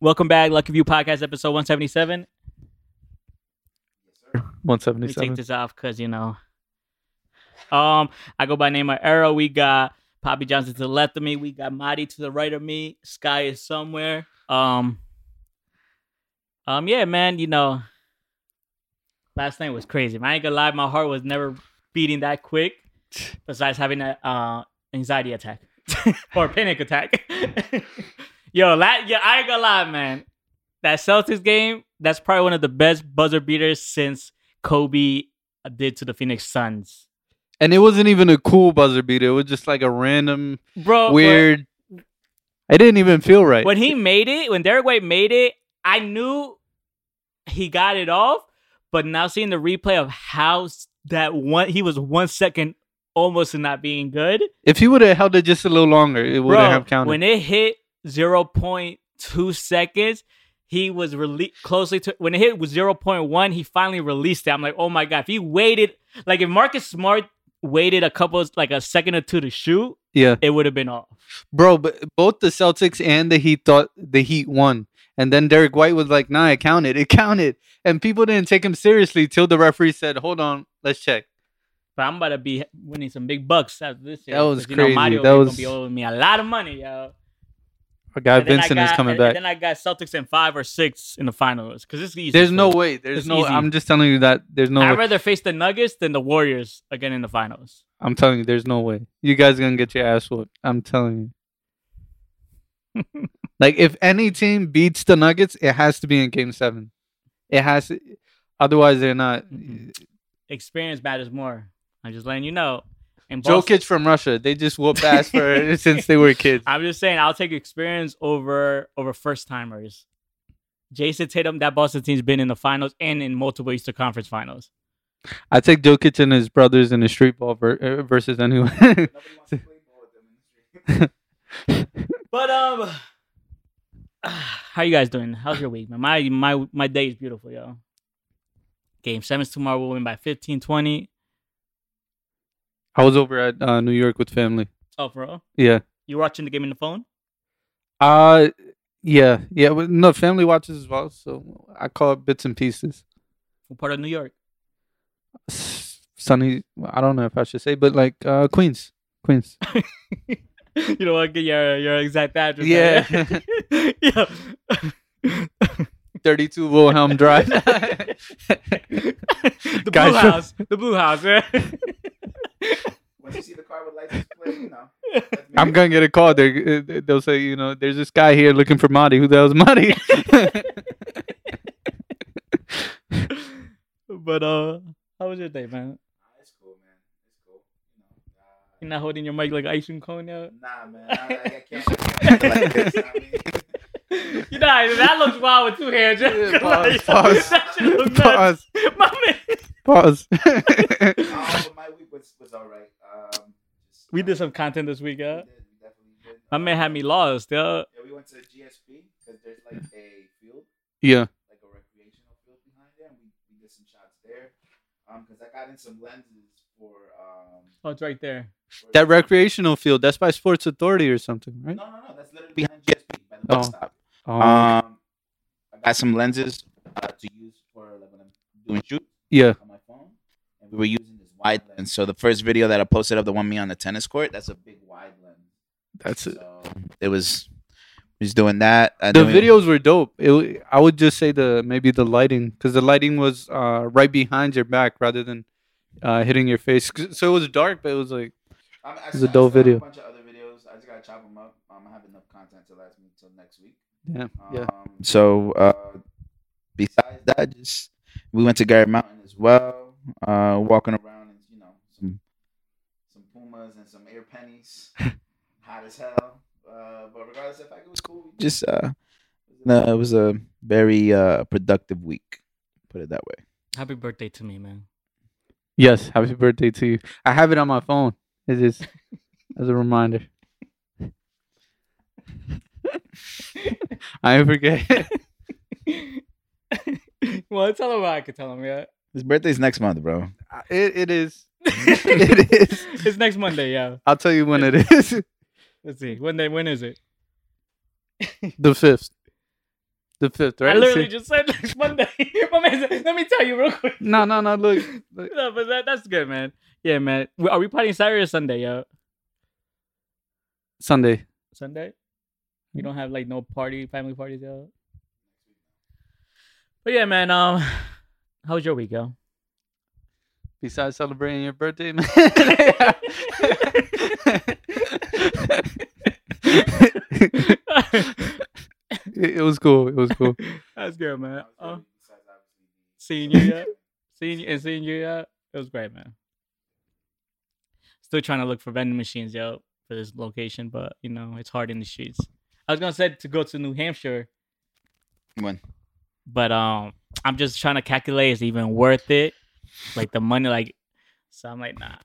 Welcome back, Lucky View Podcast, episode 177. Let me 177. take this off because, you know. Um, I go by name of Arrow. We got Poppy Johnson to the left of me. We got Marty to the right of me. Sky is somewhere. Um, um, yeah, man, you know, last night was crazy. Man, I ain't gonna lie, my heart was never beating that quick. Besides having an uh, anxiety attack or panic attack. yo, la- yo, I ain't gonna lie, man. That Celtics game, that's probably one of the best buzzer beaters since Kobe did to the Phoenix Suns. And it wasn't even a cool buzzer beater. It was just like a random Bro, when- weird. I didn't even feel right. Oh, When he made it, when Derek White made it, I knew he got it off. But now seeing the replay of how s- that one, he was one second almost not being good. if he would have held it just a little longer, it Bro, wouldn't have counted. when it hit 0.2 seconds, he was rele- closely to when it hit was 0.1, he finally released it. I'm like, oh my god, if he waited, like if Marcus Smart waited a couple like a second or two to shoot, yeah, it would have been off. bro. But both the Celtics and the Heat thought the Heat won, and then Derek White was like, "Nah, it counted. It counted." And people didn't take him seriously till the referee said, "Hold on, let's check." But I'm about to be winning some big bucks after this year. That was 'Cause, you know, crazy. Mario That gonna was- be owing me a lot of money, yo. Our guy And then I Vincent is got- coming and- back. And then I got Celtics in five or six in the finals because it's easy. There's for no them. way. There's It's no. easy. I'm just telling you that there's no. I'd way. rather face the Nuggets than the Warriors again in the finals. I'm telling you, there's no way. You guys gonna get your ass whooped. I'm telling you. like if any team beats the Nuggets, it has to be in Game Seven. It has. To, otherwise, they're not. Mhm. Experience matters more. I'm just letting you know. And Boston- Jokic from Russia. They just whooped ass for since they were kids. I'm just saying, I'll take experience over over first timers. Jason Tatum, that Boston team's been in the finals and in multiple Easter Conference finals. I take Jokic and his brothers in a street ball ver- uh, versus anyone. But um, how you guys doing? How's your week, man? My my my day is beautiful, yo. Game seven's tomorrow. We'll win by 15, 20. I was over at uh, New York with family. Oh, bro, Yeah. you watching the game on the phone? Uh yeah, yeah. but No, family watches as well, so I call it bits and pieces. What part of New York? sunny i don't know if i should say but like uh queens queens you don't want to get your your exact address. Yeah. right? yeah. 32 wilhelm drive the Guys blue from- house. The blue house. Right? Once you see the car with lights displayed, you know. that's me. i'm gonna get a call they they'll say you know there's this guy here looking for marty who the hell's marty but uh, how was your day, man? Nah, it's cool, man. It's cool. You You're know, not holding your mic like an ice cream cone out. nah, nah, man. I, I can't. I can't like this, I mean, You know, that looks wild with two hands. Yeah, Like, pause, pause, that shit look nuts. pause My man. pause uh, but my week was, was all right. Um, just, We uh, did some content this week, we yeah. did, we definitely did. Um, My man had me lost, yeah. Yeah, we went to GSP because there's like a field, yeah like a recreational field behind there, and we, we did some shots there. Um, because I got in some lenses for um. Oh, it's right there. for- that recreational field that's by sports authority or something No, right no, no. That's literally behind GSP by the bus Oh. stop. um, Um, I got some lenses uh, to use for like when I'm doing shoot yeah on my phone, and we were using this wide lens. So the first video that I posted of the one me on the tennis court, that's a big wide lens. that's it So it was, we was doing that. and the then we- videos were dope it, wa- i would just say the maybe the lighting because the lighting was uh right behind your back rather than uh hitting your face 'Cause- so it was dark but it was like I'm, I, was still- a dope I still have video. A bunch of other videos. I just gotta chop them up. Um, I have enough content to last me till next week. yeah yeah Um, so uh, besides that, just we went to Garrett Mountain as well. Uh, walking around and you know some some Pumas and some Air Pennies, hot as hell. Uh, but regardless, if I it was cool. We Just uh, no, it was a very uh productive week. Put it that way. Happy birthday to me, man. Yes, happy birthday to you. I have it on my phone. It is as a reminder. I forget. well, tell him what I could tell him, yeah. His birthday's next month, bro. It, it is. It is. It's next Monday, yeah. I'll tell you when it is. Let's see. When day, when is it? The fifth. The fifth, I right? literally See? just said next Monday. My man said, let me tell you real quick. No, no, no. Look, look. No, but that, that's good, man. Yeah, man. We- Are we partying Saturday or Sunday, yo? Sunday. Sunday? You don't have like no party, family parties, yo? But yeah, man. Um, how was your week, yo? Besides celebrating your birthday, man. it, it was cool. It was cool. That's good, man. Uh, Besides, seeing you, yeah. Seeing you and seeing you, yeah. It was great, man. Still trying to look for vending machines, yo, for this location, but you know it's hard in the streets. I was gonna say to go to New Hampshire, When? but um, I'm just trying to calculate is it even worth it, like the money, like. So I'm like, nah.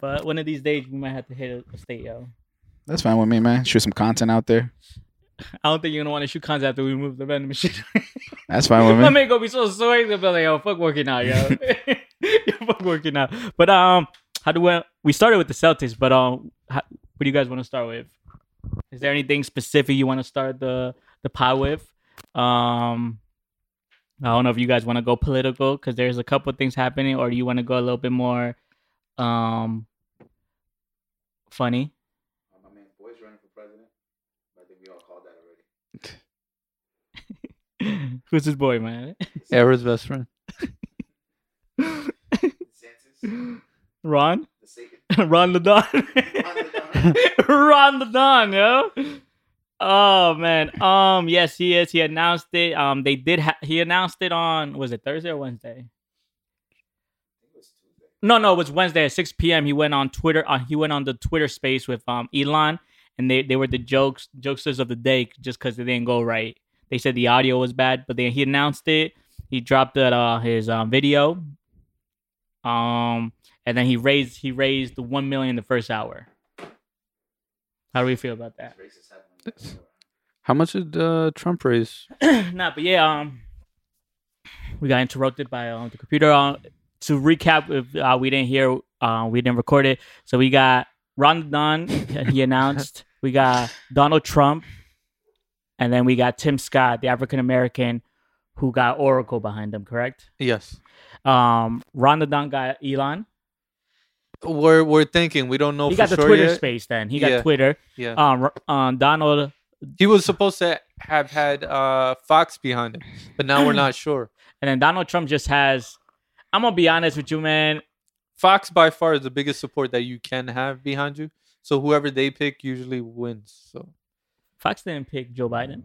But one of these days we might have to hit a- a state, yo. That's fine with me, man. Shoot some content out there. I don't think you're gonna want to shoot cons after we move the vending machine. That's fine with me. My man gonna be so sorry. They'll be like, yo, fuck working out, yo. yo, fuck working out. But um, how do we? We started with the Celtics, but um, how, what do you guys want to start with? Is there anything specific you want to start the the pod with? Um, I don't know if you guys want to go political because there's a couple things happening, or do you want to go a little bit more, um, funny? My man, boys running for president. I think we all called that already. Who's this boy, man? Era's best friend. DeSantis, Ron, the Satan. Ron LeDon. Ron the Don, yo. Oh man. Um. Yes, he is. He announced it. Um. They did. Ha- he announced it on was it Thursday or Wednesday? No, no, it was Wednesday at six p.m. He went on Twitter. On he went on the Twitter space with um Elon, and they they were the jokes jokesters of the day just because it didn't go right. They said the audio was bad, but then he announced it. He dropped it, uh, his um, video. Um, and then he raised he raised the one million the first hour. How do we feel about that? How much did uh, Trump raise? nah, but yeah, um, we got interrupted by um, the computer. Uh, to recap, if uh, we didn't hear, uh, we didn't record it. So we got Ron Don, he announced. We got Donald Trump, and then we got Tim Scott, the African American, who got Oracle behind him. Correct. Yes. Um, Ron Don got Elon. We're we're thinking. We don't know he Oh, for got the sure Twitter yet. space. Then he got Yeah. Twitter. Yeah. Um, R- um, Donald. he was supposed to have had uh, Fox behind him, but now we're not sure. And then Donald Trump just has. I'm gonna be honest with you, man. Fox by far is the biggest support that you can have behind you. So whoever they pick usually wins. So Fox didn't pick Joe Biden,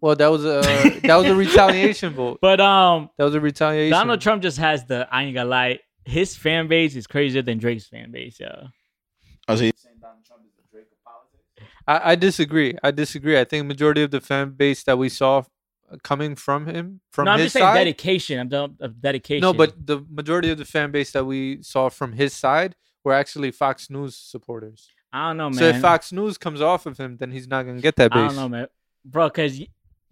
well, that was a that was a retaliation vote. but um, That was a retaliation. Donald Trump just has the. I ain't gonna lie. His fan base is crazier than Drake's fan base, yo. Oh, so you- I, I disagree. I disagree. I think majority of the fan base that we saw coming from him from no, I'm his just saying side. dedication. I'm done of dedication. No, but the majority of the fan base that we saw from his side were actually Fox News supporters. I don't know, man. So if Fox News comes off of him, then he's not gonna get that I don't base. know, man, bro, because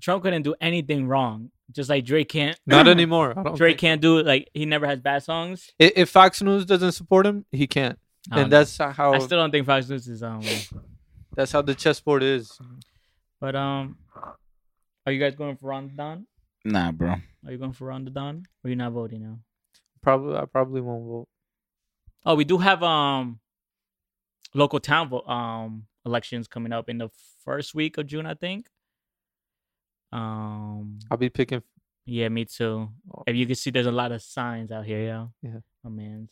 Trump couldn't do anything wrong. Just like Drake can't. Not anymore. I don't Drake think. can't do it. Like he never has bad songs. I- If Fox News doesn't support him, he can't. I don't And know. that's how I still don't think Fox News is um. that's how the chessboard is. But um, are you guys going for Ron Don? Nah, bro. Are you going for Ron Don? Or you not voting now? Probably I probably won't vote. Oh, we do have um local town vo- um elections coming up in the first week of June, I think. Um I'll be picking yeah, me too. Oh. If you can see there's a lot of signs out here, yo. Yeah. Oh man.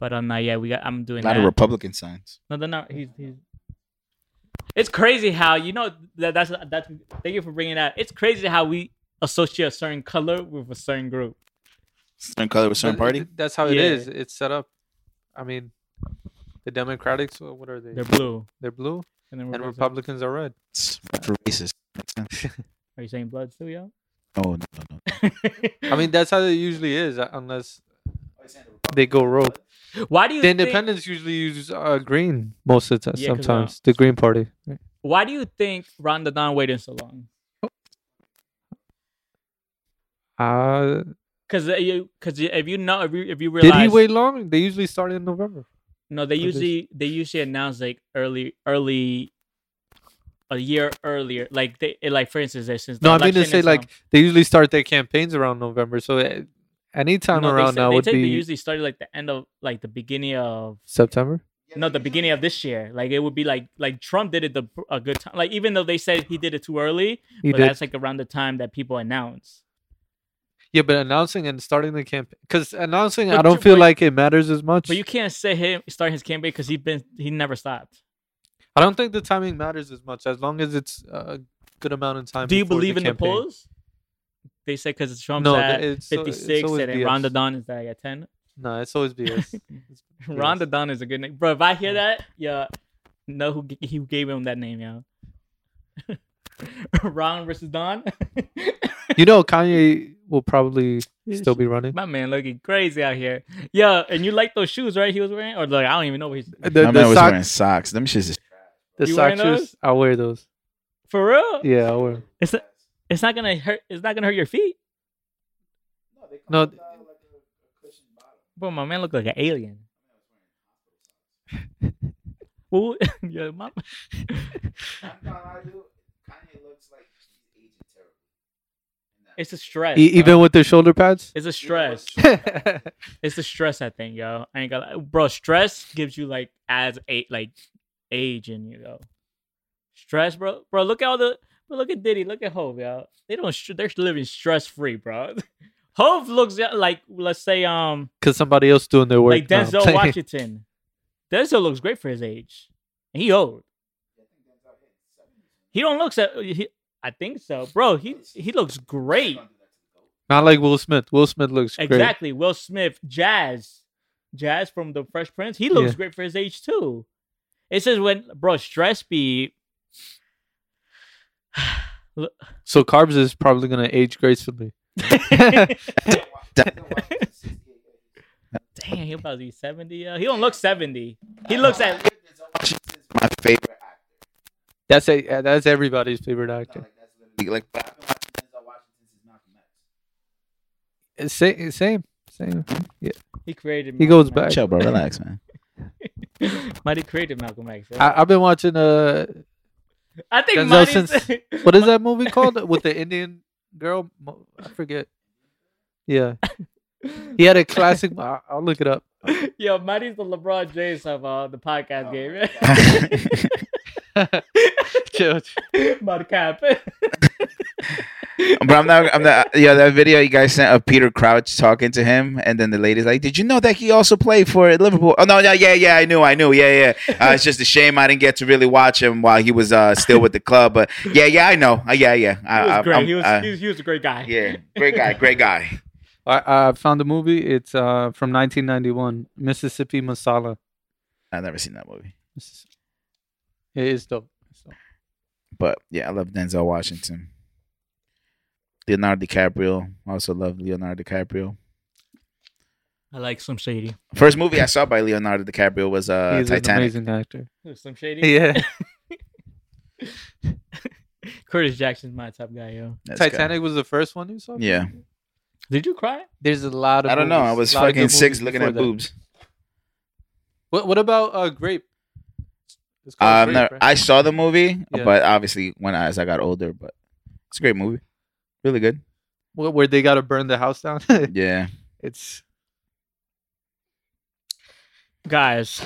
But um, nah, yeah, we got I'm A doing lot that. of Republican signs. no, they're not he's he's It's crazy how you know that that's that's thank you for bringing that. It's crazy how we associate a certain color with a certain group. Certain color with certain but party. th- That's how it Yeah. is. It's set up. I mean, the Democrats. uh, What are they? They're They're, blue. blue, And then and Republicans- Republicans are red. It's for racist. Makes sense. Are you saying blood too, yo? Oh, no, no, no. I mean, that's how it usually is, uh, unless they go rogue. why do you The think- independents usually use uh, green most of the time. Yeah, 'cause, uh, sometimes the Green Party. Why do you think Ron Don waited so long? Uh, Because you, because if you know, if you if you did realize, he wait long? They usually start in November. No, they for this? usually they usually announce like early early a year earlier. Like they like for instance, there's since the No, I mean to election say is, like um, they usually start their campaigns around November, so eh, anytime no, they around say- now they would take- be they usually started like the end of like the beginning of September. no the beginning of this year. Like it would be like like Trump did it the a good time. Like even though they said he did it too early, He but did, that's like around the time that people announce. yeah, but announcing and starting the campaign because announcing, I But don't you- feel but- like it matters as much. But you can't say him start his campaign because he been he never stopped. I don't think the timing matters as much as long as it's a good amount of time. Do you before believe in campaign. the polls? They said because Trump's No, at th- it's so- it's 56 always and BS. Ronda Don is like at 10. No, it's always BS. It's BS. Ronda Don is a good name, bro. If I hear that, yeah, know who g- who gave him that name, yo. Ron versus Don. You know, Kanye will probably still be running. My man looking crazy out here. Yeah, and you like those shoes, right? He was wearing, or like I don't even know what he's The, My man the was wearing socks, socks. Them shits is the You wearing sock shoes. those? I wear those. for real. Yeah, I wear. 'em. It's it's not gonna hurt. It's not gonna hurt your feet. No, th- Bro, my man looked like an alien. Well, yeah, my, it's a stress. E- bro. even with their shoulder pads. it's a stress. yeah, It's the stress I think, yo. I ain't gonna lie. bro. Stress gives you like as a like age in you, yo. Stress, bro. Bro, look at all the. But look at Diddy. Look at Hove, yo. They don't. str- They're living stress free, bro. Hove looks yeah, like let's say um because somebody else doing their work. like No, I'm Denzel playing. Washington. Denzel looks great for his age. And he old. He don't look so. He, I think so, bro. He he looks great. Not like Will Smith. Will Smith looks great. Exactly. Will Smith, Jazz, Jazz from the Fresh Prince. He looks Yeah. great for his age too. It says when bro stress be So carbs is probably gonna age gracefully. damn he about to be seventy. yo. he don't look seventy. He looks at my favorite actor. That's a uh, that's everybody's favorite actor. Like, that's literally- like, but I've been watching Denzel Washington since Malcolm X. Uh, Same, same, same. he created. He Malcolm goes back. Chill, bro. Relax, man. X. Mighty created Malcolm X. yo. I, I, I've been watching uh, think Denzel Mighty. since- what is that movie called with the Indian girl? Mo- I forget. Yeah, he had a classic. I- I'll look it up. Yo, Mighty's the LeBron James of uh, the podcast Oh, Chill, chill. game. Mud cap. but I'm not. I'm not. Yeah, that video you guys sent of Peter Crouch talking to him, and then the lady's like, "Did you know that he also played for Liverpool?" Oh no, no, yeah, yeah, I knew, I knew, yeah, yeah. Uh, it's just a shame I didn't get to really watch him while he was uh, still with the club. But yeah, yeah, I know. Uh, yeah, yeah. I, He I- was great. I'm- he, was, uh, he was he was a great guy. yeah, great guy, great guy. I, I found the movie. It's uh from 1991, Mississippi Masala. I've never seen that movie, Missis- It is dope. It's dope. but yeah, I love Denzel Washington. Leonardo DiCaprio. I also love Leonardo DiCaprio. I like Slim Shady. First movie I saw by Leonardo DiCaprio was uh, He's an Titanic. amazing actor. Slim Shady. Yeah, Curtis Jackson's my top guy, yo. That's good. Titanic was the first one you saw. Yeah. Did you cry? There's a lot of. I don't know. I movies- was lot of good fucking six movies looking before at that. boobs. What What about uh Grape? It's called Um, Grape, right? I saw the movie, Yeah. but obviously when I, as I got older, but it's a great movie, really good. Wh- where they gotta burn the house down. Yeah, it's Guys,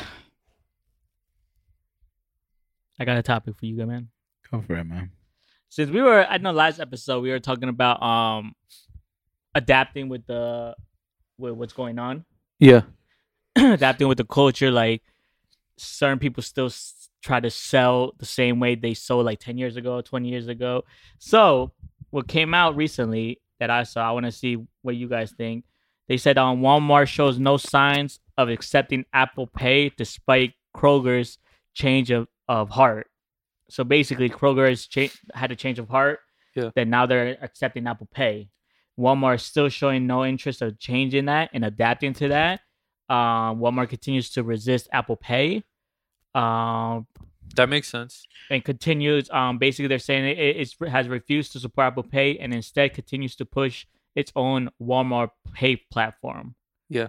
I got a topic for you, good man. go for it, man. Since we were, I know last episode we were talking about um adapting with the with what's going on, yeah. adapting with the culture. Like certain people still s- try to sell the same way they sold like ten years ago, twenty years ago. So what came out recently that I saw, I want to see what you guys think. They said on Walmart shows no signs of accepting Apple Pay despite Kroger's change of, of heart. So basically, Kroger has cha- had a change of heart. Yeah. That now they're accepting Apple Pay. Walmart is still showing no interest of changing that and adapting to that. Um, Walmart continues to resist Apple Pay. Um, That makes sense. and continues. Um, basically, they're saying it, it it's- has refused to support Apple Pay and instead continues to push its own Walmart Pay platform. Yeah.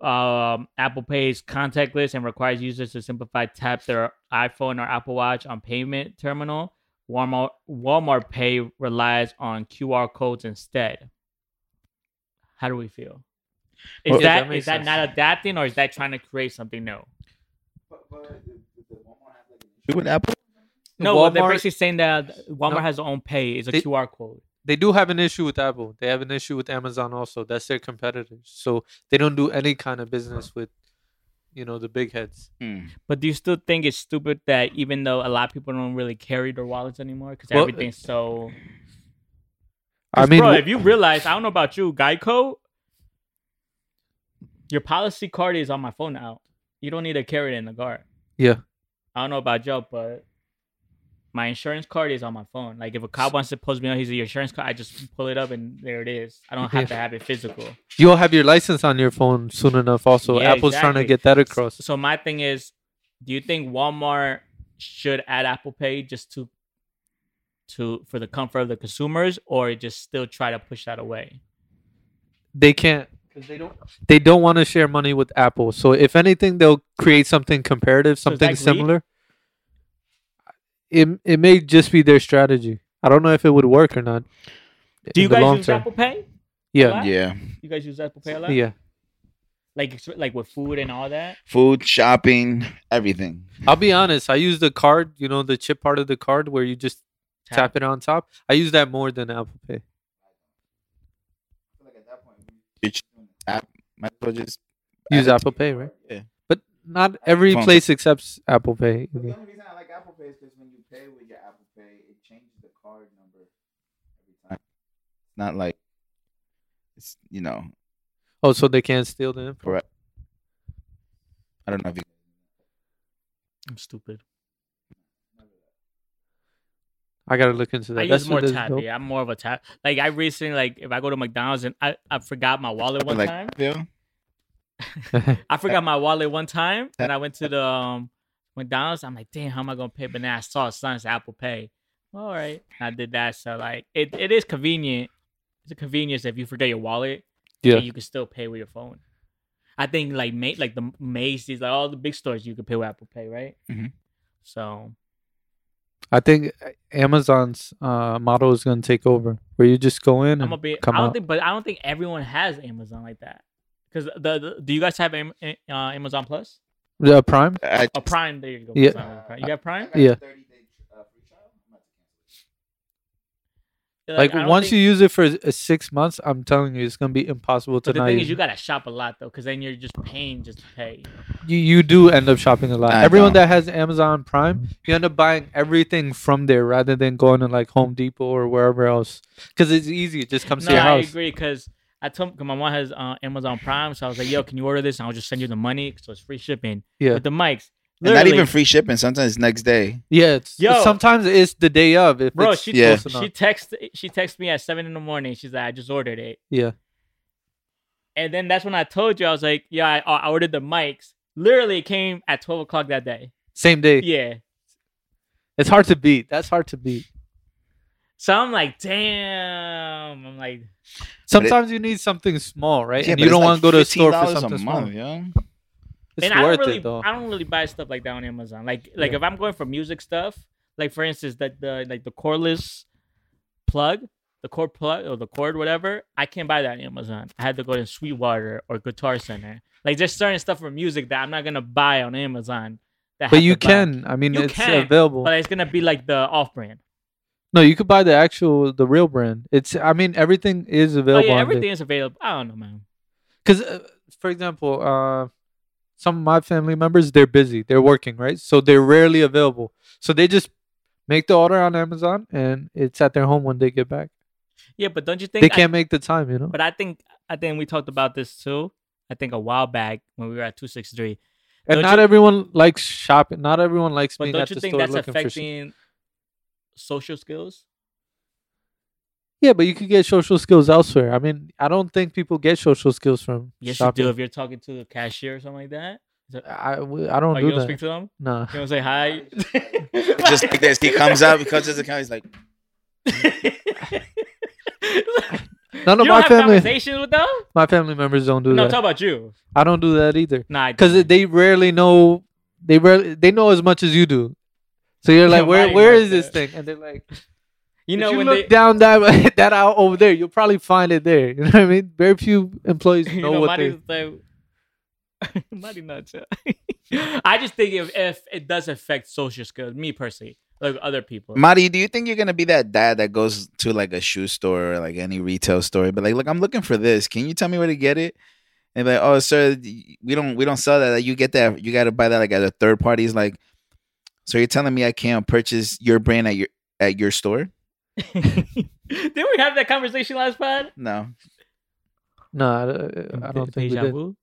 Um, Apple Pay is contactless and requires users to simplify tap their iPhone or Apple Watch on payment terminal. Walmart Walmart Pay relies on QR codes instead. How do we feel? Is Well- Yeah, that that is makes that sense. not adapting or is that trying to create something new? But, but did- did Walmart have, like, an issue with Apple? No, well, they're Walmart- basically saying that Walmart No. has their own pay. It's a They- QR code. they do have an issue with Apple. They have an issue with Amazon also. That's their competitors. So they don't do any kind of business with, you know, the big heads. But do you still think it's stupid that even though a lot of people don't really carry their wallets anymore because Well, uh, everything's so. I 'Cause, mean, bro, w- if you realize, I don't know about you, Geico, your policy card is on my phone now. You don't need to carry it in the car. Yeah. I don't know about Joe, but my insurance card is on my phone. Like if a cop wants to post me on his insurance card, I just pull it up and there it is. I don't have Yeah. to have it physical. You'll have your license on your phone soon enough. Also, Yeah, Apple's trying exactly. to get that across. So my thing is, do you think Walmart should add Apple Pay just to to for the comfort of the consumers, or just still try to push that away? They can't because they don't. They don't want to share money with Apple. So if anything, they'll create something comparative, So is something that greed? similar. It it may just be their strategy. I don't know if it would work or not. Do in you the guys long use term. Apple Pay? Yeah, Yeah. You guys use Apple Pay a lot? yeah. Like ex- like with food and all that. Food, shopping, everything. I'll be honest. I use the card. You know, the chip part of the card where you just tap it on top. I use that more than Apple Pay. Like at that point, you're just doing the app. Might as well just Use add it Apple to Pay, your right? card. Yeah. But not every Phone. place accepts Apple Pay. But the either. only reason I like Apple Pay is because when you pay with your Apple Pay, it changes the card number every time. It's not like it's you know Oh, so they can't steal the info. correct. I don't know if you. I'm stupid. I gotta look into that. I That's use more that's tap. dope. Yeah, I'm more of a tap. Like I recently, like if I go to McDonald's and I, I forgot my wallet one like, time. Phil? I forgot my wallet one time and I went to the um, McDonald's. I'm like, damn, how am I gonna pay? But now I saw Sun's Apple Pay. All right, I did that. So like, it, it is convenient. It's a convenience if you forget your wallet. Yeah. and you can still pay with your phone. I think like Ma- like the Macy's, like all the big stores, you can pay with Apple Pay, right? Mm-hmm. Mhm. So I think uh, Amazon's uh, model is gonna take over, where you just go in I'm a and bit. come I don't out. think, but I don't think everyone has Amazon like that. Because the, the do you guys have Am- uh, Amazon Plus? the Prime. I Oh, Prime. There you go. Yeah. Amazon Prime. You got Prime? I got a Yeah. 30-day, uh, free trial. I'm not Like, I don't once think- you use it for uh, six months, I'm telling you, it's gonna be impossible to But the not thing is, use you it. gotta shop a lot though, because then you're just paying just to pay. you you do end up shopping a lot. I Everyone know. Mm-hmm. that has Amazon Prime, you end up buying everything from there rather than going to like Home Depot or wherever else because it's easy. It just comes No, to your I house. agree, because I told cause my mom has uh, Amazon Prime, so I was like, "Yo, can you order this? And I'll just send you the money, so it's free shipping." Yeah. But the mics, And not literally, even free shipping. Sometimes it's next day. Yeah, it's, Yo. sometimes it's the day of. If bro. it's She Yeah. close enough. she text she texted me at seven in the morning. She's like, "I just ordered it." yeah, And then that's when I told you I was like, "Yeah, I, I ordered the mics." Literally, it came at twelve o'clock that day. same day. Yeah. It's hard to beat. That's hard to beat. So I'm like, "Damn!" I'm like, Sometimes you need something small, right? Yeah, and but you it's don't like want to go to a store $15 for something a small. month, yeah? It's and I worth don't really, it though. I don't really buy stuff like that on Amazon. Like, like Yeah. if I'm going for music stuff, like for instance, that the like the cordless plug, the cord plug or the cord whatever, I can't buy that on Amazon. I had to go to Sweetwater or Guitar Center. Like, there's certain stuff for music that I'm not gonna buy on Amazon. That I But have you to buy. can. I mean, You it's can, available. but it's gonna be like the off-brand. no, you could buy the actual, the real brand. It's. I mean, everything is Oh available. yeah, on there. everything is available. I don't know, man. because uh, for example uh some of my family members they're busy they're working right so they're rarely available so they just make the order on amazon and it's at their home when they get back Yeah, but don't you think they I- can't make the time you know but I think I think we talked about this too. I think a while back when we were at two six three. and don't not you- everyone likes shopping not everyone likes But being don't at you the think store that's looking for shit. affecting social skills? yeah but you could get social skills elsewhere i mean i don't think people get social skills from Yes, shopping you do. If you're talking to a cashier or something like that, I, w- I don't oh, do you don't that speak to them. nah You don't say hi. just like this. He comes out because it's account. He's like, You None of don't my have family, conversations with them. my family members don't do No, that. talk about you. I don't do that either. Nah, I because didn't. they rarely know they rarely they know as much as you do. So you're like, where Nobody where knows is this that. thing? And they're like, you if know you when look they down that that aisle over there, you'll probably find it there. You know what I mean? Very few employees know, you know, what Marty they. was like, Marty nuts. yeah. I just think if, if it does affect social skills, me personally, like other people. Marty, do you think you're gonna be that dad that goes to like a shoe store or like any retail store, but like, look, I'm looking for this. Can you tell me where to get it? And be like, oh, sir, we don't we don't sell that. Like, you get that. You got to buy that like at a third party. It's like, so you're telling me I can't purchase your brand at your at your store? Didn't we have that conversation last pod? No, No, I- I, don't think we Um, Deja did. vu.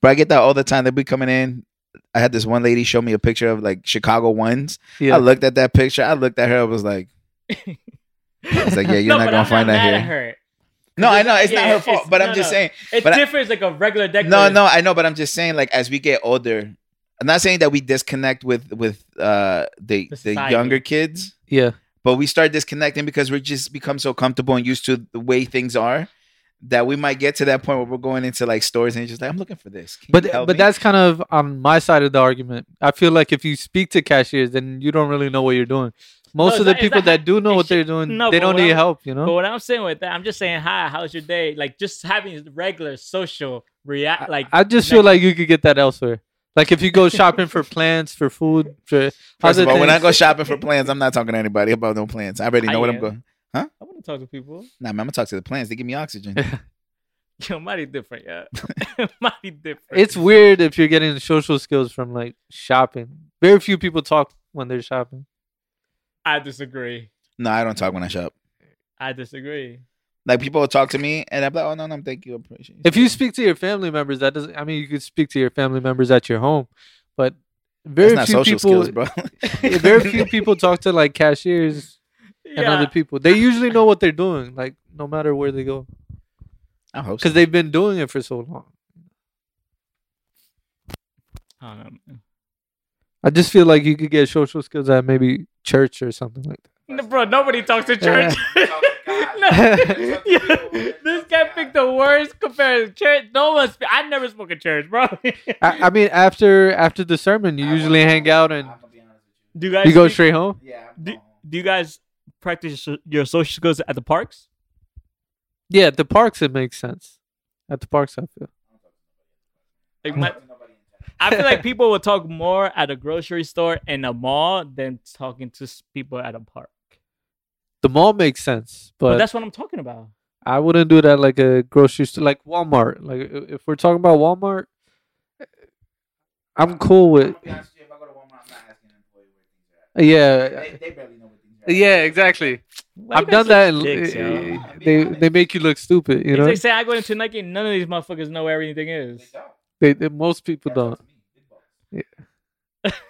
but I get that all the time. They be coming in. I had this one lady show me a picture of like Chicago ones. Yeah, I looked at that picture. I looked at her. I was like, I was like, yeah, you're No, not but gonna I'm find not that mad at here. her. No, I know it's Yeah, not her it's- fault, but no, I'm just no. saying. It's But I- different. It's like a regular deck. No, list. no, I know, but I'm just saying, like, as we get older, I'm not saying that we disconnect with with uh the The the society. Mm-hmm. younger kids, yeah. but we start disconnecting because we just become so comfortable and used to the way things are that we might get to that point where we're going into like stores and it's just like, I'm looking for this. Can But you help but me?" that's kind of on my side of the argument. I feel like if you speak to cashiers, then you don't really know what you're doing. Most it's of the not- it's people not- that do know it's what they're shit- doing, no, they but don't what need I'm- help. You know. But what I'm saying with that, I'm just saying, hi, how's your day? Like just having regular social react. Like I just feel like you could get that elsewhere. Like if you go shopping for plants, for food, for First other of all, when I things. go shopping for plans, I'm not talking to anybody about no plans. I already I know what I'm am. going. I want to talk to people. Nah, man, I'm gonna talk to the plans. They give me oxygen. Yo, mighty different, yeah. mighty different. it's weird if you're getting social skills from like shopping. Very few people talk when they're shopping. I disagree. no, I don't talk when I shop. I disagree. Like people will talk to me and I'm like, oh no, no, thank you, I appreciate. If you speak to your family members, that doesn't. I mean, you could speak to your family members at your home, but that's very not few social people. skills, bro. very few people talk to like cashiers and Yeah. other people. They usually know what they're doing, like no matter where they go, I hope so. because they've been doing it for so long. I don't know. I just feel like you could get social skills at maybe church or something like that. No, bro, nobody talks to church. Oh No. Yeah, this guy picked the worst compared to church. No one. Spe- I never spoke at church, bro. I, I mean, after after the sermon, you usually hang out and do you guys you go speak- straight home. Yeah. I'm going home. Do you guys practice your so- your social skills at the parks? Yeah, at the parks it makes sense. At the parks, I feel. Like my, I feel like people will talk more at a grocery store and a mall than talking to s- people at a park. The mall makes sense, But but, that's what I'm talking about. I wouldn't do that like a grocery store, like Walmart. Like i- if we're talking about Walmart, I'm cool with. Yeah, yeah, exactly. Why you I've guys done so that. And dicks, yo? eh, they they make you look stupid. You It's know, like saying I go into Nike and none of these motherfuckers know where everything is. they, they- most people don't.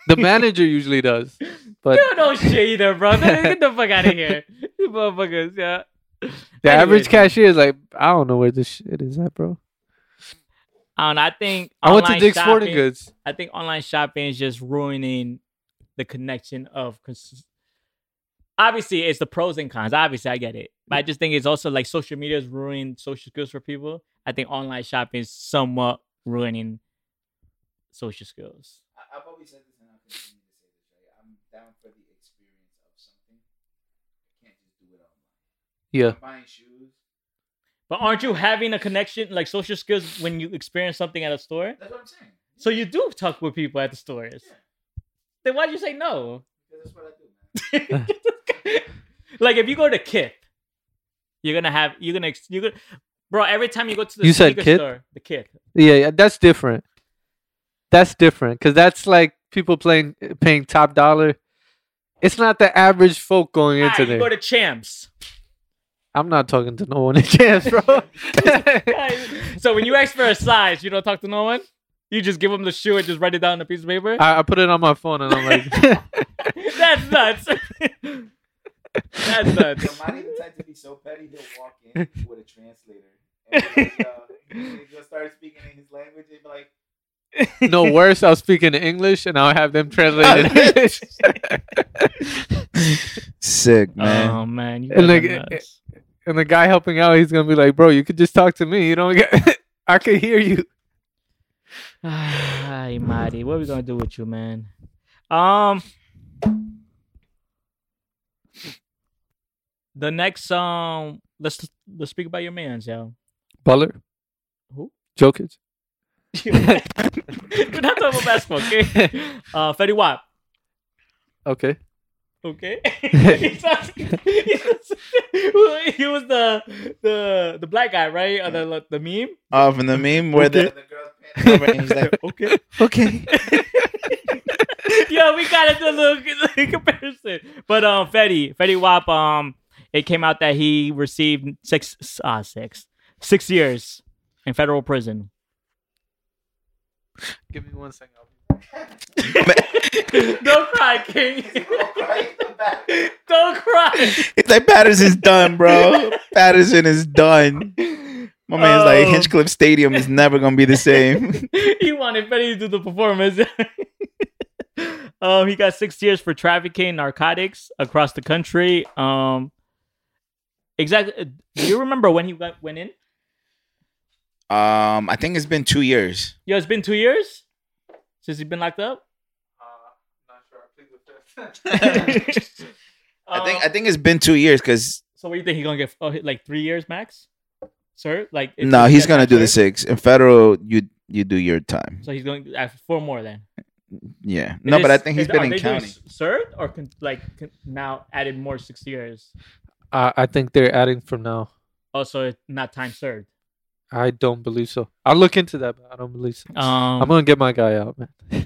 The manager usually does, but They don't know shit either, bro. Get the fuck out of here. These motherfuckers, yeah. the Anyways, average cashier is like, I don't know where this shit is at, bro. I don't know, I think I went to online Dick's Sporting shopping- Goods. I think online shopping is just ruining the connection of. Cons- Obviously, it's the pros and cons. Obviously, I get it, but I just think it's also like social media is ruining social skills for people. I think online shopping is somewhat ruining social skills. I've always said this, and I'll continue to say this. Right? I'm down for the experience of something. I can't just do it online. Yeah, I'm buying shoes. But aren't you having a connection, like social skills, when you experience something at a store? That's what I'm saying. So you do talk with people at the stores. Yeah. Then why'd you say no? Because that's what I do, man. like if you go to Kip, you're gonna have you're gonna ex- you're gonna, bro. Every time you go to the You said sneaker Kith? store, the Kip. yeah, yeah. That's different. That's different because that's like people playing paying top dollar. It's not the average folk going Alright, into you go there. to champs. I'm not talking to no one in chance, bro. Alright, so when you ask for a size, you don't talk to no one. You just give them the shoe and just write it down on a piece of paper. I, I put it on my phone and I'm like, That's nuts. That's Yo, nuts. Monty the type to be so petty, he'll walk in with a translator. And be like, uh, he'll start speaking in his language and be like, no worse. I'll speak in English and I'll have them translate in English. Sick, Oh man, you And Oh, guys like, are nuts. and the guy helping out, he's gonna be like, "Bro, you could just talk to me. You don't get. I could hear you." Ay, Marty, what are we gonna do with you, man? Um, the next um, let's let's speak about your man's, yo. Butler. Who? Jokic. We're not talking about basketball, okay? Uh, Fetty Wap, Okay. okay. he, sounds- he was, he was the the the black guy, right? Or the the meme. Oh, from the meme where the, the girl's pants over and he's like, Okay. okay. Yo, we gotta do a little comparison. But um, Fetty, Fetty Wap, um, it came out that he received six, ah, six, six years in federal prison. Give me one second. Don't cry, King. Don't cry. It's like Patterson's done, bro. Patterson is done. My man's like Oh. Hinchcliffe Stadium is never gonna be the same. he wanted Fetty to do the performance. um, he got six years for trafficking narcotics across the country. Um, exactly. Do you remember when he went, went in? Um, I think it's been two years. Yo, it's been two years since he's been locked up. Uh, I think Um, I think it's been two years because so. What do you think he's gonna get? Oh, hit, like three years max, sir? Like if no, he he's gets gonna that do the served, six. In federal, you you do your time. So he's going after four more then. Yeah. No, It but I is- think he's it- been are in they doing county. s- Served or con- like con- now added more six years? I, I think they're adding from now. Also, it's not time served. I don't believe so. I'll look into that, but I don't believe so. I'm Um, gonna get my guy out, man. no,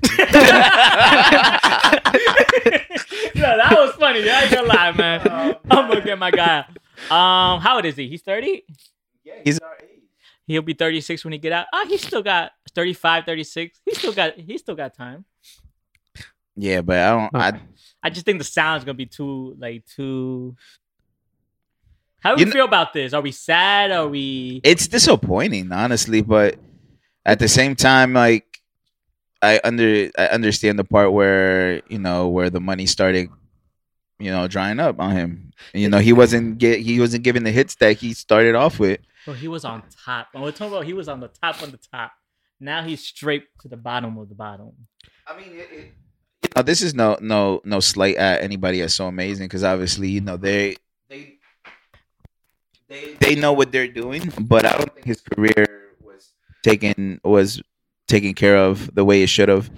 that was funny. I ain't gonna lie, man. I'm gonna get my guy. Um, how old is he? He's thirty. He's our age. He'll be 36 when he get out. Oh, he still got 35, 36. He still got he still got time. Yeah, but I don't. I, I just think the sound's gonna be too like too. How do You we kn- feel about this? Are we sad? Are we? it's disappointing, honestly. But at the same time, like I under I understand the part where you know where the money started, you know, drying up on him. You know, he wasn't get he wasn't giving the hits that he started off with. Well, he was on top. When we're talking about he was on the top on the top. Now he's straight to the bottom of the bottom. I mean, it, it, you know, this is no no no slight at anybody that's so amazing because obviously you know they they they they know what they're doing, but I don't think his career was taken was taken care of the way it should have.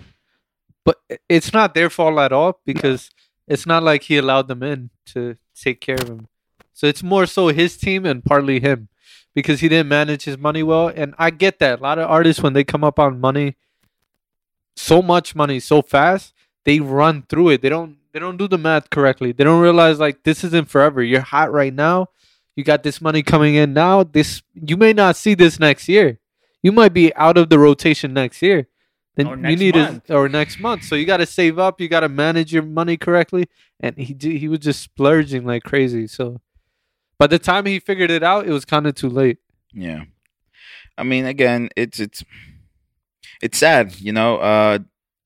But i- it's not their fault at all because it's not like he allowed them in to take care of him. So it's more so his team and partly him because he didn't manage his money well. And I get that. A lot of artists, when they come up on money, so much money so fast, they run through it. They don't they don't do the math correctly. They don't realize like this isn't forever. You're hot right now. You got this money coming in now. This you may not see this next year. You might be out of the rotation next year. Then Or you next need a, month. or next month. So you got to save up. You got to manage your money correctly. And he did, he was just splurging like crazy. So by the time he figured it out, it was kind of too late. Yeah. I mean, again, it's it's it's sad, you know. Uh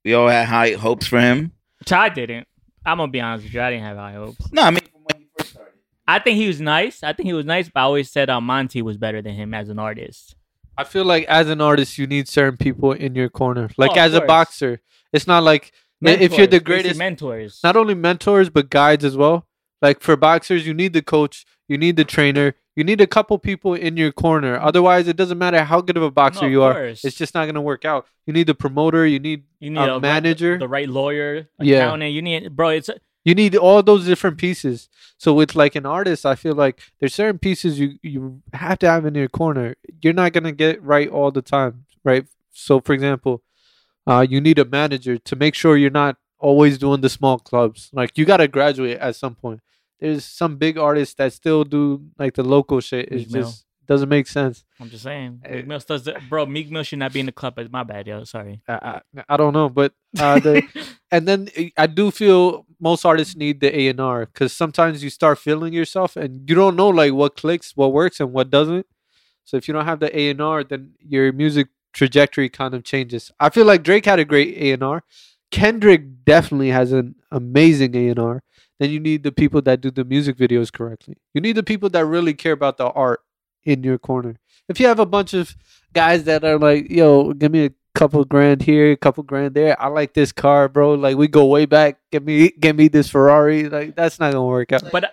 we all had high hopes for him. Which I didn't. I'm gonna be honest with you. I didn't have high hopes. No, I mean from when he first started. I think he was nice. I think he was nice, but I always said uh, Monty was better than him as an artist. I feel like as an artist, you need certain people in your corner. Like Oh, of as a course. boxer, it's not like if you're Mentors. the They see greatest mentors, not only mentors but guides as well. Like for boxers, you need the coach, you need the trainer, you need a couple people in your corner. Otherwise, it doesn't matter how good of a boxer of you are; course. it's just not gonna work out. You need the promoter, you need you need a a, manager. the right lawyer, Yeah. accountant. You need, bro. It's you need all those different pieces. So with like an artist, I feel like there's certain pieces you you have to have in your corner. You're not gonna get right all the time, right? So for example, uh, you need a manager to make sure you're not always doing the small clubs. Like you gotta graduate at some point. There's some big artists that still do like the local shit. It Meek Mill. just doesn't make sense. I'm just saying. Uh, Meek Mill does the, bro, Meek Mill should not be in the club. But my bad, yo. Sorry. I, I, I don't know, but uh, the, and then eh, I- I do feel most artists need the A and R because sometimes you start feeling yourself and you don't know like what clicks, what works, and what doesn't. So if you don't have the A and R, then your music trajectory kind of changes. I feel like Drake had a great A and R. Kendrick definitely has an amazing A&R. Then you need the people that do the music videos correctly. You need the people that really care about the art in your corner. If you have a bunch of guys that are like, "Yo, give me a couple grand here, a couple grand there. I like this car, bro. Like we go way back. Give me give me this Ferrari." Like that's not going to work out. But I,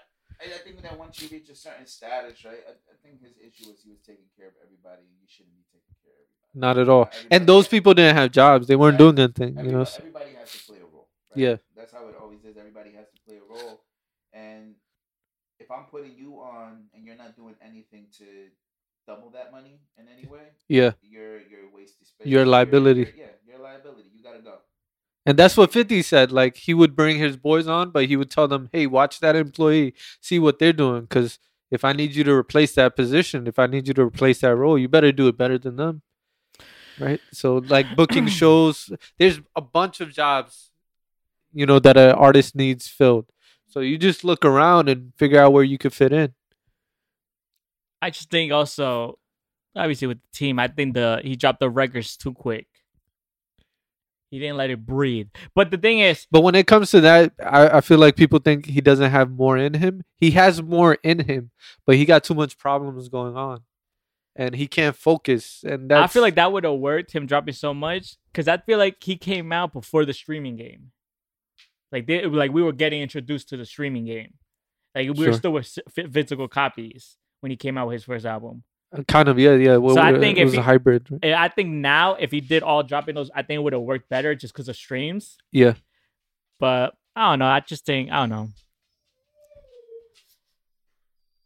I think that once you reach a certain status, right? I, I think his issue was he was taking care of everybody. and You shouldn't be taking care of everybody. Not at all. Everybody- And those people didn't have jobs. They weren't doing anything, you Everybody, know. So- everybody has to play a role. Right? Yeah. That's how it always is. Everybody has to play a role. And if I'm putting you on and you're not doing anything to double that money in any way, yeah. you're you're wasting space. You're a You're- liability. you're- yeah, you're a liability. You gotta go. And that's what 50 said. Like, he would bring his boys on, but he would tell them, hey, watch that employee, see what they're doing. Because if I need you to replace that position, if I need you to replace that role, you better do it better than them. Right. So, like, booking shows, there's a bunch of jobs, you know, that an artist needs filled. So you just look around and figure out where you could fit in. I just think also, obviously with the team, I think the he dropped the records too quick. He didn't let it breathe. But the thing is, But when it comes to that, I, I feel like people think he doesn't have more in him. He has more in him, but he got too much problems going on, and he can't focus. And that's, I feel like that would have worked him dropping so much because I feel like he came out before the streaming game. Like they, like we were getting introduced to the streaming game. Like we Sure. were still with s- phy- physical copies when he came out with his first album. kind of yeah yeah. Well, So I it, think it if was a he- hybrid. right? And I think now if he did all dropping those, I think it would have worked better just because of streams. Yeah, But I don't know. I just think I don't know.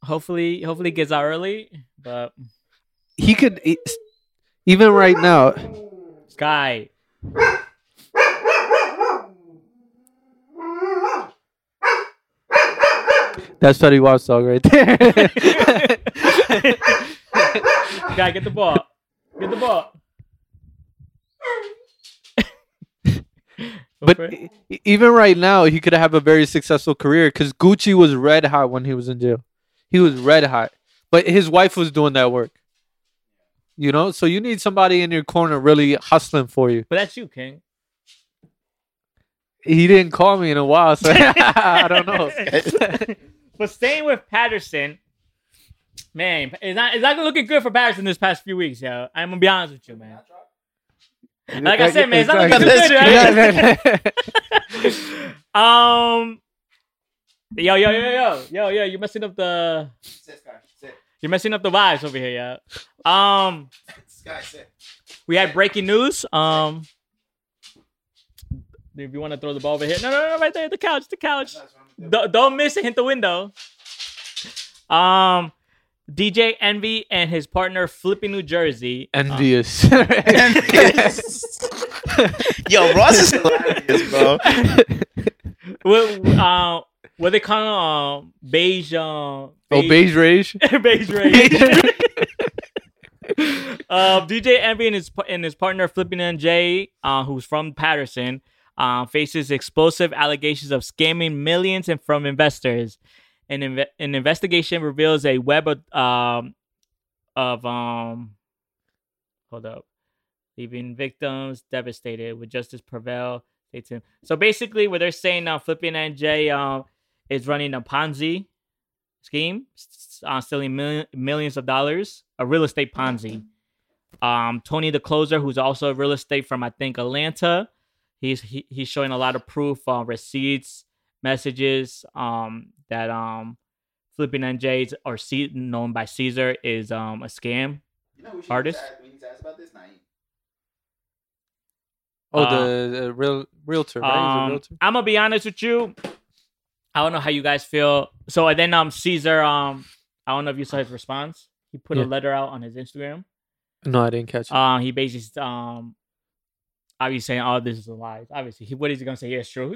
Hopefully, hopefully it gets out early. But he could e- even right now. Sky, That's Fetty Wap's dog right there. Sky, get the ball, get the ball. Go for but it. e- e- even right now, he could have a very successful career because Gucci was red hot when he was in jail. He was red hot, but his wife was doing that work. You know, so you need somebody in your corner really hustling for you. but that's you, King. He didn't call me in a while, so I don't know. but staying with Patterson, man, it's not it's not looking good for Patterson this past few weeks, yo. I'm gonna be honest with you, man. Like I said, man, it's not looking too good. Right? um, yo, yo, yo, yo, yo, yo, you're messing up the Sit, Sky. Sit. you're messing up the vibes over here, yo. Um, Sky, sit. we had breaking news. Um, if you want to throw the ball over here, no, no, no, right there, the couch, the couch. That's what I'm gonna Don't, do. don't miss it. Hit the window. Um, DJ Envy and his partner Flipping New Jersey. uh, Envious. Yo, Ross is hilarious, bro. What uh, what they call um beige um oh, beige rage. beige rage. uh, DJ Envy and his and his partner Flipping and Jay, uh, who's from Patterson, uh, faces explosive allegations of scamming millions and from investors. An, inve- an investigation reveals a web of um, of um, hold up, leaving victims devastated. With justice prevail, stay tuned. So basically, what they're saying now, Flipping and Jay um, is running a Ponzi scheme, s- uh, stealing mil- millions of dollars, a real estate Ponzi. Mm-hmm. Um, Tony the Closer, who's also a real estate from I think Atlanta, he's he, he's showing a lot of proof, uh, receipts, messages um, that um, flipping NJs or C- known by Caesar is um, a scam. You know, who we should Artist? ask- We need to ask about this night. Oh, Uh, the, the real realtor. Right? He's a Um, realtor. I'm gonna be honest with you. I don't know how you guys feel. So and then um Caesar um I don't know if you saw his response. He put Yeah. a letter out on his Instagram. No, I didn't catch it. Um, he basically um, obviously saying all this is a lie. Obviously, he, what is he gonna say? Yeah, it's true.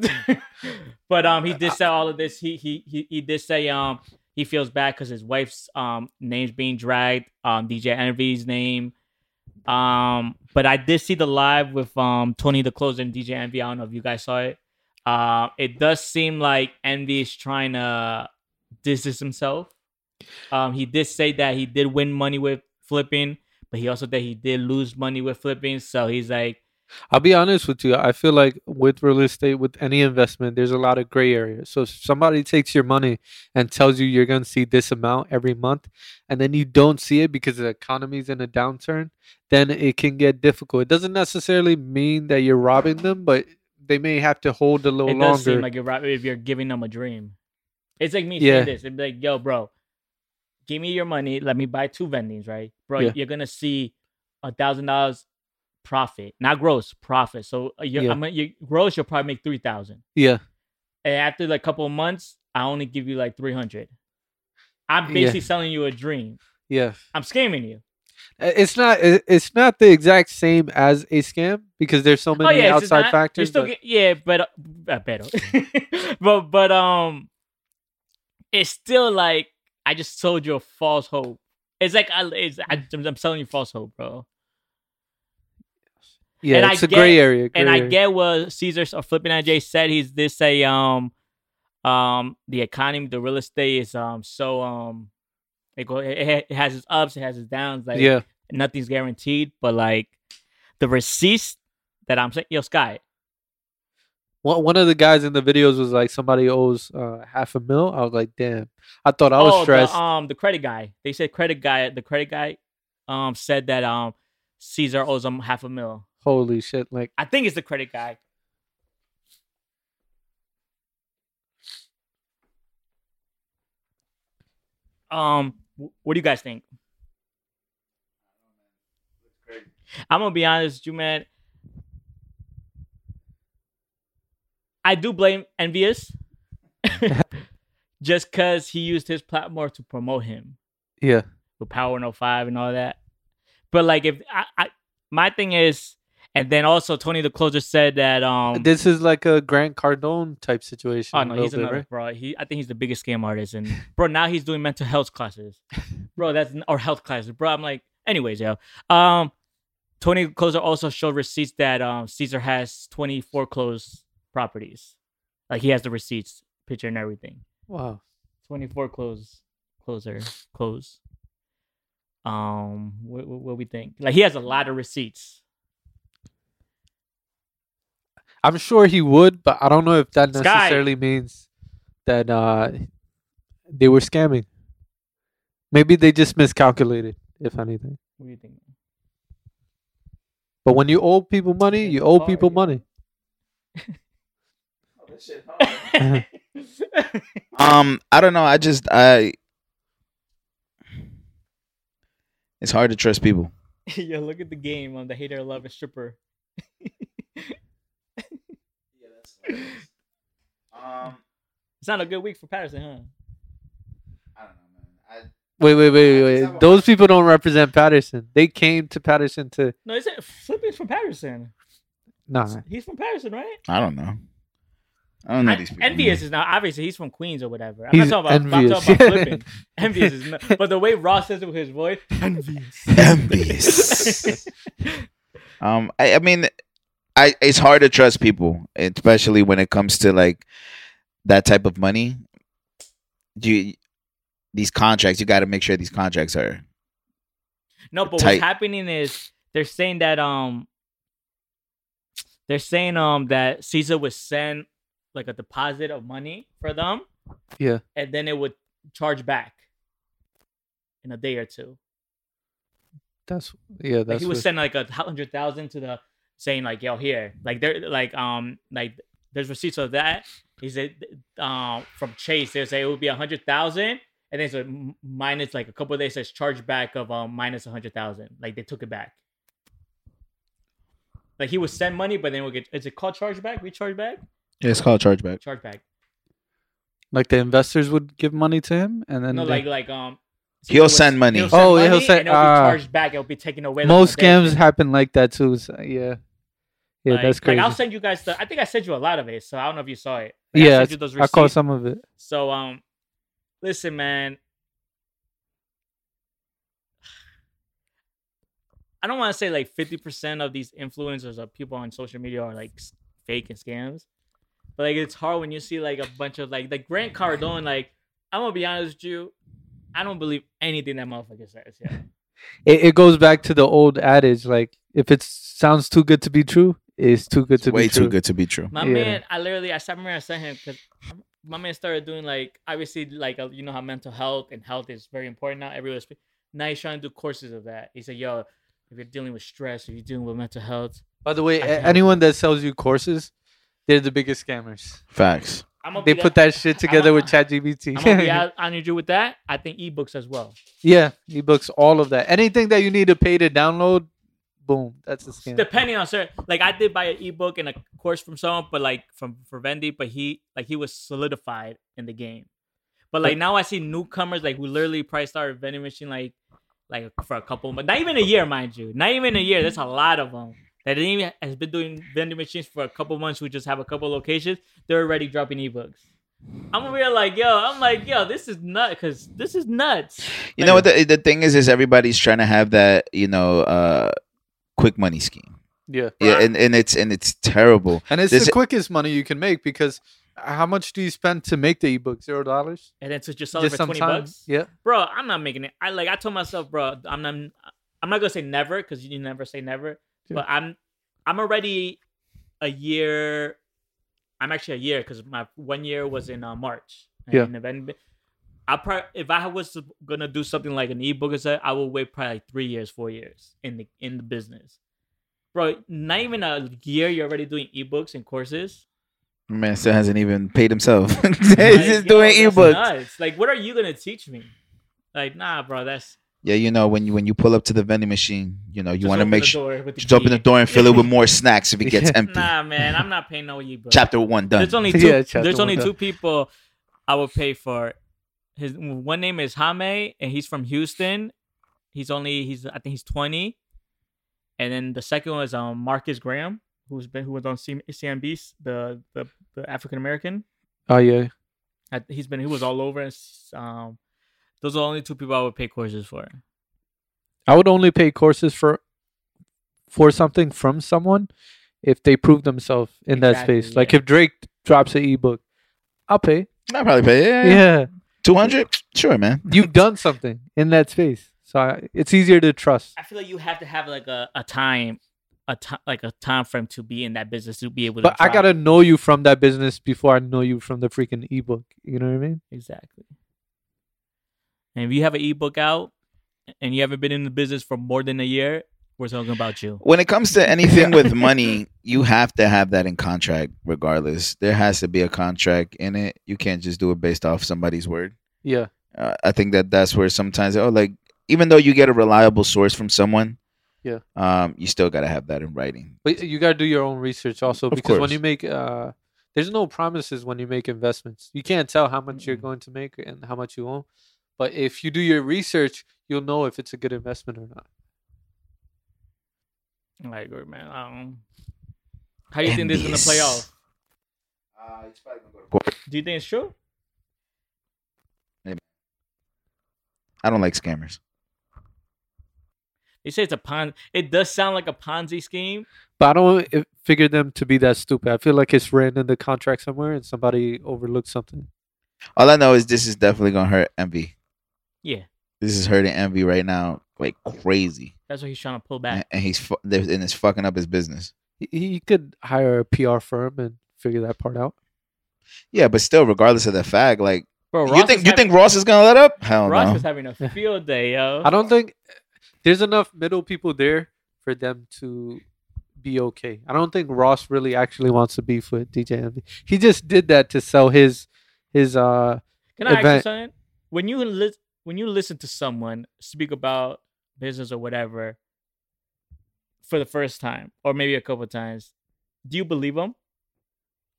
but um, he did say all of this. He he he, he did say um, he feels bad because his wife's um name's being dragged. Um, DJ Envy's name. Um, but I did see the live with um Tony the Closer and DJ Envy. I don't know if you guys saw it. Uh, it does seem like Envy is trying to distance himself. Um, he did say that he did win money with flipping, but he also that he did lose money with flipping. So he's like, I'll be honest with you. I feel like with real estate, with any investment, there's a lot of gray area. So if somebody takes your money and tells you you're going to see this amount every month, and then you don't see it because the economy's in a downturn, then it can get difficult. It doesn't necessarily mean that you're robbing them, but they may have to hold a little it does longer. seem like you're right if you're giving them a dream. It's like me Yeah. saying this. It'd be like, yo, bro, give me your money. Let me buy two vendings, right? Bro, Yeah. you're gonna see a thousand dollars profit, not gross profit. So uh, you're, Yeah. I'm gonna, you gross, you'll probably make three thousand. yeah, And after like a couple of months, I only give you like three hundred. I'm Yeah. basically selling you a dream. yeah. I'm scamming you. Uh, It's not. it- It's not the exact same as a scam because there's so many Oh, it's just outside not- You factors. still but- get, yeah, but uh, uh, better, but but um, it's still like I just sold you a false hope. It's like I, it's, I Mm. I'm selling you false hope, bro. yeah, and I it's a get- gray area. And gray I area. get what Caesar or Flipping IJ said. He's this say um um the economy, the real estate is um so um it go it, it it has its ups, it has its downs. Like yeah, nothing's guaranteed, but like the receipts that I'm saying, yo, Sky, one one of the guys in the videos was like, somebody owes uh, half a mil. I was like, damn. I thought I was oh, stressed. The, um, the credit guy. They said credit guy. The credit guy, um, said that um, Caesar owes him half a mil. Holy shit! Like, I think it's the credit guy. Um, wh- what do you guys think? I'm gonna be honest, with you man. I do blame Envious, just cause he used his platform to promote him yeah, with Power 105 and all that. But like, if I, I my thing is, and then also Tony the Closer said that um. this is like a Grant Cardone type situation. Oh a no, little he's bit, another right? bro. He, I think he's the biggest scam artist, and bro, now he's doing mental health classes, bro. That's or health classes, bro. I'm like, anyways, yo. Um, Tony Closer also showed receipts that um Caesar has 24 closed properties, like he has the receipts, picture and everything. Wow. 24 close closer close um what, what, what we think like he has a lot of receipts I'm sure he would, but I don't know if that Sky. necessarily means that uh, they were scamming. Maybe they just miscalculated, if anything. what do you think But when you owe people money, you owe people money. Oh, that shit hard. Uh-huh. Um, I don't know. I just I. It's hard to trust people. yeah look at the game on the hater love and stripper Yeah, that's. Um, it's not a good week for patterson huh I don't know, man. Wait, wait, wait, Is wait. that wait. what- Those people don't represent Patterson. They came to Patterson to no is it flipping from patterson nah. he's from patterson right I, I don't know. I don't know I- these people. envious is now obviously he's from queens or whatever i'm Mm-hmm. He's not talking about, I'm talking envious. about flipping envious is not, but the way ross says it with his voice envious Envious. Um, I, I mean, I it's hard to trust people, especially when it comes to like that type of money. You these contracts, you got to make sure these contracts are. No, but tight. what's happening is they're saying that um they're saying um that Caesar would send like a deposit of money for them. Yeah. And then it would charge back in a day or two. That's yeah. That's Like he what- would send like a hundred thousand to the saying like, yo, here. Like they're like um like there's receipts of that. He said um from Chase, they say it would be a hundred thousand. And then so m- minus like a couple of days says charge back of um minus a hundred thousand. Like they took it back. Like he would send money, but then we'll get is it called charge back? We charge back? It's called chargeback. Charge back. like the investors would give money to him, and then no, they- like like um He'll would- send money. Oh, he'll money, send- and it'll be ah. charged back, it'll be taken away. like, most on a day. scams happen like that too. so, yeah, yeah, like, that's crazy. Like I'll send you guys the. I think I sent you a lot of it, so I don't know if you saw it. Like, I yeah, sent you those I caught receipts. some of it. So um, listen, man. I don't want to say like fifty percent of these influencers or people on social media are like s- fake and scams, but like it's hard when you see like a bunch of like like Grant Cardone. Like I'm gonna be honest with you, I don't believe anything that motherfucker says. Yeah. it. It goes back to the old adage, like If it sounds too good to be true, it's too good It's to way be true. too good to be true. My Yeah. man, I literally, I remember I sent him because my man started doing like, obviously, like uh, you know how mental health and health is very important now. Everywhere, spe- now he's trying to do courses of that. He said, "Yo, if you're dealing with stress, if you're dealing with mental health, By the way, I a- know. anyone that sells you courses, they're the biggest scammers. Facts. I'm gonna They be put the- that shit together with I'm gonna be ChatGPT. out on you with that. I think ebooks as well. yeah, ebooks, all of that. Anything that you need to pay to download, boom, that's a scam. Depending on certain, like I did buy an ebook and a course from someone, but like from for Vendy, but he like he was solidified in the game. But like But- now I see newcomers like who literally probably started vending machine like like for a couple, but not even a year, mind you, not even a year. There's a lot of them that didn't even has been doing vending machines for a couple months who just have a couple locations. They're already dropping ebooks. I'm over here like yo, I'm like yo, this is nuts because this is nuts. You Like- know what the the thing is is everybody's trying to have that you know uh quick money scheme. Yeah. Yeah, and, and it's and it's terrible. And it's This- the quickest money you can make because how much do you spend to make the ebook? Zero dollars? And then to just sell it for twenty time. bucks. Yeah. bro, I'm not making it. I like I told myself, bro, I'm not I'm not gonna say never because you never say never. Yeah. But I'm I'm already a year. I'm actually a year because my one year was in uh, March. And Yeah. in November- I probably if I was gonna do something like an ebook or something, I would wait probably like three years, four years in the in the business. Bro, not even a year. You're already doing ebooks and courses. My Man still hasn't even paid himself. He's Like, just doing yo, that's ebooks. nuts. Like, what are you gonna teach me? Like, nah, bro. That's Yeah, you know when you when you pull up to the vending machine, you know you Just want to open make the sure door with the just open the key. door and fill it with more snacks if it gets empty. Nah, man, I'm not paying no ebooks. Chapter one done. There's only two. Yeah, chapter there's one only done. two people I would pay for. His one name is Hame, and he's from Houston. He's only he's I think he's 20. And then the second one is um Marcus Graham, who's been who was on C- CNBC, the the, the African American. Oh yeah. I- He's been he was all over. and s- Um, those are the only two people I would pay courses for. I would only pay courses for for something from someone if they prove themselves in Exactly, that space. Like yeah. if Drake drops an ebook, I'll pay. I probably pay. Yeah, Yeah. two hundred. Sure, man. You've done something in that space. So I, it's easier to trust. I feel like you have to have like a, a time, a time like a time frame to be in that business to be able to. But I try. gotta know you from that business before I know you from the freaking ebook. You know what I mean? Exactly. And if you have an ebook out and you haven't been in the business for more than a year, we're talking about you. When it comes to anything with money, you have to have that in contract, regardless. There has to be a contract in it. You can't just do it based off somebody's word. Yeah. Uh, I think that that's where sometimes oh, like even though you get a reliable source from someone, Yeah. um, you still gotta have that in writing. But you gotta do your own research also Of because when course. you make uh there's no promises when you make investments. You can't tell how much Mm-hmm. you're going to make and how much you won't. But if you do your research, you'll know if it's a good investment or not. I agree, man. Um, how do you think this is going to play Envious. out? Uh, it's probably gonna go to Do you think it's true? I don't like scammers. They say it's a pon. It does sound like a Ponzi scheme. But I don't i- figure them to be that stupid. I feel like it's written in the contract somewhere and somebody overlooked something. All I know is this is definitely gonna hurt envy. Yeah, This is hurting envy right now, like crazy, that's what he's trying to pull and, back. and he's fu- and it's fucking up his business. He, he could hire a PR firm and figure that part out. Yeah, but still, regardless of the fact, like Bro, you Ross think is you having- think Ross is gonna let up? Hell Ross no. is having a field day, yo. I don't think there's enough middle people there for them to be okay. I don't think Ross really actually wants to beef with DJ Envy. He just did that to sell his his uh Can I ask you event. something? When you li- when you listen to someone speak about business or whatever for the first time, or maybe a couple times, do you believe them?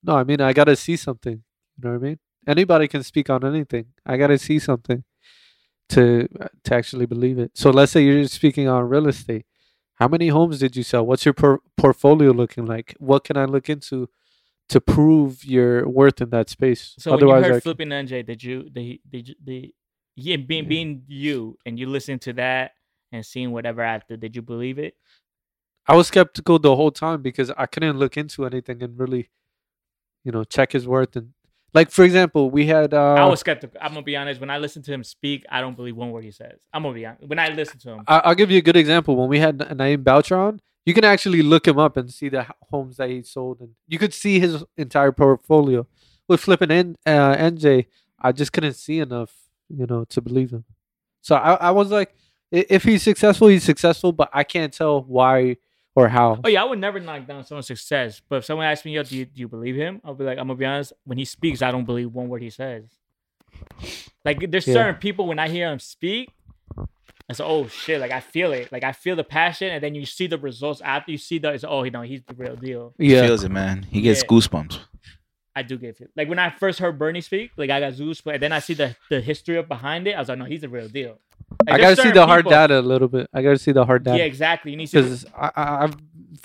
no, I mean I gotta see something. You know what I mean? Anybody can speak on anything. I gotta see something to to actually believe it. So let's say you're speaking on real estate. How many homes did you sell? What's your por- portfolio looking like? What can I look into to prove your worth in that space? So when you I heard c- flipping NJ, did you the the the yeah being Yeah. being you and you listen to that and seeing whatever after, did you believe it? I was skeptical the whole time because I couldn't look into anything and really, you know, check his worth. And like for example, we had uh, I was skeptical. I'm gonna be honest. When I listen to him speak, I don't believe one word he says. I'm gonna be honest. When I listen to him, I- will give you a good example. When we had Naeem Boucher on, You can actually look him up and see the h- homes that he sold, and you could see his entire portfolio. With flipping N, uh, NJ, I just couldn't see enough, you know, to believe him. So I, I was like, i- if he's successful, he's successful, but I can't tell why or how. Oh yeah, I would never knock down someone's success. But if someone asks me, "Yo, do you, do you believe him?" I'll be like, "I'm gonna be honest. When he speaks, I don't believe one word he says." Like there's Yeah. certain people when I hear him speak, I say, "Oh shit!" Like I feel it. Like I feel the passion, and then you see the results after you see the. It's oh, you know, he's the real deal. He Yeah, feels it, man. He gets Yeah. goosebumps. I do give it. Like when I first heard Bernie speak, like I got Zeus, but then I see the the history of behind it. I was like, "No, he's the real deal." Like, I there's gotta see certain the hard people- data a little bit. I gotta see the hard Yeah, data exactly. You need to. because I, I, I'm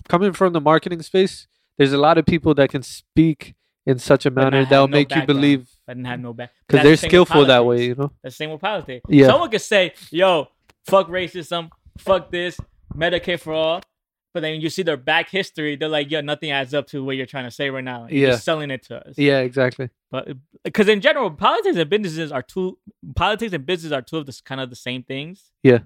coming from the marketing space. There's a lot of people that can speak in such a But not manner have that'll no make you background. believe I didn't have no back But because that's they're the same with skillful that way. politics. You know, That's the same with politics. Yeah. Someone could say, yo, fuck racism, fuck this, Medicare for all. But then you see their back history, they're like, yo, nothing adds up to what you're trying to say right now. You're Yeah. just selling it to us. yeah, exactly. But because in general, politics and businesses are two politics and business are two of this kind of the same things. Yeah.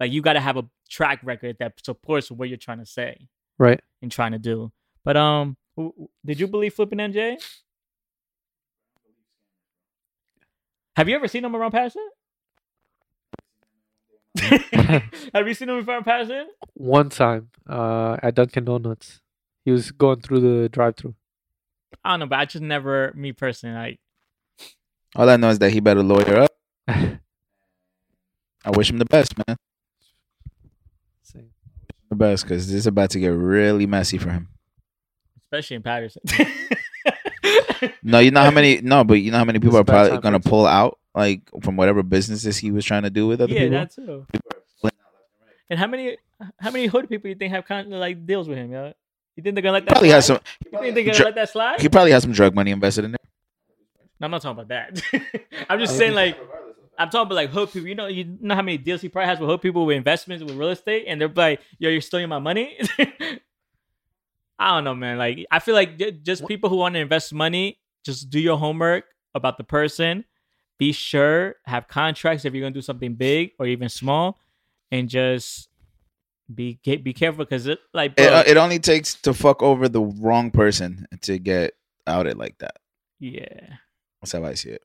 Like you gotta have a track record that supports what you're trying to say Right. and trying to do. But um w- w- did you believe flipping NJ? Have you ever seen him around Patterson? Have you seen him around Patterson? One time uh, at Dunkin' Donuts, he was going through the drive-through. I don't know, but I just never me personally like All I know is that he better lawyer up. I wish him the best, man. The best, because this is about to get really messy for him. especially in Patterson. No, you know how many no, but you know how many people It's bad are probably time for gonna him to- pull out like from whatever businesses he was trying to do with other yeah, people. that too. And how many how many hood people you think have kind of like deals with him, yo? You think they're gonna let that Probably slide? has some You think they're gonna Dr- let that slide? he probably has some drug money invested in there. No, I'm not talking about that. I'm just saying like I'm talking about like hood people. You know, you know how many deals he probably has with hood people with investments with real estate, and they're like, "Yo, you're stealing my money." I don't know, man. Like, I feel like ju- just people who want to invest money, just do your homework about the person. Be sure have contracts if you're gonna do something big or even small, and just be ca- be careful because it like It, bro, uh, it only takes to fuck over the wrong person to get outed like that. yeah. That's how I see it.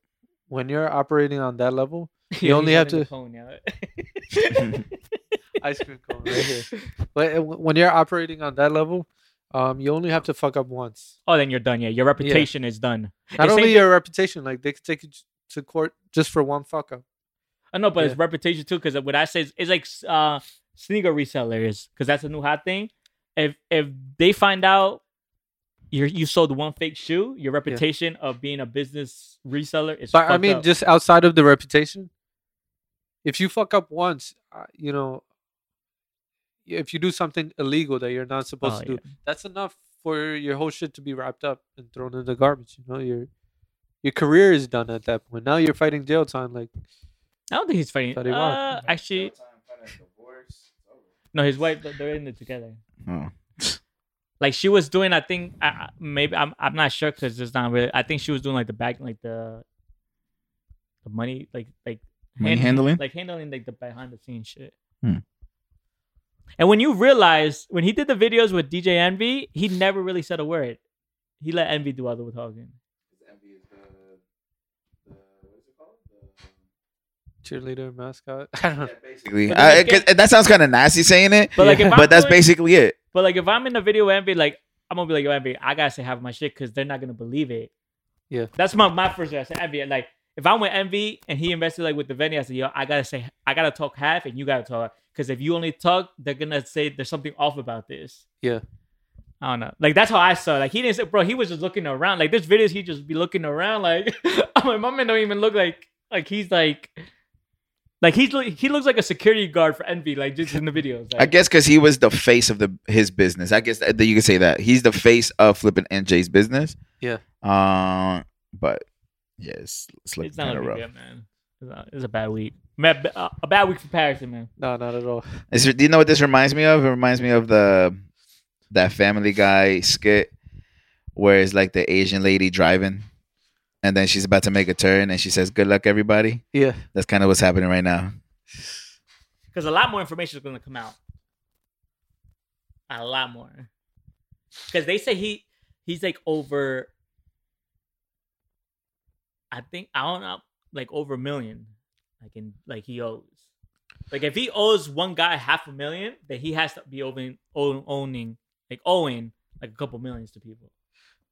When you're operating on that level, You Yeah, only he's have holding the to- cone, yo. ice cream cone right here. But uh, when you're operating on that level, um, you only have to fuck up once. oh, then you're done. Yeah, your reputation is done. Not It's only like- your reputation, like they could take you j- to court just for one fuck up. I know, but it's Yeah. reputation too. Because what I say is, it's like uh, sneaker resellers, because that's a new hot thing. If if they find out you you sold one fake shoe, your reputation of being a business reseller is. But I fucked mean, up. just outside of the reputation, if you fuck up once, uh, you know, if you do something illegal that you're not supposed Oh, to do, that's enough for your whole shit to be wrapped up and thrown in the garbage. You know, your your career is done at that point. Now you're fighting jail time. Like, I don't think he's fighting. Thought he won. Uh, actually, no, his wife. they- They're in it together. Oh. Like she was doing, I think I- I, maybe I'm I'm not sure because it's not really. I think she was doing like the back, like the the money, like like Money handling? like handling like the behind the scenes shit. Hmm. And when you realize when he did the videos with DJ Envy, he never really said a word. He let Envy do all the talking. cheerleader mascot. I don't know. Basically, But then I, it can't- 'cause that sounds kind of nasty saying it, But like Yeah. if I'm but that's doing- basically it. But like if I'm in a video with Envy, like I'm gonna be like, yo, Envy, I gotta say half my shit because they're not gonna believe it. Yeah. That's my my first reaction. Envy, like if I'm with Envy and he invested like with the venue, I said, yo, I gotta say I gotta talk half and you gotta talk. Cause if you only talk, they're gonna say there's something off about this. Yeah. I don't know. Like that's how I saw. it. Like he didn't say, bro. He was just looking around. Like there's videos he just be looking around. Like I'm like, my man don't even look like like he's like like he's like- he looks like a security guard for Envy. Like just in the videos. I Like, guess because he was the face of the his business. I guess that you could say that he's the face of flipping NJ's business. Yeah. Uh, but yes, it's, it's looking it's not kind of looking rough. good, man. It's, not, it's a bad week. Ma- b- uh, A bad week for Patterson, man. No, not at all. It's, do you know what this reminds me of? It reminds me of the that Family Guy skit where it's like the Asian lady driving, and then she's about to make a turn, and she says, "Good luck, everybody." Yeah. That's kind of what's happening right now. Because a lot more information is going to come out. a lot more. Because they say he he's like over. I think I don't know, like over a million, like in like he owes. Like if he owes one guy half a million, then he has to be owing own- owning like owing like a couple millions to people.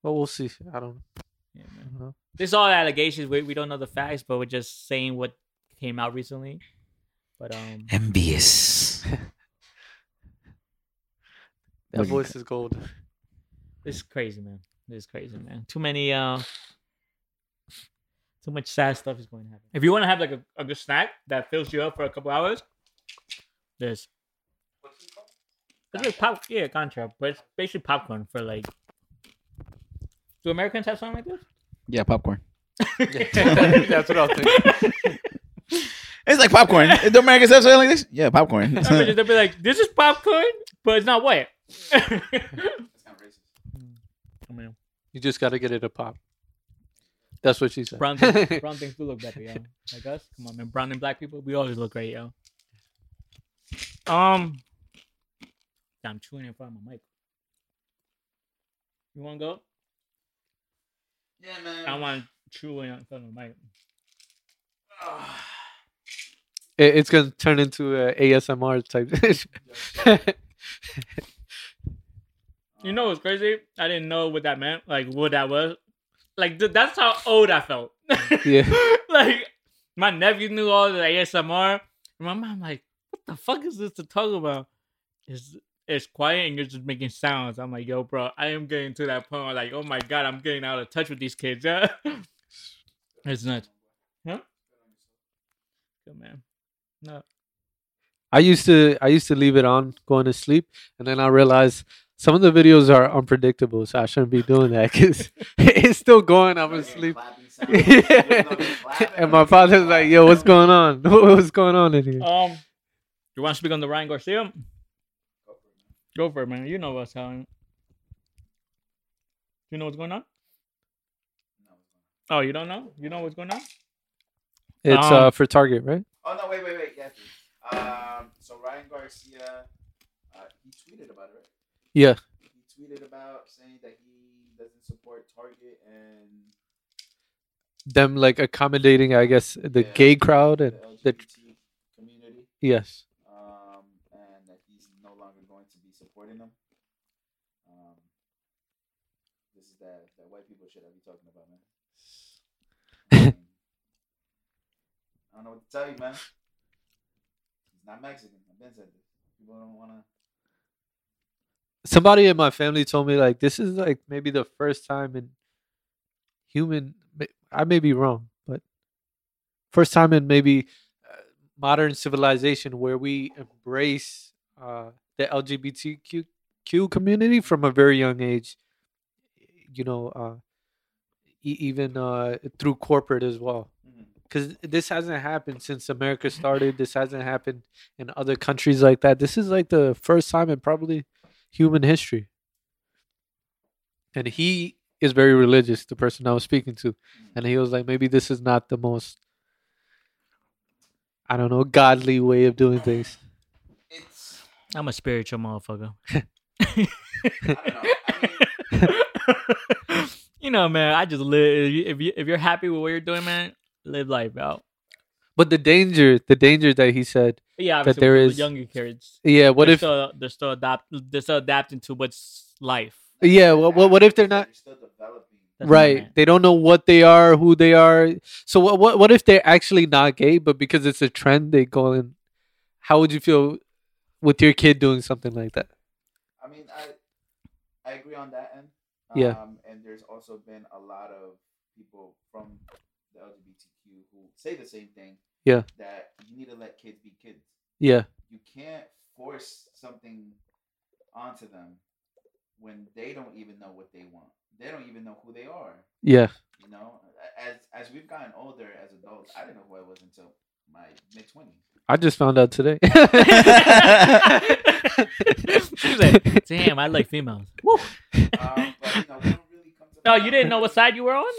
But we'll see. I don't Yeah, man. know. This is all allegations. We, we don't know the facts, but we're just saying what came out recently. But um, Envious. That Looking voice is gold. this is crazy, man. This is crazy, man. Too many uh, too much sad stuff is going to happen. If you want to have like a, a good snack that fills you up for a couple hours, this. It's like pop, yeah, contra, but it's basically popcorn for like. Do Americans have something like Yeah, popcorn. this? That's what I was thinking. It's like popcorn. Don't Americans have something like this? Yeah, popcorn. Some bitches, They'll be like, "This is popcorn, but it's not wet." I mean, You just got to get it a pop. That's what she said. brown things, brown things do look better, yo. Like us, come on, man. Brown and black people, we always look great, yo. Um, I'm chewing in front of my mic. You want to go? yeah, I man. want to chew in front of my mic. It- it's gonna turn into a ASMR type. You know what's crazy? I didn't know what that meant. Like what that was. Like th- that's how old I felt. yeah. like my nephew knew all the ASMR. And my mom like, what the fuck is this to talk about? It's it's quiet and you're just making sounds. I'm like, yo, bro, I am getting to that point. where, like, oh my god, I'm getting out of touch with these kids. Yeah, it's nuts. Huh? Good man. No. I used to I used to leave it on going to sleep, and then I realized some of the videos are unpredictable, so I shouldn't be doing that because it's still going. I'm asleep. and my father's like, "Yo, what's going on? what's going on in here?" Um, you want to speak on the Ryan Garcia? Go for it, man. You know what's happening. You know what's going on? Oh, you don't know? You know what's going on? It's um, uh, for Target, right? Oh no! Wait, wait, wait. Yes. Um. So Ryan Garcia, uh, he tweeted about it. Right? Yeah. He tweeted about saying that he doesn't support Target and Them like accommodating, I guess, the Yeah. gay crowd and the the LGBT community. yes, um, and that he's no longer going to be supporting them. Um, this is that, that white people shit I be talking about, man. Um, I don't know what to tell you, man. He's not Mexican. I've been said this. People don't want to. somebody in my family told me like this is like maybe the first time in human ma- i may be wrong but first time in maybe uh, modern civilization where we embrace uh, the lgbtq Q community from a very young age you know uh, e- even uh, through corporate as well mm-hmm. because this hasn't happened since America started. This hasn't happened in other countries like that. This is like the first time in probably human history. And he is very religious, the person I was speaking to. And he was like, maybe this is not the most, I don't know, godly way of doing things. It's. I'm a spiritual motherfucker. I don't know. I mean, you know, man. I just live. If you if you're happy with what you're doing, man, live life out. But the danger, the danger that he said, But yeah, But obviously, there with the is- younger kids. yeah, what they're if, still, they're still adapt they're still adapting to what's life. yeah, what, what, what if they're not, You're still developing. That's what I right meant. they don't know what they are who they are so what what, what if they're actually not gay but because it's a trend they go in how would you feel with your kid doing something like that I mean, I I agree on that end. Yeah. Um, and there's also been a lot of people from the LGBTQ who say the same thing. Yeah. That you need to let kids be kids. yeah You can't force something onto them when they don't even know what they want. They don't even know who they are. yeah You know, as as we've gotten older as adults, I didn't know who I was until my mid twenties. i just found out today She's like, Damn, I like females. Um, but you know, we don't really come to No, you didn't know what side you were on.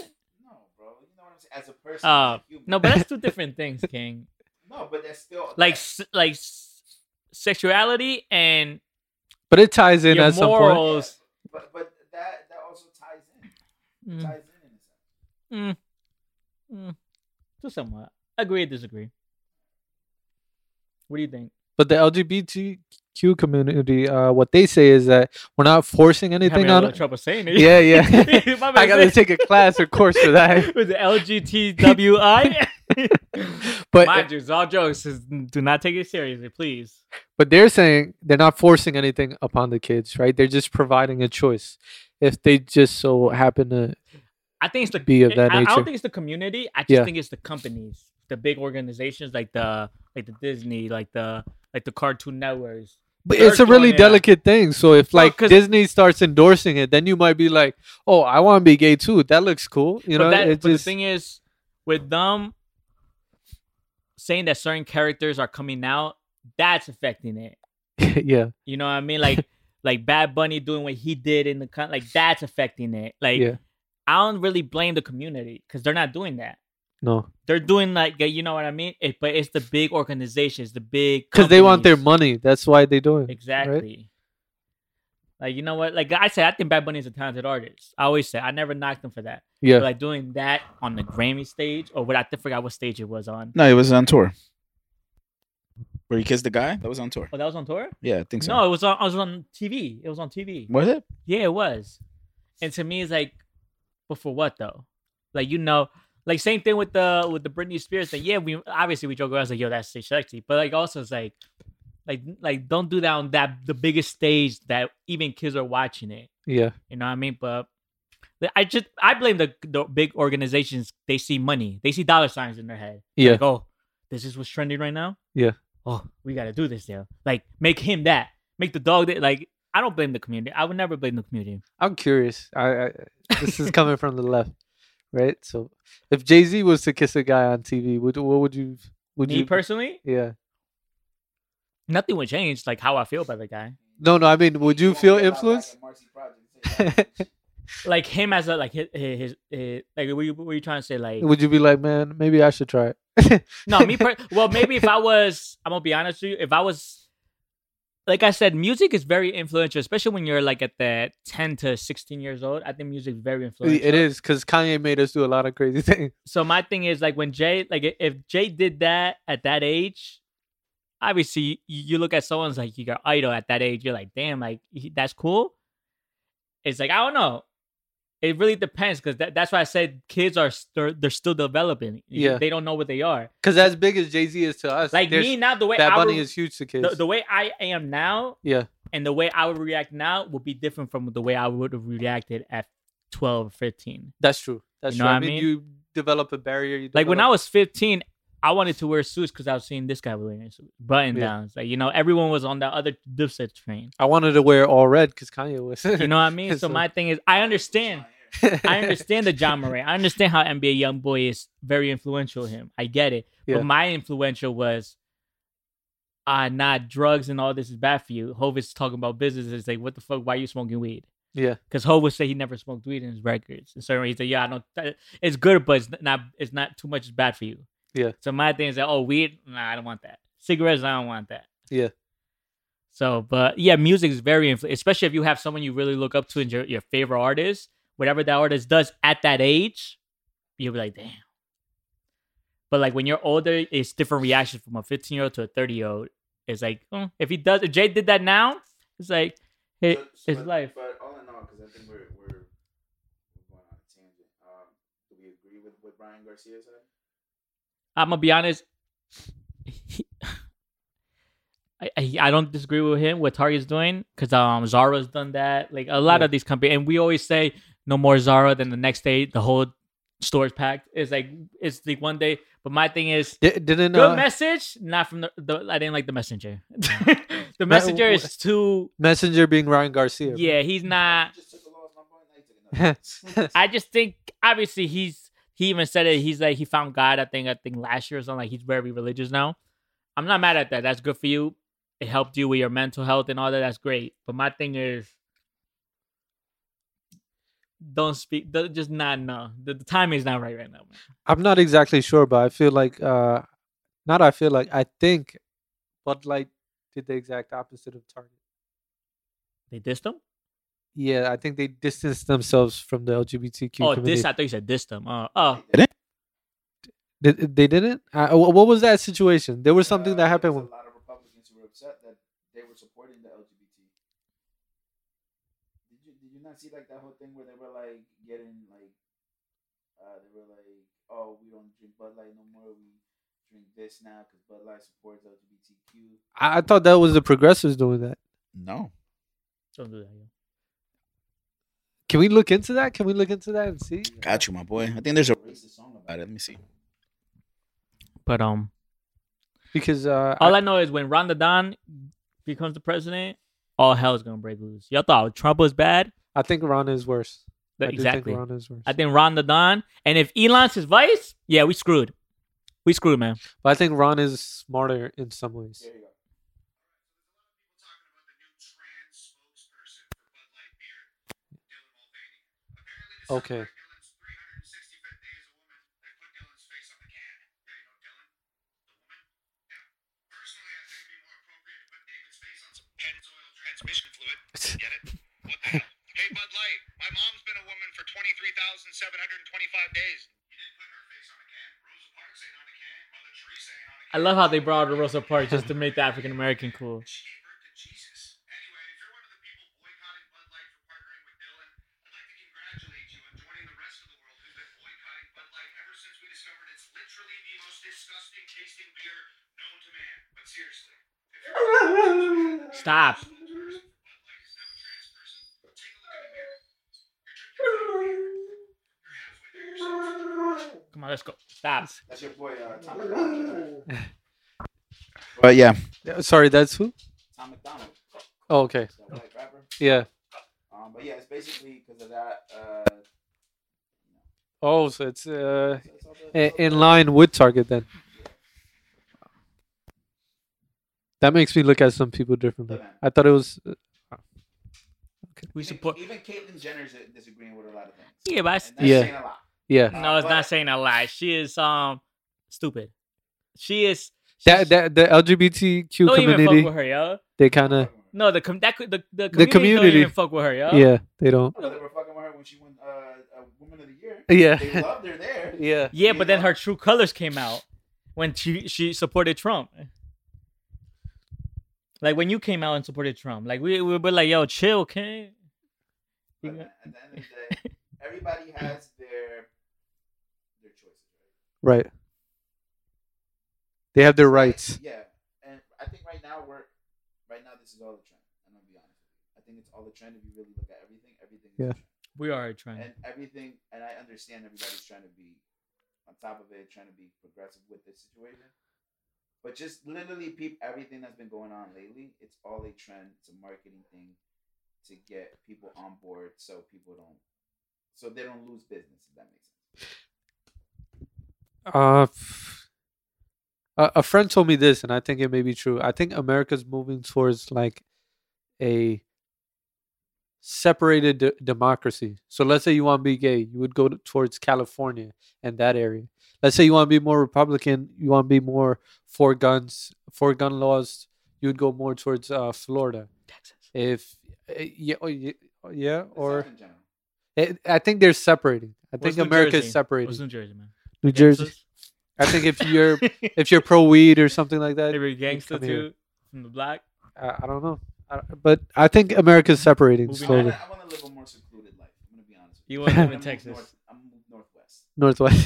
No, bro. You know what I'm saying? As a person, Uh, as a human. No, but that's two different things, King. No, but that's still Like s- like s- sexuality and But it ties in Your at some point. morals. But but that that also ties in. Mm. Ties in. in a sense. Mm. To somewhat. Agree or disagree? What do you think? But the LGBTQ community, uh, what they say is that we're not forcing You having anything a on. little trouble saying it. Yeah, yeah. My I bad. gotta take a class or course for that. With the LGTWI. But Mind you, it's all jokes. It's- Do not take it seriously, please. but they're saying they're not forcing anything upon the kids, right? They're just providing a choice. If they just so happen to, I think it's the Be of that I, I nature. don't think it's the community. I just Yeah. think it's the companies, the big organizations like the like the Disney, like the like the Cartoon Networks. but They're it's a really doing it. delicate thing. So if Well, like 'cause- Disney starts endorsing it, then you might be like, "Oh, I want to be gay too. That looks cool." but You know, that, it but just the thing is, with them saying that certain characters are coming out, that's affecting it. yeah, You know what I mean? Like like Bad Bunny doing what he did in the con- like that's affecting it. Like yeah, I don't really blame the community because they're not doing that. no, They're doing like you know what I mean. It, but it's the big organizations, the big because they want their companies. money. That's why they do it. Exactly. Like you know what? Like I said, I think Bad Bunny is a talented artist. I always say I never knocked him for that. Yeah, But like doing that on the Grammy stage or what I th- forgot what stage it was on. No, it was on tour. Where he kissed the guy? That was on tour. Oh, that was on tour. Yeah, I think so. No, it was on. I was on TV. It was on TV. Was it? Yeah, it was. And to me, it's like, but for what though? Like you know, like same thing with the with the Britney Spears thing. Yeah, we obviously we joke around it's like, yo, that's sexy, but like also it's like, like like don't do that on that the biggest stage that even kids are watching it. yeah, You know what I mean? But but I just I blame the the big organizations. They see money. They see dollar signs in their head. yeah, Like, oh, this is what's trending right now. Yeah. Oh, we gotta do this now. Like, make him that. Make the dog that. Like, I don't blame the community. I would never blame the community. I'm curious. I, I this is coming from the left, right? So if Jay Z was to kiss a guy on TV, would what would you would Me you personally, yeah? nothing would change. Like how I feel about the guy. No, no. I mean, would you feel influenced? Like him as a like his his, his, his like. What you, what you trying to say? Like would you be like, man, maybe I should try it? no me. Per- well, maybe if I was, I'm gonna be honest with you. If I was. Like I said, music is very influential, especially when you're like at the ten to sixteen years old. I think music is very influential. it is because Kanye made us do a lot of crazy things. so my thing is like when Jay, like i- if Jay did that at that age, obviously you, you look at someone's like your idol at that age, you're like, damn, like he, that's cool. It's like I don't know. It really depends because that, that's why I said kids are they're, they're still developing. You- Yeah. they don't know what they are. Because as big as Jay Z is to us, Like there's- me now, the way Bad I Bunny would- is huge to kids. the, the way I am now yeah, and the way I would react now would be different from the way I would have reacted at 12 or 15. that's true. That's You true. know I what I mean, mean? you develop a barrier. You Like when I develop- was 15, I wanted to wear suits because I was seeing this guy wearing suits, button Yeah. downs. Like you know, everyone was on that other Dipset train. I wanted to wear all red because Kanye was. You know what I mean? So- so my thing is, I understand. I understand the John Moran. I understand how NBA YoungBoy is very influential. Him, I get it. Yeah. But my influential was, ah, nah, drugs and all this is bad for you. Hove is talking about business. It's like, what the fuck? Why you smoking weed? Yeah. Because Ho would say he never smoked weed in his records. And so he said, "Yeah, I don't. th- It's good, but it's not. It's not too much. It's bad for you." Yeah. So my thing is that oh, weed. Nah, I don't want that. Cigarettes. I don't want that. Yeah. So, but yeah, music is very influ- especially if you have someone you really look up to and your, your favorite artist, whatever that artist does at that age, you'll be like, damn. But like when you're older, it's different reaction from a 15 year old to a 30 year old. It's like mm, if he does, if Jay did that now, it's like it, So- so it's but- life. But all in all, because I think we're, we're we're going on a tangent. Um, do we agree with what Brian Garcia said? I'm gonna be honest. He, I, I I don't disagree with him what Target's doing because um Zara's done that like a lot Yeah. of these companies and we always say no more Zara then the next day the whole store is packed it's like it's like one day but my thing is Di- didn't good uh, message not from the, the I didn't like the messenger the messenger is too Messenger being Ryan Garcia. yeah he's not You just took a loss, my boy. Now you took another. I just think obviously he's he even said it. He's like he found God. I think I think last year or something. Like he's very religious now. I'm not mad at that. That's good for you. It helped you with your mental health and all that. That's great. But my thing is, don't speak. don't- Just not no. The, the timing is not right right now. Man. I'm not exactly sure, but I feel like uh not I feel like I think Bud Light did the exact opposite of Target. They dissed them? Yeah, I think they distanced themselves from the LGBTQ oh, community. this I thought you said dissed them. Uh, oh, Didn't? Did- they, didn't. I, uh, wh- what was that situation? There was something Uh, that happened. there was With, A lot of Republicans who were upset that they were supporting the LGBT. Did you, did you not see like that whole thing where they were like getting like, uh, they were like, oh, we don't drink Bud Light no more. We drink this now because Bud Light supports LGBTQ. I, I thought that was the progressives doing that. No. don't do that. yo. Can we look into that? Can we look into that and see? Got you, my boy. I think there's a racist song about it. Let me see. But um, Because uh, All I know is when Ron Don becomes the president, all hell is gonna break loose. Y'all thought Trump was bad? I, I think Ron is worse. That- I do exactly. think Ron is worse. I think Ron Don, and if Elon's his vice, yeah, we screwed. We screwed, man. but I think Ron is smarter in some ways. There you go. Okay. Transmission fluid. Get it? What the hell? Hey, Bud Light, my mom's been a woman for 23,725 days. You didn't put her face on a can. Rosa Parks ain't on a can. Mother Teresa ain't on a can. I love how they brought Rosa Parks just to make the African American cool. She gave birth to Jesus. Anyway, if you're one of the people boycotting Bud Light for partnering with Dylan, I'd like to congratulate you on joining the rest of the world who's been boycotting Bud Light ever since we discovered it's literally the most disgusting tasting beer known to man. But seriously, if you're Stop. Bud Light is now a trans person. Take a look in the mirror. You're drinking beer. You're halfway there yourself. Come on, let's go. Stop. That's your boy, uh, Tom McDonald. but yeah, Yeah, Sorry, that's who? Tom McDonald, Oh, okay. that white rapper. Yeah. Um, but yeah, it's basically because of that. Uh, Oh, so it's uh, so it's all good. i- in line with Target then. That makes me look at some people differently. I thought it was. We support. Even Caitlyn Jenner's uh, disagreeing with a lot of things. Yeah, but I s- And that's Yeah. saying a lot. Yeah. no, it's not saying a lie. She is um stupid. She is. That, that the LGBTQ Don't even fuck community, with her, yo. they kind of No, the com- that could- the the community, don't community. even fuck with her, yo. yeah, they don't. No, they were fucking with her when she won uh, a Woman of the Year. They Yeah, loved her there. yeah. Yeah, but then her true colors came out when she she supported Trump. Like when you came out and supported Trump, like we we were like, "Yo, chill, King." But at the end of the day, everybody has their their choices, right? Right. They have their rights. Yeah, and I think right now we're right now this is all the trend. I'm gonna be honest. with you. I think it's all the trend. If you really look at everything, everything. Is Yeah. a trend. We are trying. and everything and i understand everybody's trying to be on top of it trying to be progressive with this situation but just literally peep everything that's been going on lately it's all a trend it's a marketing thing to get people on board so people don't so they don't lose business if that makes sense Uh, f- a, a friend told me this, and I think it may be true. I think America's moving towards like a separated de- democracy. So let's say you want to be gay, you would go to, towards California and that area. Let's say you want to be more Republican, you want to be more for guns, for gun laws, you would go more towards uh, Florida. Texas. If eh, yeah, oh, yeah, oh, yeah, The or South in general. I I think they're separating. I Where's think New America Jersey? is separating. What's New Jersey, man? New Jersey. I think if you're Gangsters? if you're pro weed or something like that, they were gangster come here. too from the block. I, I don't know. I, but I think America's separating Moving I wanna- slowly. I want to live a more secluded life i'm gonna be honest with You you wanna I'm live in gonna move Texas. north- i'm gonna move northwest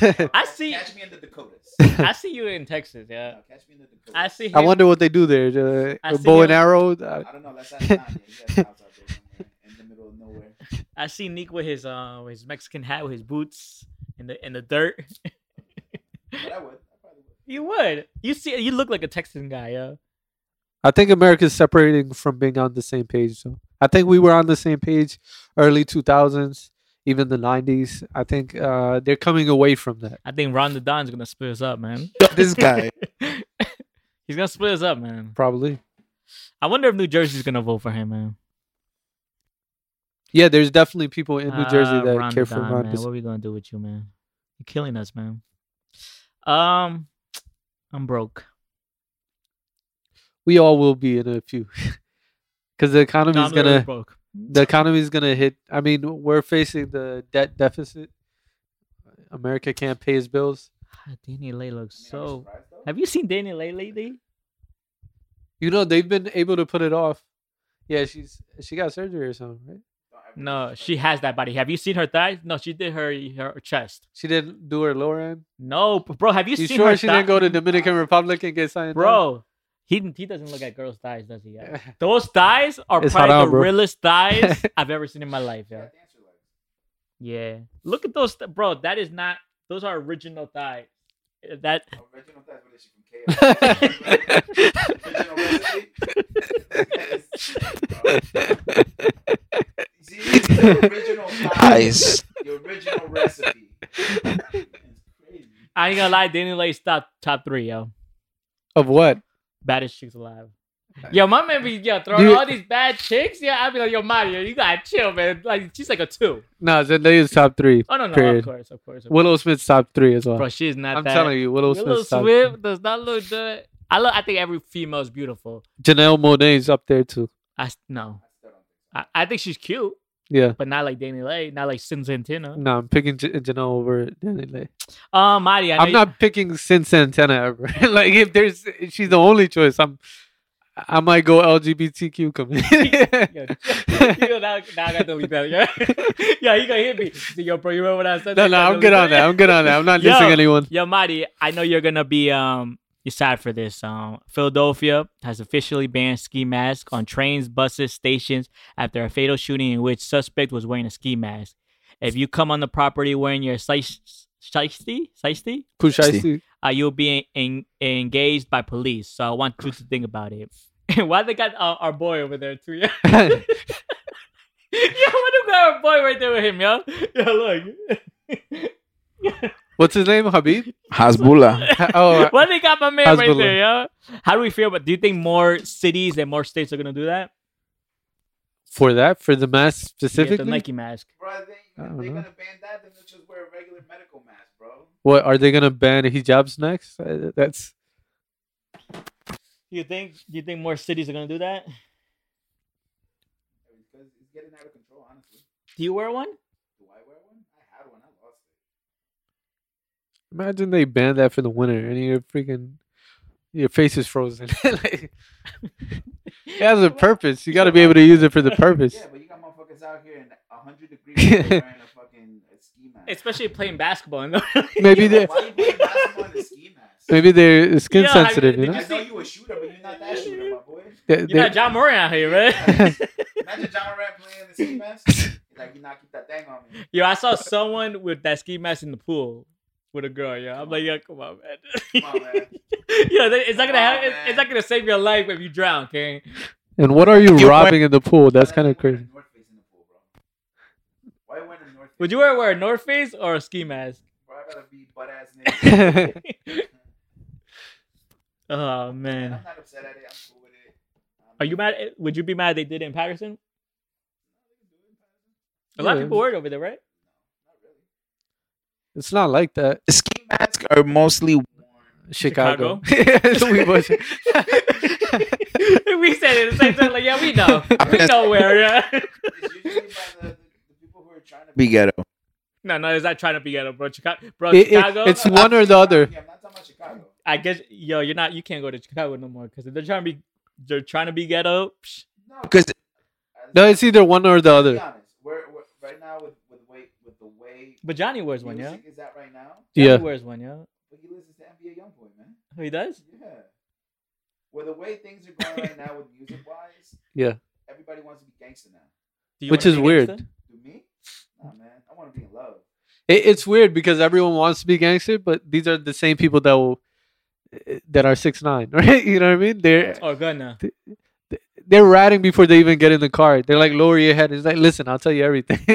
Northwest. I see- catch me in the dakotas I see you in Texas, yeah. No, catch me in the dakotas I see. Him, I wonder what they do there. I Uh, see bow and you- arrow. Uh, i don't know that's not Kanye. He has a house out there somewhere in the middle of nowhere I see Nick with his uh with his Mexican hat with his boots in the in the dirt. but i would i probably would you would. You see. You look like a Texan guy, yo. I think America's separating from being on the same page. So I think we were on the same page early 2000s, even the 90s. I think uh, they're coming away from that. I think Ron Don's gonna split us up, man. this guy He's gonna split us up, man. Probably. I wonder if New Jersey's gonna vote for him, man. Yeah, there's definitely people in New Jersey Ah, that Ron care for Don, Ron. man. What are we gonna do with you, man? You're killing us, man. Um, I'm broke. we all will be in a few. because the economy's I'm literally gonna broke. the economy's gonna hit. I mean, we're facing the debt deficit. America can't pay its bills. Ah, Danny Lay looks I mean, are you so. surprised, though? Have you seen Danny Lay lately? You know they've been able to put it off. Yeah, she's she got surgery or something, right? Don't ever No, disrespect she me. has that body. Have you seen her thighs? No, she did her her chest. She didn't do her lower end. No, b- bro. Have you, You seen sure her? she thigh- didn't go to Dominican Republic and get signed? up? bro. He he doesn't look at girls' thighs, does he? Yeah. Those thighs are It's probably haram, the bro. realest thighs I've ever seen in my life. She Yeah. got dancer legs. Yeah. Look at those, th- bro. That is not. Those are original thighs. That Original thighs, what is she from KFC? Original recipe? See, it's the original thighs. The original recipe. Crazy. I ain't gonna lie. Danny Lay's top top three, yo. Of what? Baddest chicks alive. Yo, my man be yo throwing Dude. all these bad chicks. Yeah, I be like, yo, Mario, you gotta chill, man. Like she's like a two. No, Zendaya's top three. Oh no, no, Period. of course, of course. Of course. Willow Smith's top three as well. Bro, she is not I'm that. telling you, Willow, Willow Smith's top Swift does not look good. I look. I think every female is beautiful. three. Janelle Monae's up there too. I s- no. I still don't think so. I, I think she's cute, Yeah. Mm. but not like Danny Lay, not like Sin Santana. No, I'm picking J- Janelle over Danny Lay. Um, Mari, I know I'm you- not picking Sin Santana ever. like if there's, if she's the only choice. I'm, I might go LGBTQ community. Yo, you know, now, now I gotta delete that. Yeah, yeah, he gonna hit me. He's like, Yo, bro, you remember what I said? no, You no, gotta I'm good delete on that. I'm good on that. I'm not Yo. dissing anyone. Yo, Marty, I know you're gonna be um you're sad for this. Um, Philadelphia has officially banned ski masks on trains, buses, stations after a fatal shooting in which suspect was wearing a ski mask. If you come on the property wearing your shiesty, shiesty, Push Steve. Ice. uh, you'll be en- engaged by police. So I want you to think about it. Why they got uh, our boy over there too? Yeah, yeah, why they got our boy right there with him, yo? Yeah, look. What's his name? Habib. Hasbullah. Oh, Why they got my man right Hasbullah. there, yo? How do we feel about? Do you think more cities and more states are gonna do that? for that, for the mask Yeah, specifically. the Nike mask. Bro, they, I they're don't gonna know. ban that, then they'll just wear a regular medical mask, bro. what are they gonna ban hijabs next? Uh, That's You think? Do you think more cities are gonna do that? Because it's getting out of control, honestly. Do you wear one? Do I wear one? I had one. I lost it. imagine they ban that for the winter, and you're freaking. Your face is frozen. Like, it has a purpose. You got to be able to use it for the purpose. Yeah, but you got motherfuckers out here in 100 degrees wearing a fucking a ski mask. Especially playing basketball. Maybe they, Why you wearing basketball in a ski mask? maybe they're skin Yeah, I mean, sensitive. you did know, I know you a shooter, but you're not that shooter, my boy. They- You're they- not John Moran out here, man. Imagine John Moran playing in the ski mask. He's like, you not keep that thing on me. Yo, I saw someone with that ski mask in the pool with a girl. Yeah, I'm like, yo, come on, man. Come on, man. yo, that- it's not gonna Come have, on, it's, it's man. not gonna save your life if you drown, okay? and what are you You're robbing in the pool? That's Why kind of you wearing crazy. a North Face in the pool, bro? Why you wearing a North Face? Would you ever wear a North Face or a ski mask? Bro, I'd rather be butt ass nigga. yeah, Oh I'm man, not upset at it. I'm cool with it. Um, are you mad? at- Would you be mad they did it in Patterson? A lot of people worried over there, right? Not really. it's not like that. Ski masks are mostly worn. Chicago. Chicago. We was- we said it at the same time. Like, yeah, we know, we know where. Yeah. It's usually by the, the, the people who are trying to be ghetto. no, no, it's not trying to be ghetto, bro. Chicago, bro, It- it- Oh, Chicago. uh, it's one or the other. Yeah, I'm not talking about Chicago. I guess yo, you're not. You can't go to Chicago no more because they're trying to be. They're trying to be ghetto. Psh, No, because No, it's either one or the To be other. honest, we're, we're right now with with way with the way But Johnny wears one, yeah. music is at right now. Johnny Yeah. wears one, yeah. But he listens to NBA YoungBoy, man. Oh, He does. Yeah. Well, the way things are going right now with music wise, Yeah. everybody wants to be gangster now. Do you Which wanna be is weird. gangsta? Do me? Nah, Mm. man. I want to be in love. It, it's weird because everyone wants to be gangster, but these are the same people that will that are six nine, right? You know what I mean? They're Oh, gonna. they're ratting before they even get in the car. They're like, lower your head. It's like, listen, I'll tell you everything.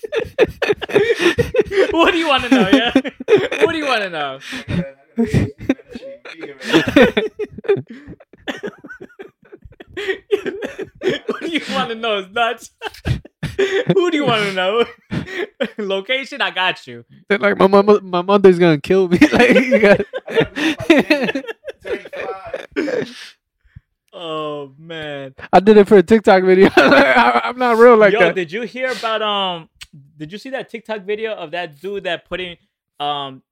what do you want to know? Yeah. what do you want to know? I gotta- I gotta- I shouldn't even be here right now. what do you want to know? It's nuts. Who do you want to know? Location, I got you. They're like, my mama, my mother's gonna kill me. like, you got I gotta be on my game. 35. Oh I did it for a TikTok video. I, am not real like Yo, that. did you hear about um? Did you see that TikTok video of that dude that put in um?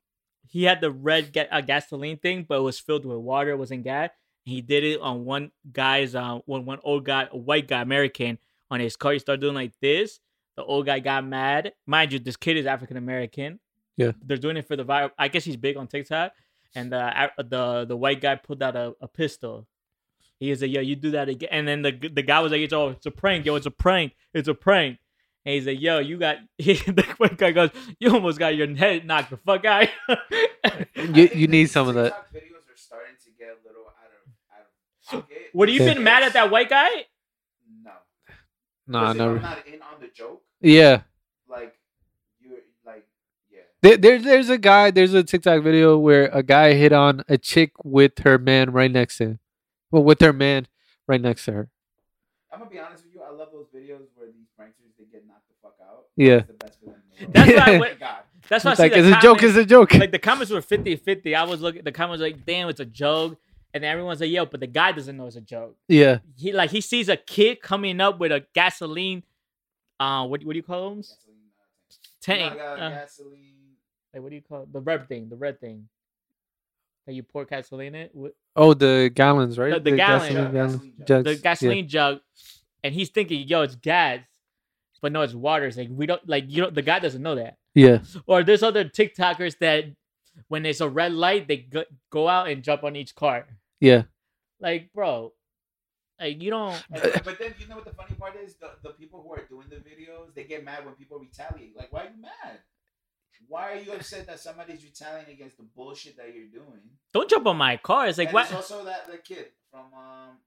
He had the red ga- uh, gasoline thing, but it was filled with water. It wasn't gas. He did it on one guy's um one one old guy, a white guy, American, on his car. He started doing like this. The old guy got mad. Mind you, this kid is African American. Yeah. they're doing it for the vibe. I guess he's big on TikTok. And the Af- the the white guy pulled out a, a pistol. He was like, "Yo, you do that again." And then the g- the guy was like, "It's oh, it's a prank, yo, it's a prank, it's a prank." And he's like, "Yo, you got." the white guy goes, "You almost got your head knocked the fuck out." You- you need some of that. Videos are starting to get a little out of, out of pocket. Would you been mad at that white guy? No. Nah, 'Cause if I'm never. not in on the joke. Yeah. Like you're like yeah. There, there, there's a guy, there's a TikTok video where a guy hit on a chick with her man right next to him. Well, with her man right next to her. I'm gonna be honest with you. I love those videos where these pranksters they get knocked the fuck out. Yeah. It's the best feeling in the That's world. why. I Yeah. Oh my went, God. that's why I It's see like, the it's a joke, comments- it's a joke. like the comments were 50 50 i was looking the comments like damn it's a joke and everyone's like yo but the guy doesn't know it's a joke yeah. he like he sees a kid coming up with a gasoline uh what, what do you call them Gasoline, uh, tank you got uh, gasoline. like what do you call it? the red thing the red thing that you pour gasoline in Wh- Oh, the gallons, right? The- the gallon. gasoline gallons, Yeah, gasoline jug. jugs. the Yeah. gasoline jug and he's thinking yo it's gas but no it's water it's like we don't like you don't the guy doesn't know that Yeah. or there's other tiktokers that when it's a red light they go, go out and jump on each car Yeah. Like, bro, like you don't. Uh, And- but then you know what the funny part is? The, the people who are doing the videos, they get mad when people retaliate. Like, why are you mad? Why are you upset that somebody's retaliating against the bullshit that you're doing? Don't jump on my car. It's like and what It's also that the kid from um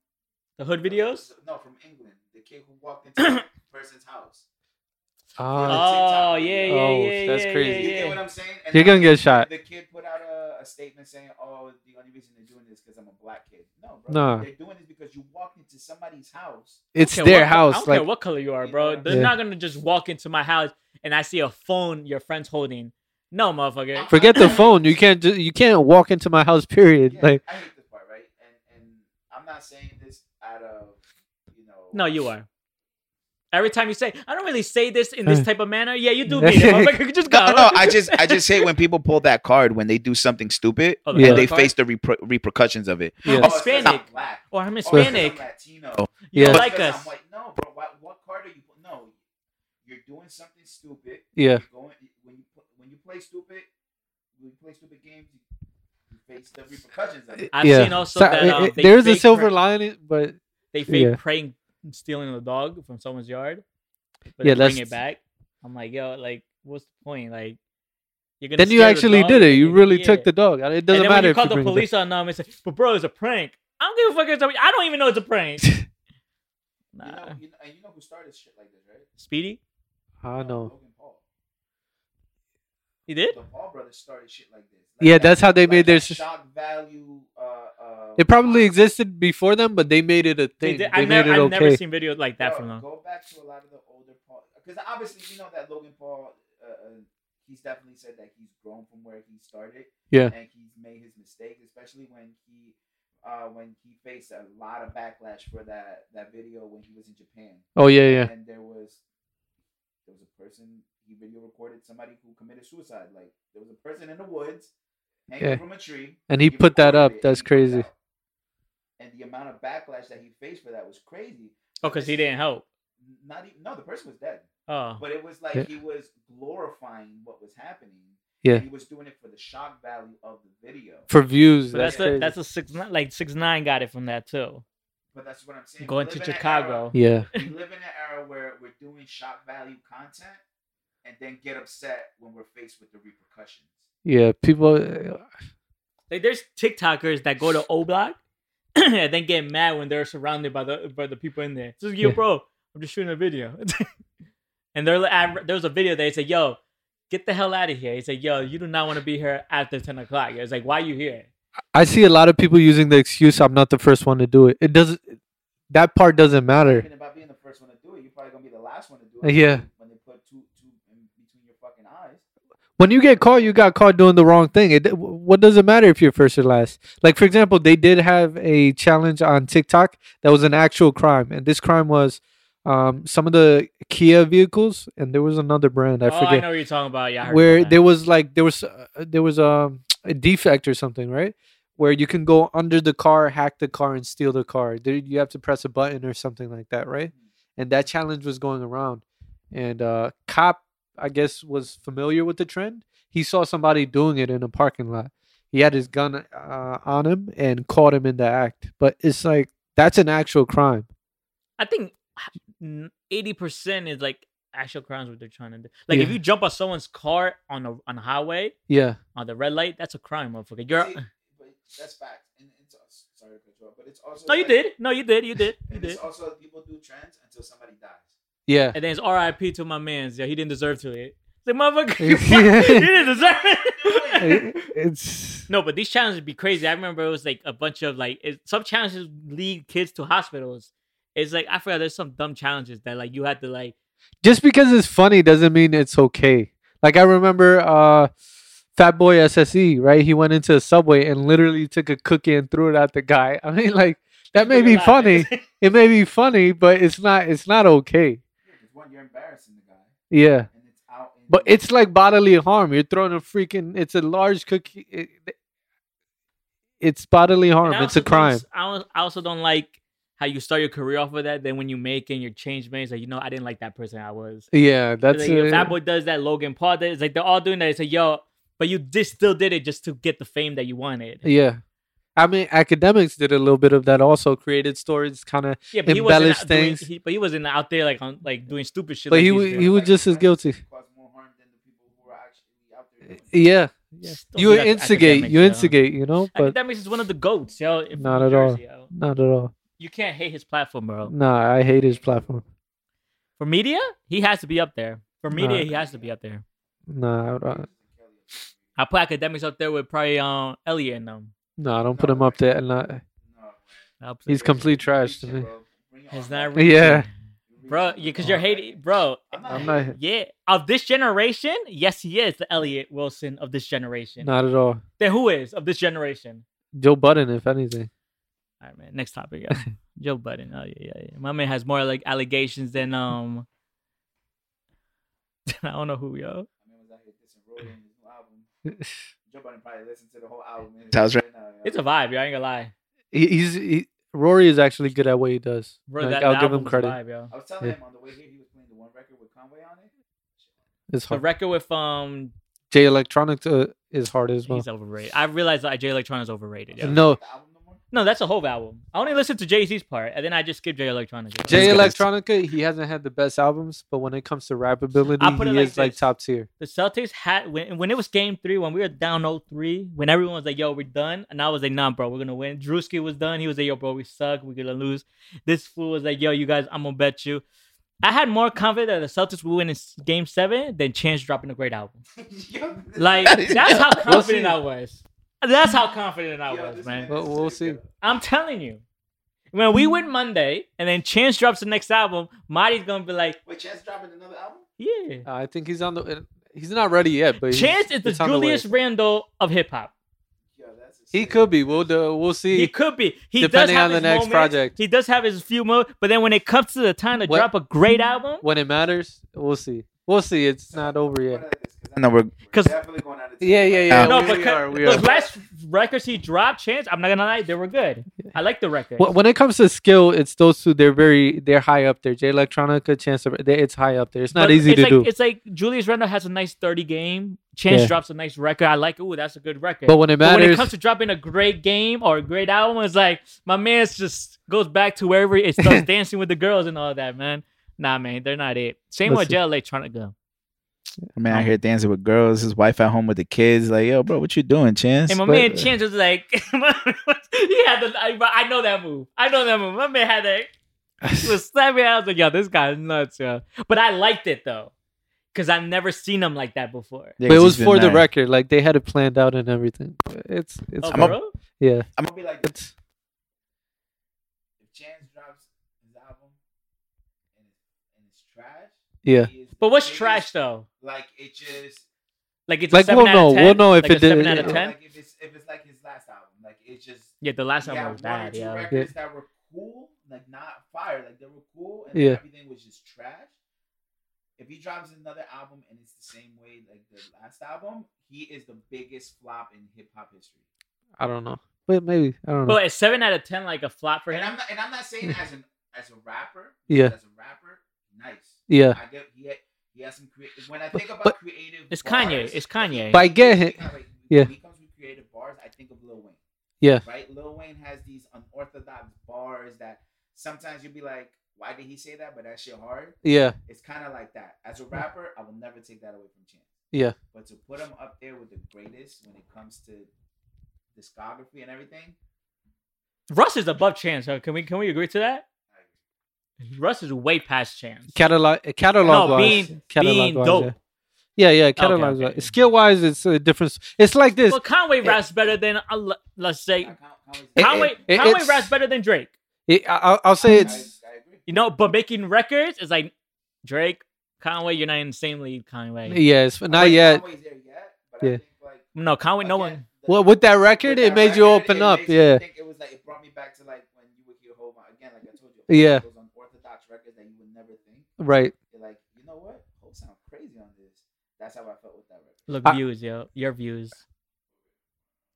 the hood videos. No, from England. The kid who walked into the person's house. Ah, Oh TikTok yeah, yeah, video. Oh, yeah, that's yeah, crazy. You Yeah, get what yeah. I'm saying? And you're then gonna get shot. The kid put out a, a statement saying, "Oh, the only reason they're doing this because I'm a black kid." No, bro. Nah. They're doing this because you walked into somebody's house. It's I don't care what- their I house. don't Like, care what color you are, You know bro. what I'm They're saying? not gonna just walk into my house and I see a phone your friend's holding. No, motherfucker. forget the phone. You can't. Ju- you can't walk into my house. Period. Yeah, Like, I hate this part, right? And and I'm not saying this out of you know. No, you are. Every time you say, I don't really say this in this type of manner. Yeah, you do mean it, motherfucker. Just go. No, no, I just I just hate when people pull that card when they do something stupid Oh, Yeah. color and they card? face the repro- repercussions of it. yeah. I'm Oh, it's 'cause Hispanic. I'm black. Or I'm Oh, it's 'cause I'm Hispanic. Latino. You Yeah. don't It's like 'cause us. I'm white. no, bro. What, what card are you? No, you're doing something stupid. Yeah. You're going when you pl- when you play stupid, when you play stupid games, you, you face the repercussions of it. I've yeah. seen also So, that it- um, it- they there is a fake silver prank- lining, but They fake Yeah. praying, stealing a dog from someone's yard, but Yeah, yeah, bring that's- it back. I'm like, yo, like, what's the point? Like, you're gonna then you steal the actually dog did it. and You then- really yeah. took the dog. It And doesn't then matter when you if you call the bring it back. police on them and say, "But bro, it's a prank. I don't give a fuck. If it's a- I don't even know it's a prank." You know, nah, you know, and you know who started shit like this, right? Speedy, I No, know. Logan Paul. he did. The Paul brothers started shit like this. Like Yeah, that- that's how they like made their that sh- shock value. Uh, uh, It probably existed before them, but they made it a They thing. did. They I've, made never, it I've never okay. seen videos like that Bro, from them. Go back to a lot of the older Paul, because obviously you know that Logan Paul, uh, uh, he's definitely said that he's grown from where he started. Yeah. and he's made his mistakes, especially when he, uh, when he faced a lot of backlash for that that video when he was in Japan. Oh yeah, yeah. And there was, there was a person he video recorded somebody who committed suicide. Like there was a person in the woods hanging Yeah. from a tree, And he put that recorded up. it, and That's he put it crazy. out. And the amount of backlash that he faced for that was crazy. Oh, because he didn't help. Not even no, the person was dead. Oh, But it was like Yeah. he was glorifying what was happening. Yeah. And he was doing it for the shock value of the video. For views, but that's that's the crazy. that's a six nine like six nine got it from that too. but that's what I'm saying. We Going live to in an Chicago. yeah. Era, we live in an era where we're doing shock value content and then get upset when we're faced with the repercussions. Yeah, people. Like there's TikTokers that go to O Block and then get mad when they're surrounded by the by the people in there. Just yo, Yeah. bro, I'm just shooting a video. and they're like, I- there was a video they said, yo, get the hell out of here. He said, yo, you do not want to be here after ten o'clock. It's like, why you here? I see a lot of people using the excuse "I'm not the first one to do it." It doesn't. That part doesn't matter. Even about being the first one to do it, you're probably gonna be the last one to do it. Yeah. When they put two two in between your fucking eyes. When you get caught, you got caught doing the wrong thing. It, what does it matter if you're first or last? Like for example, they did have a challenge on TikTok that was an actual crime, and this crime was um, some of the Kia vehicles, and there was another brand I oh, I forget know what you're talking about. Yeah, I heard where about there was like there was uh, there was um, a defect or something, right? Where you can go under the car, hack the car, and steal the car. There, you have to press a button or something like that, right? And that challenge was going around, and uh, cop I guess was familiar with the trend. He saw somebody doing it in a parking lot. He had his gun uh, on him and caught him in the act. But it's like that's an actual crime. that. I think eighty percent is like actual crimes what they're trying to do. Like if Yeah. you jump on someone's car on a on a highway Yeah, on the red light, that's a crime, motherfucker. You're See, but that's fact. And it's also, sorry to interrupt, but it's also no, you like- did. No, you did. You did. You And it's did. also people do trends until somebody dies. yeah. And then it's R.I.P. to my man's. Yeah, he didn't deserve to it. It's like motherfucker, you, you didn't deserve It- it. it's No, but these challenges be crazy. I remember it was like a bunch of like it, some challenges lead kids to hospitals. It's like I forgot there's some dumb challenges that like you had to like just because it's funny doesn't mean it's okay. Like I remember uh Fat Boy SSE, right? He went into a subway and literally took a cookie and threw it at the guy. I mean, like that may be funny. It may be funny, but it's not it's not okay. Yeah, 'cause one, you're embarrassing the guy, Yeah. and it's out. In But it's like bodily harm. You're throwing a freaking it's a large cookie. It, it's bodily harm. And I It's also a don't crime. s- I don't- I also don't like how you start your career off with that. Then when you make and your change mates, like you know, I didn't like that person I was. Yeah, It's that's like, if uh, that boy does that, Logan Paul does. It's like they're all doing that. It's like yo, but you just still did it just to get the fame that you wanted. Yeah. I mean, academics did a little bit of that also. Created stories kind of Yeah, but he wasn't Embellish out doing, things. he, but he wasn't out there like on like doing stupid shit. But like he these wa- he dudes. was Like, just as trends guilty. Eh, Cause more harm than the people who are actually out there. doing it. Yeah. Yeah. Don't You do that to instigate. academics, You yo. instigate, you know? But Academics is one of the goats, yo. in- from Not New at all. Jersey, yo. not at all. You can't hate his platform, bro. Nah, I hate his platform. For media, he has to be up there. For media, Nah. he has to be up there. Nah, I don't, I put academics up there with probably um Elliot and them. nah, I don't put him up there. And I, No, man. I'll put- he's complete trash to Reaching, me. bro. Bring it It's on. not You're reaching. Yeah. bro. reaching. Yeah, because you're hating, bro. I'm not. I'm hating. not. Yeah, of this generation, yes, he is the Elliot Wilson of this generation. Not at all. Then who is of this generation? Joe Budden, if anything. All right, man. Next topic, yeah. Joe Budden. Oh yeah, yeah, yeah. My man has more like allegations than um. I don't know who yo. I mean, was out here dissing Rolling, his new album. Joe Budden probably listened to the whole album. uh, in his house right now. yo. It's a vibe, yo. I ain't gonna lie. He, he's he, Rory is actually good at what he does. Bro, Like, that, I'll that give him album's a credit. Vibe, yo. I was telling Yeah. him on the way here he was playing the one record with Conway on it. It's The hard. record with um, J Electronic uh, is hard as well. he's overrated. I realized that Jay Electronic is overrated. yo. No, The album no more. No, that's a whole album. I only listened to Jay Z's part, and then I just skipped Jay Electronic. yo. J This guy's- Electronica, he hasn't had the best albums, but when it comes to rap ability, I'll put he it like is like this. top tier. the Celtics had when when it was game three, when we were down 0-3, when everyone was like, yo, we're done. And I was like, nah, bro, we're gonna win. Drewski was done. He was like, yo, bro, we suck, we're gonna lose. This fool was like, yo, you guys, I'm gonna bet you. I had more confidence that the Celtics would win in s- game seven than Chance dropping a great album. Yo, this- Like, that's how We'll confident I was. That's how confident I yo, was, this man. Well, is we'll sick, see. yo. I'm telling you. When we win Monday and then Chance drops the next album, Marty's gonna be like, Wait, Chance dropping another album? yeah. Uh, I think he's on the. uh, He's not ready yet, but he's- Chance is the it's on way. Julius Randle of hip hop. Yo, that's a He sick- could be. We'll do, we'll He see. could be. He Depending does have on the his next moments. project. He does have his few moments, but then when it comes to the time to What- drop a great album, When it matters, we'll see. We'll see. It's not over What yet. are this? 'Cause I know we're 'Cause- definitely going out of Yeah, yeah, yeah. no, we, but we co- are. We the are. last records he dropped, Chance, I'm not gonna lie, they were good. I like the record. Wh- When it comes to skill, it's those two. They're very. They're high up there. J Electronica, Chance. of- they- It's high up there. It's not easy it's to like, do. It's like Julius Randle has a nice 30 game. Chance Yeah. drops a nice record. I like. Ooh, that's a good record. But when it But when it matters, comes to dropping a great game or a great album, it's like my man just goes back to wherever it starts dancing with the girls and all that, man. Nah, man, they're not it. Same with Listen. Jet Electronica. Man, out here dancing with girls. His wife at home with the kids. Like, yo, bro, what you doing, Chance? And my But- uh, man Chance was like, he had the. I, I know that move. I know that move. My man had that. He was slapping. I was like, yo, this guy's nuts, yo. But I liked it though, because I've never seen him like that before. but Yeah, 'cause it he's was been for the married. record. Like they had it planned out and everything. It's it's. Oh, fine. bro? yeah. I'm gonna be like, this. It's if Chance drops his album and it's, and it's trash, yeah. he is the But what's biggest- trash though? Like, it just Like it's a Like, seven we'll out know. of 10, We'll know if like it a did- Seven yeah. out of ten. Like if it's if it's like his last album, like it's just Yeah, the last he one had was bad. One or two Yeah. records that were cool, like not fire, like they were cool, and Yeah. everything was just trash. If he drops another album and it's the same way like the last album, he is the biggest flop in hip hop history. I don't know. But maybe I don't know. But a seven out of ten, like a flop for And him. I'm not, and I'm not saying as an as a rapper. Yeah. As a rapper, nice. yeah, I get he had, he has some creative. When I But- think about but- creative, It's Kanye. bars- It's Kanye. But I get it. All right, Yeah. When he comes with creative bars, I think of Lil Wayne. Yeah. Right? Lil Wayne has these unorthodox bars that sometimes you'll be like, why did he say that? But that shit hard. yeah, It's kind of like that. As a rapper, I will never take that away from Chance. Yeah. But to put him up there with the greatest when it comes to discography and everything, Russ is above Chance. Huh? Can we can we agree to that? Russ is way past Chance. catalog eh, catalog no, wise, being catalog being wise, dope. Yeah. Yeah, yeah, catalog okay. wise. Skill wise, it's a different. s- It's like this. Well, Conway Yeah. raps better than uh, l- let's say I count- I always- It- Conway. it- Conway it's- raps better than Drake. It- I, I'll- I'll say it's. I, I agree. You know, but making records is like Drake, Conway. You're not in the same league, Conway. Yeah, it's I not think yet. Conway's there yet, but Yeah. I think like No, Conway. No again, one. the- Well, with that record, with it that made you record, open it up. makes you Yeah, think it was like it brought me back to like when you would hear Hov again, like I told you. Yeah. Those unorthodox records that you would never think. right. You're like, you know what? Hov sound crazy on this. That's how I felt with that record. Look, I- views, yo. Your views.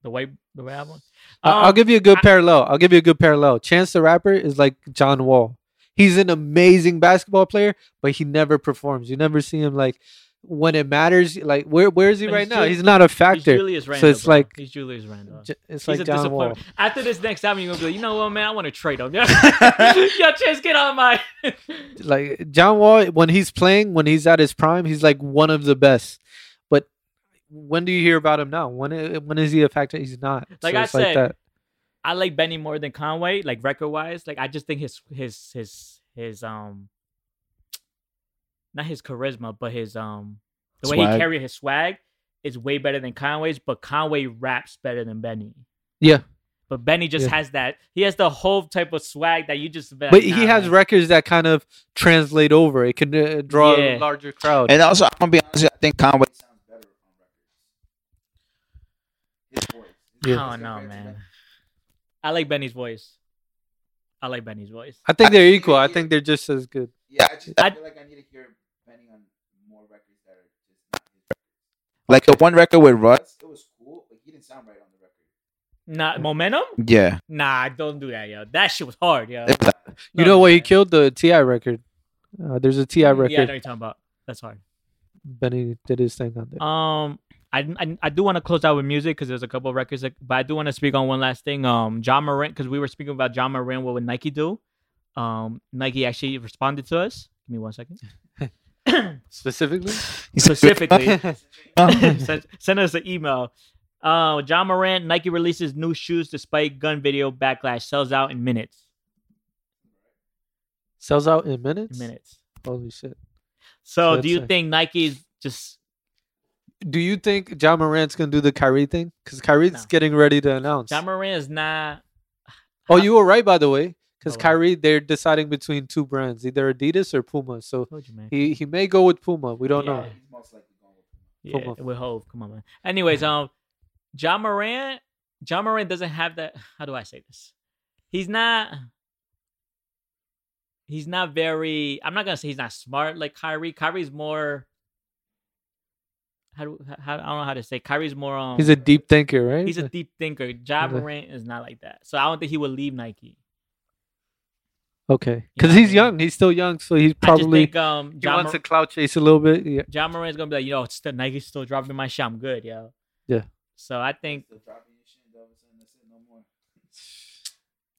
The white, the white album. I- I'll Um, give you a good I- parallel. I'll give you a good parallel. Chance the Rapper is like John Wall. He's an amazing basketball player, but he never performs. You never see him like when it matters. Like where where is he But right he's now? Ju- He's not a He's factor. Julius Randle. So it's bro. like he's Julius Randle. Ju- it's He's like a John Wall. disappointment. After this next time, you're gonna be like, you know what, man, I want to trade him. Yo, Chance, get on my. Like John Wall when he's playing, when he's at his prime, he's like one of the best. But when do you hear about him now? When i- when is he a factor? He's not. Like So I it's said, that. I like Benny more than Conway, like record wise. Like I just think his his his his um, not his charisma, but his um, the way he Swag. carry his swag is way better than Conway's. But Conway raps better than Benny. Yeah. But Benny just Yeah. has that. He has the whole type of swag that you just. be like, But he "Nah, has man." records that kind of translate over. It can uh, draw Yeah. a larger crowd. And also, I'm gonna be honest. With you, I think Conway sounds better on records. His voice. His Yeah. voice I don't know, compared to Oh, man. Ben- I like Benny's voice. I like Benny's voice. I think I they're think equal. it- I think they're just as good. Yeah, I just I I- feel like I need to hear Benny on more records that are just not his records. Like the one record with Russ, it was cool, but he didn't sound right on the record. Nah, momentum? Yeah, Nah, don't do that, yo. That shit was hard, yo. It was- You No, know what? He man. killed the Ti record. Uh, there's a Ti record. Oh, Yeah, I know what you're talking about. That's hard. Benny did his thing on there. Um, I I, I do want to close out with music because there's a couple of records, that, but I do want to speak on one last thing. Um, John Moran, because we were speaking about John Moran, what would Nike do? Um, Nike actually responded to us. Give me one second. Specifically, Specifically, Huh? send, send us an email. Uh, John Moran, Nike releases new shoes despite gun video backlash, sells out in minutes. sells out in minutes. In minutes. Holy shit! So, So do it's you like- think Nike's just Do you think John Morant's gonna do the Kyrie thing? Because Kyrie's No. getting ready to announce. John Moran is not? oh, you were right, by the way. Because Oh, wow. Kyrie, they're deciding between two brands, either Adidas or Puma. So Told you, man. he he may go with Puma. We don't know. Yeah. he's most likely going with him. Yeah, Puma. with Hove. Come on, man. Anyways, um, John Moran, John Moran doesn't have that. How do I say this? He's not. He's not very. I'm not gonna say he's not smart like Kyrie. Kyrie's more. How do how, I don't know how to say. Kyrie's more. Um, He's a deep thinker, right? he's a deep thinker. John He's a- Moran is not like that. So I don't think he would leave Nike. okay. Because Yeah. he's young. He's still young, so he's I just probably think um he John, wants to clout chase a little bit. Yeah. John Moran's gonna be like, you know, it's still, Nike's still dropping my shit. I'm good, yo. Yeah. So I think. Still dropping your shit, all of a sudden, that's it, no more.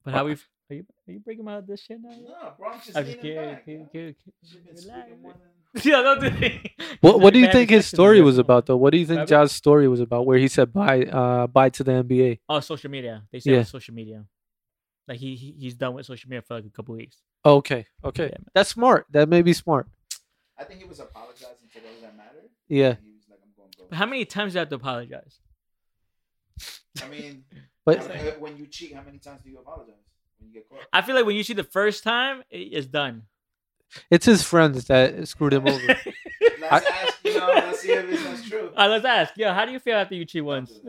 But how we? Are you are you breaking out this shit now? yo? No, bro, I'm just I'm leaning just kidding, back, kidding, yo. kidding, Should've been kidding. speaking more Relax. than- Yeah, don't do it. What What do you Bad think his discussion, story man. was about, though? What do you think Rabbit? John's story was about, where he said bye, uh, bye to the NBA? Oh, social media. They say Yeah. it was social media. Like he, he he's done with social media for like a couple weeks. Okay, okay, Yeah, man. that's smart. That may be smart. I think he was apologizing to those that matter. Yeah, and He was like, I'm going to go. But how many times do you have to apologize? I mean, but how many- uh, when you cheat, how many times do you apologize when you get caught? I feel like when you see the first time, it, it's done. It's his friends that screwed him over. Let's ask, you know, let's see if it's true. Uh, let's ask. Yeah, how do you feel after you cheat once?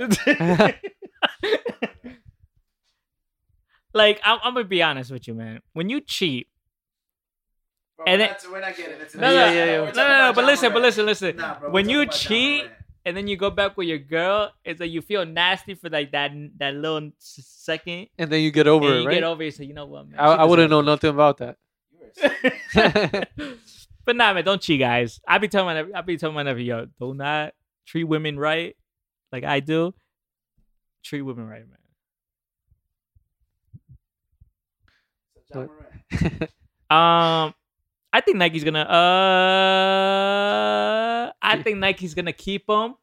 like, I'm, I'm gonna be honest with you, man. When you cheat, Bro, And we're, it- not, we're not getting into no, no, this. Yeah, yeah, yeah. no, We're talking no, no, about but John listen, but Moran. listen, listen. Nah, bro, we're when talking you about John cheat Moran. and then you go back with your girl, it's like you feel nasty for like that that little s- second, and then you get over and it, you right? get over it. So you know what, man? I, she I wouldn't deserves know nothing about that. You were sick, man. but nah, man, don't cheat, guys. I be telling my, I be telling my nephew, yo, do not treat women right, like I do. Treat women right, man. John Moran. Um, I think Nike's gonna. Uh, I think Nike's gonna keep him.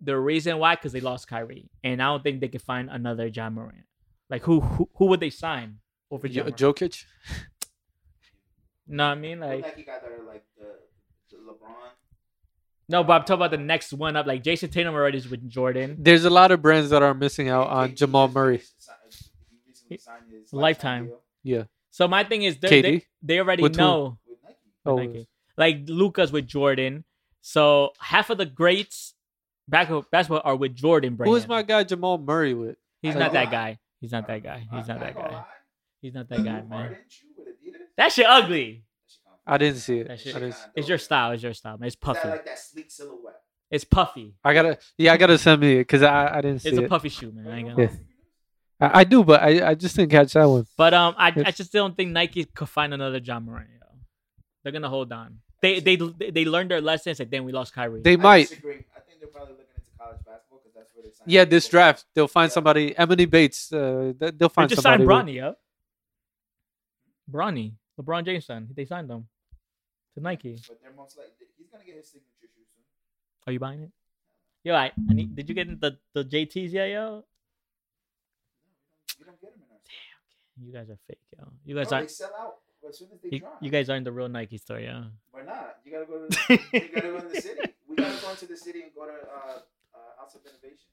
The reason why, because they lost Kyrie, and I don't think they can find another John Morant. Like who who, who would they sign over Jo- John? Morant? Jokic? no, I mean Like, like he got there like the, the LeBron. no, but I'm talking about the next one up. Like Jason Tatum already is with Jordan. There's a lot of brands that are missing out KD uh, on Jamal just Murray. signed- uh, he recently signed his Lifetime. deal So my thing is they KD? they, they already With who? know with Nike. Oh, Nike. like Luca's with Jordan. So half of the greats back basketball are with Jordan. Brand. who is my guy Jamal Murray with? He's not that guy. He's not that guy. He's not I'm that gonna guy. lie, He's not that guy, Luke man. Harden shoe with Adidas? That shit ugly. I didn't see it. That shit I, didn't is- see- It's your style. It's your style, man. It's Is that puffy. like that sleek silhouette? It's puffy. I gotta, yeah, I gotta send me it because I, I didn't see It's a it. puffy shoe, man. I ain't gonna Yeah. lie. I, I do, but I, I just didn't catch that one. But um, I, I It's- just don't think Nike could find another John Moran. Yo. They're gonna hold on. They they they learned their lessons, and then we lost Kyrie. They I might, disagree. I think they're probably looking into college basketball because that's where they signed. yeah, this people. draft they'll find Yeah. somebody. Emily Bates, uh, they- they'll they find just signed somebody. with- Bronny, yo. Bronny, LeBron James son. They signed him to Nike. But they're most likely he's gonna get his signature shoe soon. Are you buying it? Yo, I, I need, did you get the the JTs yet, yo? You don't get him in our store. You guys are fake, yo. You guys Bro, aren't. Oh, they sell out as soon as they You, drop. you guys aren't the real Nike store, yo. We're not. You gotta go to. The, you gotta go to the city. We gotta go into the city and go to uh, uh, House of Innovation.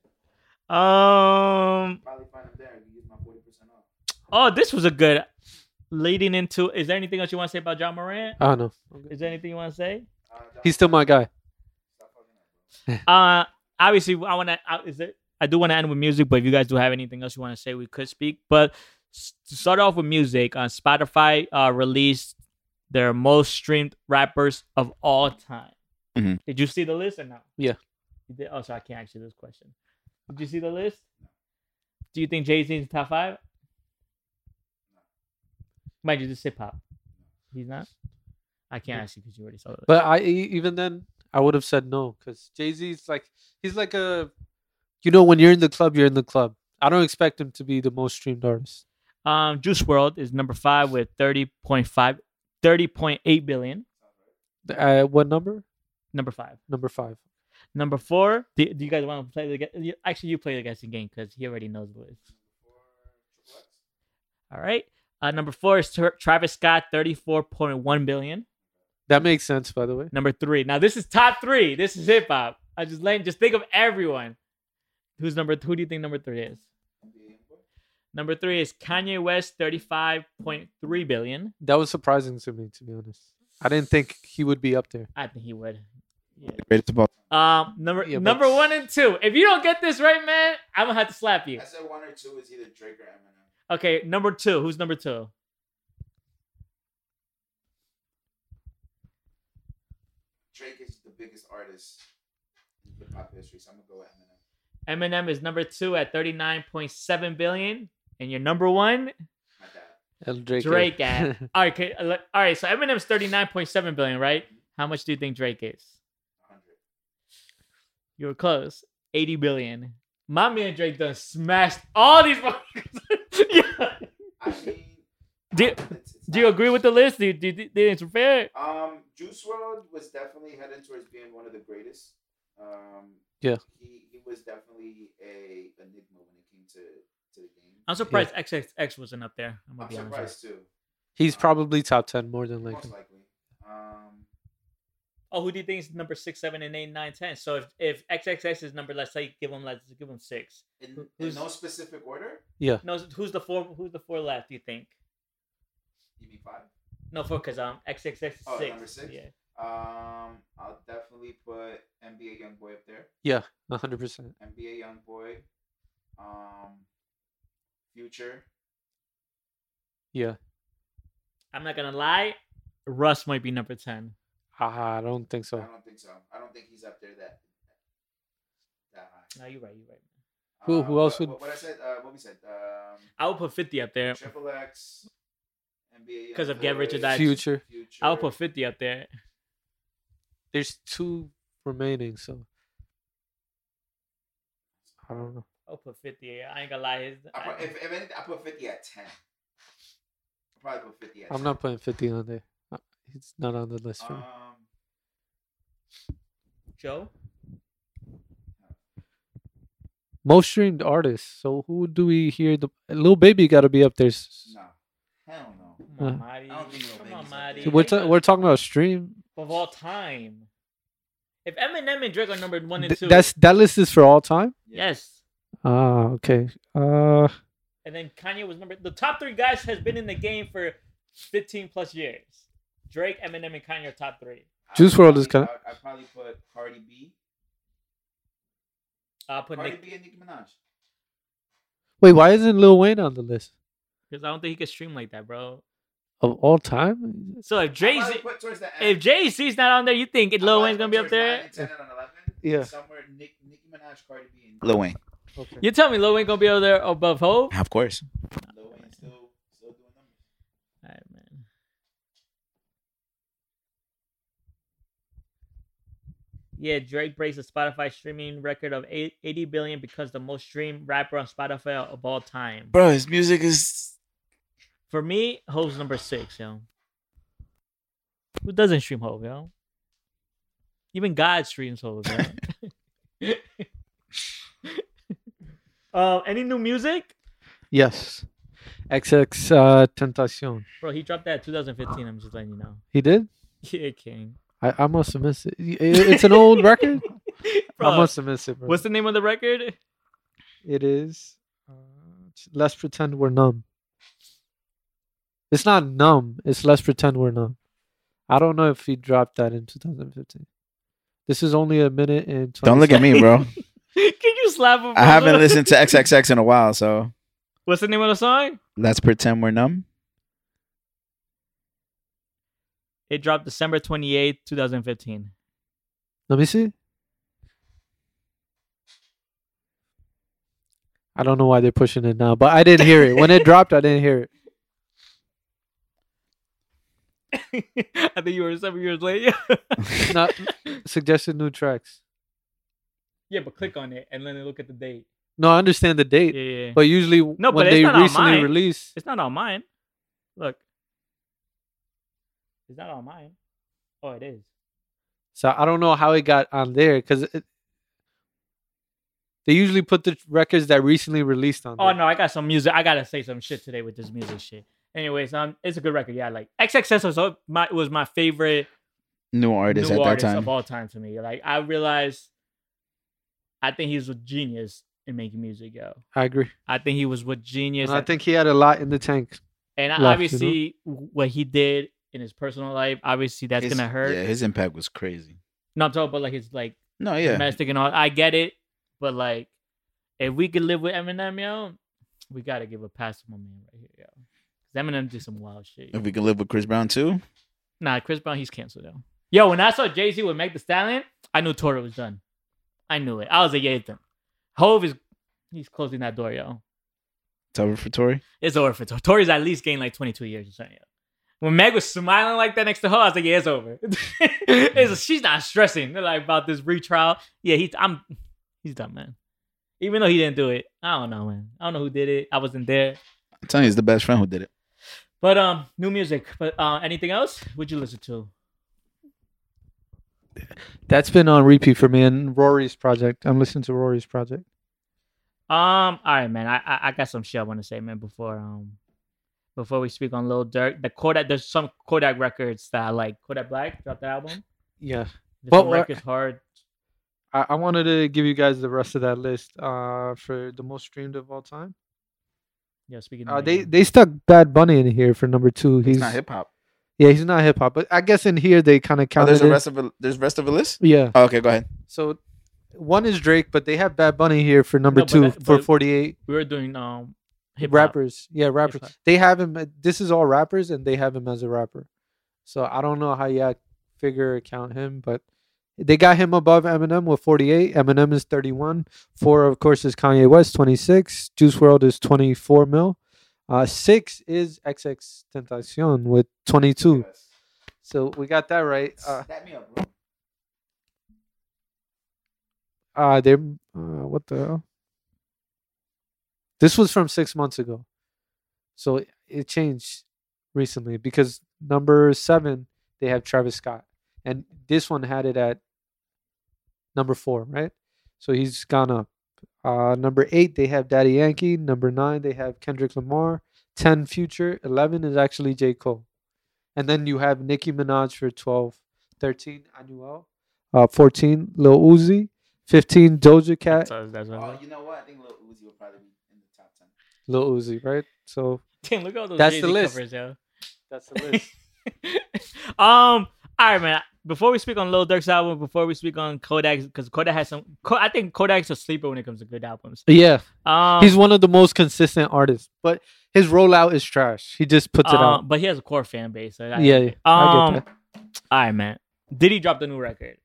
Um. Probably find them there and use my forty percent off. Oh, this was a good leading into. Is there anything else you want to say about John Morant? I don't know. Is there anything you want to say? Uh, don't- He's still my guy. stop fucking up, bro. Uh, obviously, I want to. Is there? I do want to end with music, but if you guys do have anything else you want to say, we could speak. But s- to start off with music, on Spotify uh, released their most streamed rappers of all time. Mhm. Did you see the list or no? Yeah. You did? Oh, sorry, I can't ask you this question. Did you see the list? Do you think Jay Z is top five? Mind you, this is hip hop. He's not. I can't ask you because you already saw it. But I e- even then I would have said no because Jay Z's like he's like a, you know, when you're in the club, you're in the club. I don't expect him to be the most streamed artist. Um, Juice World is number five with 30.5, 30.8 billion. Uh, what number? Number five. Number five. Number four. Do, do you guys want to play the gue- you- Actually, you play the guessing game because he already knows what it is. All right. Uh, number four is Tra- Travis Scott, 34.1 billion. That makes sense, by the way. Number three. Now, this is top three. This is hip hop. I just let just think of everyone. Who's number? Who do you think number three is? NBA boy. Number three is Kanye West, 35.3 billion. That was surprising to me, to be honest. I didn't think he would be up there. I think he would. Yeah. Greatest of all. Um, number Yeah, but- number one and two. If you don't get this right, man, I'm gonna have to slap you. I said one or two is either Drake or Eminem. Okay, number two. Who's number two? Drake is the biggest artist in hip hop history, so I'm gonna go with Eminem. Eminem is number two at 39.7 billion, and your number one, My dad. El Drake. Drake at. all right, okay, all right. So Eminem's 39.7 billion, right? How much do you think Drake is? 100. You were close. 80 billion. My man Drake done smashed all these. motherfuckers. yeah. I mean, Do- it's- it's Do you not- agree with the list? Do you, do you think it's fair? Um, Juice World was definitely headed towards being one of the greatest. Um, Yeah. He, he was definitely a enigma when it came to, to the game. I'm surprised XXX wasn't up there. I'm gonna I'm be honest. with you. surprised too. He's probably top 10 more than Most likely. likely. Um, Oh, who do you think is number six, seven, and eight, nine, ten? So if if XXX is number, let's say give them let's give them six. in, Who- in who's- no specific order, Yeah. No, who's the four? Who's the four left? Do you think? you mean five? No, for because um XXX Oh, six. number six? Yeah. Um, I'll definitely put NBA YoungBoy up there. Yeah, hundred percent. NBA YoungBoy, um, Future. Yeah, I'm not gonna lie. Russ might be number ten. I don't think I so. don't think so. I don't think he's up there that that high. No, you're right. You're right. Who- Uh, who else what- would- What, what I said? Uh, what we said? Um, I would put fifty up there. Triple X, NBA. 'Cause of Get Rich or YoungBoy, Die. Future. Future. I would put fifty up there. There's two remaining, so I don't know. I would put fifty. I ain't gonna lie. His, I put, I- if, if anything, I put fifty at ten. I probably put fifty at. I'm 10. not putting fifty on there. Uh, It's not on the list for Um, Uh, me. Joe. Most streamed artists. So who do we hear? The Lil Baby got to be up there. s- no, hell no. Come on, Uh, Marty. I don't think Lil Come Baby's on, up Marty. there. We're, They ta- got- we're talking about stream. of all time. If Eminem and Drake are numbered one and Th- two, that's that list is for all time. yes. Ah, okay. Uh, And then Kanye was number. The top three guys has been in the game for fifteen plus years. Drake, Eminem, and Kanye are top three. I Juice would WRLD is probably- kinda- I I'd probably put Cardi B. I'll put Cardi Nick B and Nicki Minaj. wait, why isn't Lil Wayne on the list because I don't think he could stream like that, bro. of all time? So if Jay Z, I'd probably put towards the end. if Jay Z's not on there, you think I'd Lil probably Wayne's put gonna be up towards nine there? and 10 and 11. Yeah. Somewhere Nick, Nicki Minaj, Cardi B, and Lil Wayne. Okay. You tell me Lil Wayne gonna be over there above Hope? Of course. Lil Wayne still still doing numbers. All right, man. Yeah, Drake breaks the Spotify streaming record of eight- 80 billion because the most streamed rapper on Spotify of all time. Bro, his music is. For me, Hope's number six, yo. Who doesn't stream Hope, yo? Even God streams Hope, yo. uh, any new music? Yes. XX uh, Tentacion. Bro, he dropped that 2015. I'm just letting you know. He did? Yeah, King. I, I must have missed it. Y- i- It's an old record? Bro, I must have missed it, bro. what's the name of the record? It is. Uh, let's pretend we're numb. It's not numb. It's let's pretend we're numb. I don't know if he dropped that in 2015. This is only a minute and. 20 Don't look at me, bro. Can you slap him? I haven't listened to XXX in a while, so What's the name of the song? let's pretend we're numb. It dropped December 28th, 2015. Let me see. I don't know why they're pushing it now, but I didn't hear it when it dropped. I didn't hear it. I think you were seven years late. No, suggested new tracks. yeah, but click on it and then look at the date. No, I understand the Yeah, date, yeah. yeah. but usually when but it's they not on recently mine. release, It's not on mine. Look. It's not on mine. Oh, it is. so I don't know how it got on there because they usually put the records that recently released on. Oh there. no, I got some music. I gotta say some shit today with this music shit. Anyways, um, it's a good record. Yeah, I like XXS was up- my was my favorite New artist new at that artist time. of all time to me. Like I realized, I think he's a genius in making music. Yo, I agree. I think he was with genius. and I at- think he had a lot in the tank. and left, you know? obviously what he did in his personal life, obviously that's His- gonna hurt. Yeah, his impact was crazy. No, I'm talking about like his like No, yeah. domestic and all. I get it, but like if we could live with Eminem, yo, we gotta give a pass to my man right here, yo. 'Cause Eminem did some wild shit. yo. If we can live with Chris Brown too, Nah, Chris Brown, he's canceled though. Yo, when I saw Jay Z with Meg The Stallion, I knew Toro was done. I knew it. I was like, yeah, it's done. Hove is, he's closing that door, yo. it's over for Tori. It's over for Tori. Tori's at least gained like 22 years or something. Yo. When Meg was smiling like that next to her, I was like, yeah, it's over. It's- she's not stressing like about this retrial. Yeah, he, I'm, he's done, man. Even though he didn't do it, I don't know, man. I don't know who did it. I wasn't there. I'm telling you, it's the best friend who did it. But um, new music. But uh, anything else? Would you listen to? That's been on repeat for me and Rory's project. I'm listening to Rory's project. Um, all right, man. I, I I got some shit I want to say, man. Before um, before we speak on Lil Durk, the Kodak. There's some Kodak records that I like. Kodak Black dropped the album. Yeah. There's Well, some uh, records hard. I, I wanted to give you guys the rest of that list uh, for the most streamed of all time. Yeah, speaking. Uh, of they like- they stuck Bad Bunny in here for number two. He's It's Mm-hmm. not hip hop. Yeah, he's not hip hop, but I guess in here they kind of Oh, count. there's a rest of a, there's rest of a list. Yeah. Oh, okay, go ahead. So one is Drake, but they have Bad Bunny here for number No, but two that- for but- 48 We were doing um hip rappers. Yeah, rappers. Hip-hop. They have him. This is all rappers, and they have him as a rapper. So I don't know how y'all figure count him, but they got him above Eminem with 48. Eminem is 31. Four, of course, is Kanye West, 26. Juice World is 24 mil. Uh, six is XX Tentacion with 22. So we got that right. Uh, Snap me up, bro. Uh, they. Uh, what the hell? This was from six months ago, so it- it changed recently because number seven they have Travis Scott, and this one had it at number four, right? So he's gone up. Uh, number eight they have Daddy Yankee. Number nine they have Kendrick Lamar. Ten Future. Eleven is actually J Cole, and then you have Nicki Minaj for 12, 13 Anuel, uh, fourteen Lil Uzi. 15 Doja Cat, So that's what Oh, I'm you know what? I think Lil Uzi will probably be in the top ten. Lil Uzi, right? So Damn, look at all those That's the Jay-Z list. covers, yo. that's the list. um, all right, man. Before we speak on Lil Durk's album, before we speak on Kodak's, because Kodak has some, Ko- I think Kodak's a sleeper when it comes to good albums. yeah, Um, he's one of the most consistent artists, but his rollout is trash. He just puts it uh, out. but he has a core fan base. So that, Yeah, yeah, I um, get that. All right, man. Diddy dropped a new record.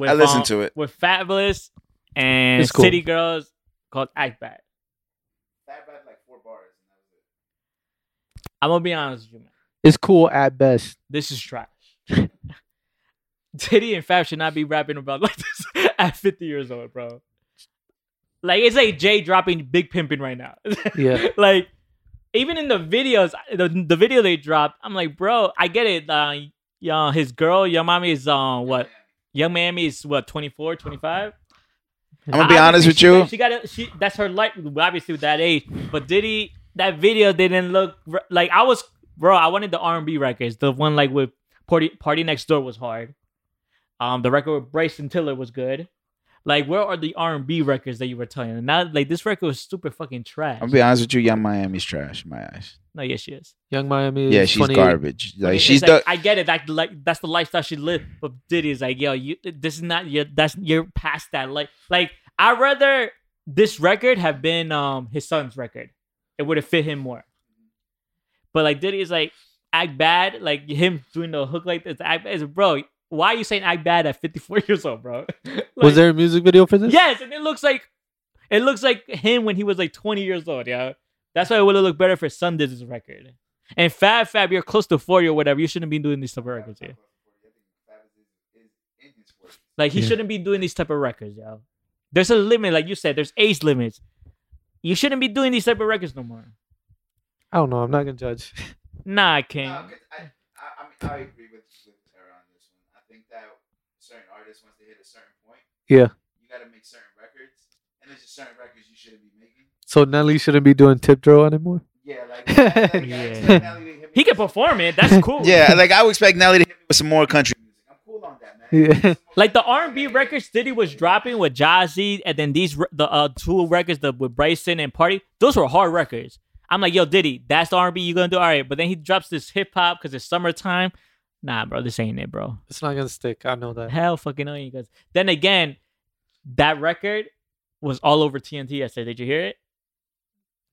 With, I listened um, to it. with Fabulous and It's cool. City Girls called Act Bad. Fat Bad like four bars. and that was it. I'm gonna be honest with you, man. It's cool at best. This is trash. Diddy and Fab should not be rapping about like this at 50 years old, bro. Like it's like Jay dropping Big Pimpin' right now. Yeah. like even in the videos, the, the video they dropped, I'm like, bro, I get it. Uh, yeah, his girl, your mommy is uh, what? Young Miami is what 24, 25. I'm gonna be honest with Obviously, you. She got it. She that's her life. Obviously, with that age. But Diddy, that video didn't look r- like I was, bro. I wanted the R and B records. The one like with Party Party Next Door was hard. Um, the record with Bryson Tiller was good. Like, where are the R and B records that you were telling? And now, like this record was super fucking trash. I'm gonna be honest with you. Young Miami's trash in my eyes. no, yes, she is. Young Miami. Yeah, is she's 28. garbage. Like It's she's like, the. I get it. Like, like that's the lifestyle she lived. But Diddy's like, yo, you this is not your. That's you're past that. Like, like I would rather this record have been um his son's record. It would have fit him more. But like Diddy is like act bad. Like him doing the hook like this. Act bad. It's, bro, why are you saying act bad at 54 years old, bro? Was Like- there a music video for this? Yes, and it looks like it looks like him when he was like 20 years old, yeah. That's why it would have looked better for Sundiz's record. And Fab Fab, you're close to 40 or whatever. You shouldn't be doing these type of records, yeah. Like he Yeah. shouldn't be doing these type of records, yo. There's a limit, like you said, there's age limits. You shouldn't be doing these type of records no more. I don't know. I'm not gonna judge. Nah, I No, can't. 'cause I, I, I, mean, I agree with with her on this one. I think that certain artists once they hit a certain point, Yeah. you got to make certain records, and there's just certain records you shouldn't be making. So Nelly shouldn't be doing tip drill anymore. Yeah, like, Yeah. yeah. He can perform it. That's cool. Yeah, like I would expect Nelly to hit me with some more country music. I'm cool on that, man. Yeah. Like the R&B records Diddy was dropping with Jazzy, and then these re- the uh, two records the, with Bryson and Party. Those were hard records. I'm like, yo, Diddy, that's the R&B you gonna do, all right? But then he drops this hip hop because it's summertime. Nah, bro, this ain't it, bro. It's not gonna stick. I know that. Hell, fucking no, you guys. Then again, that record was all over TNT yesterday. Did you hear it?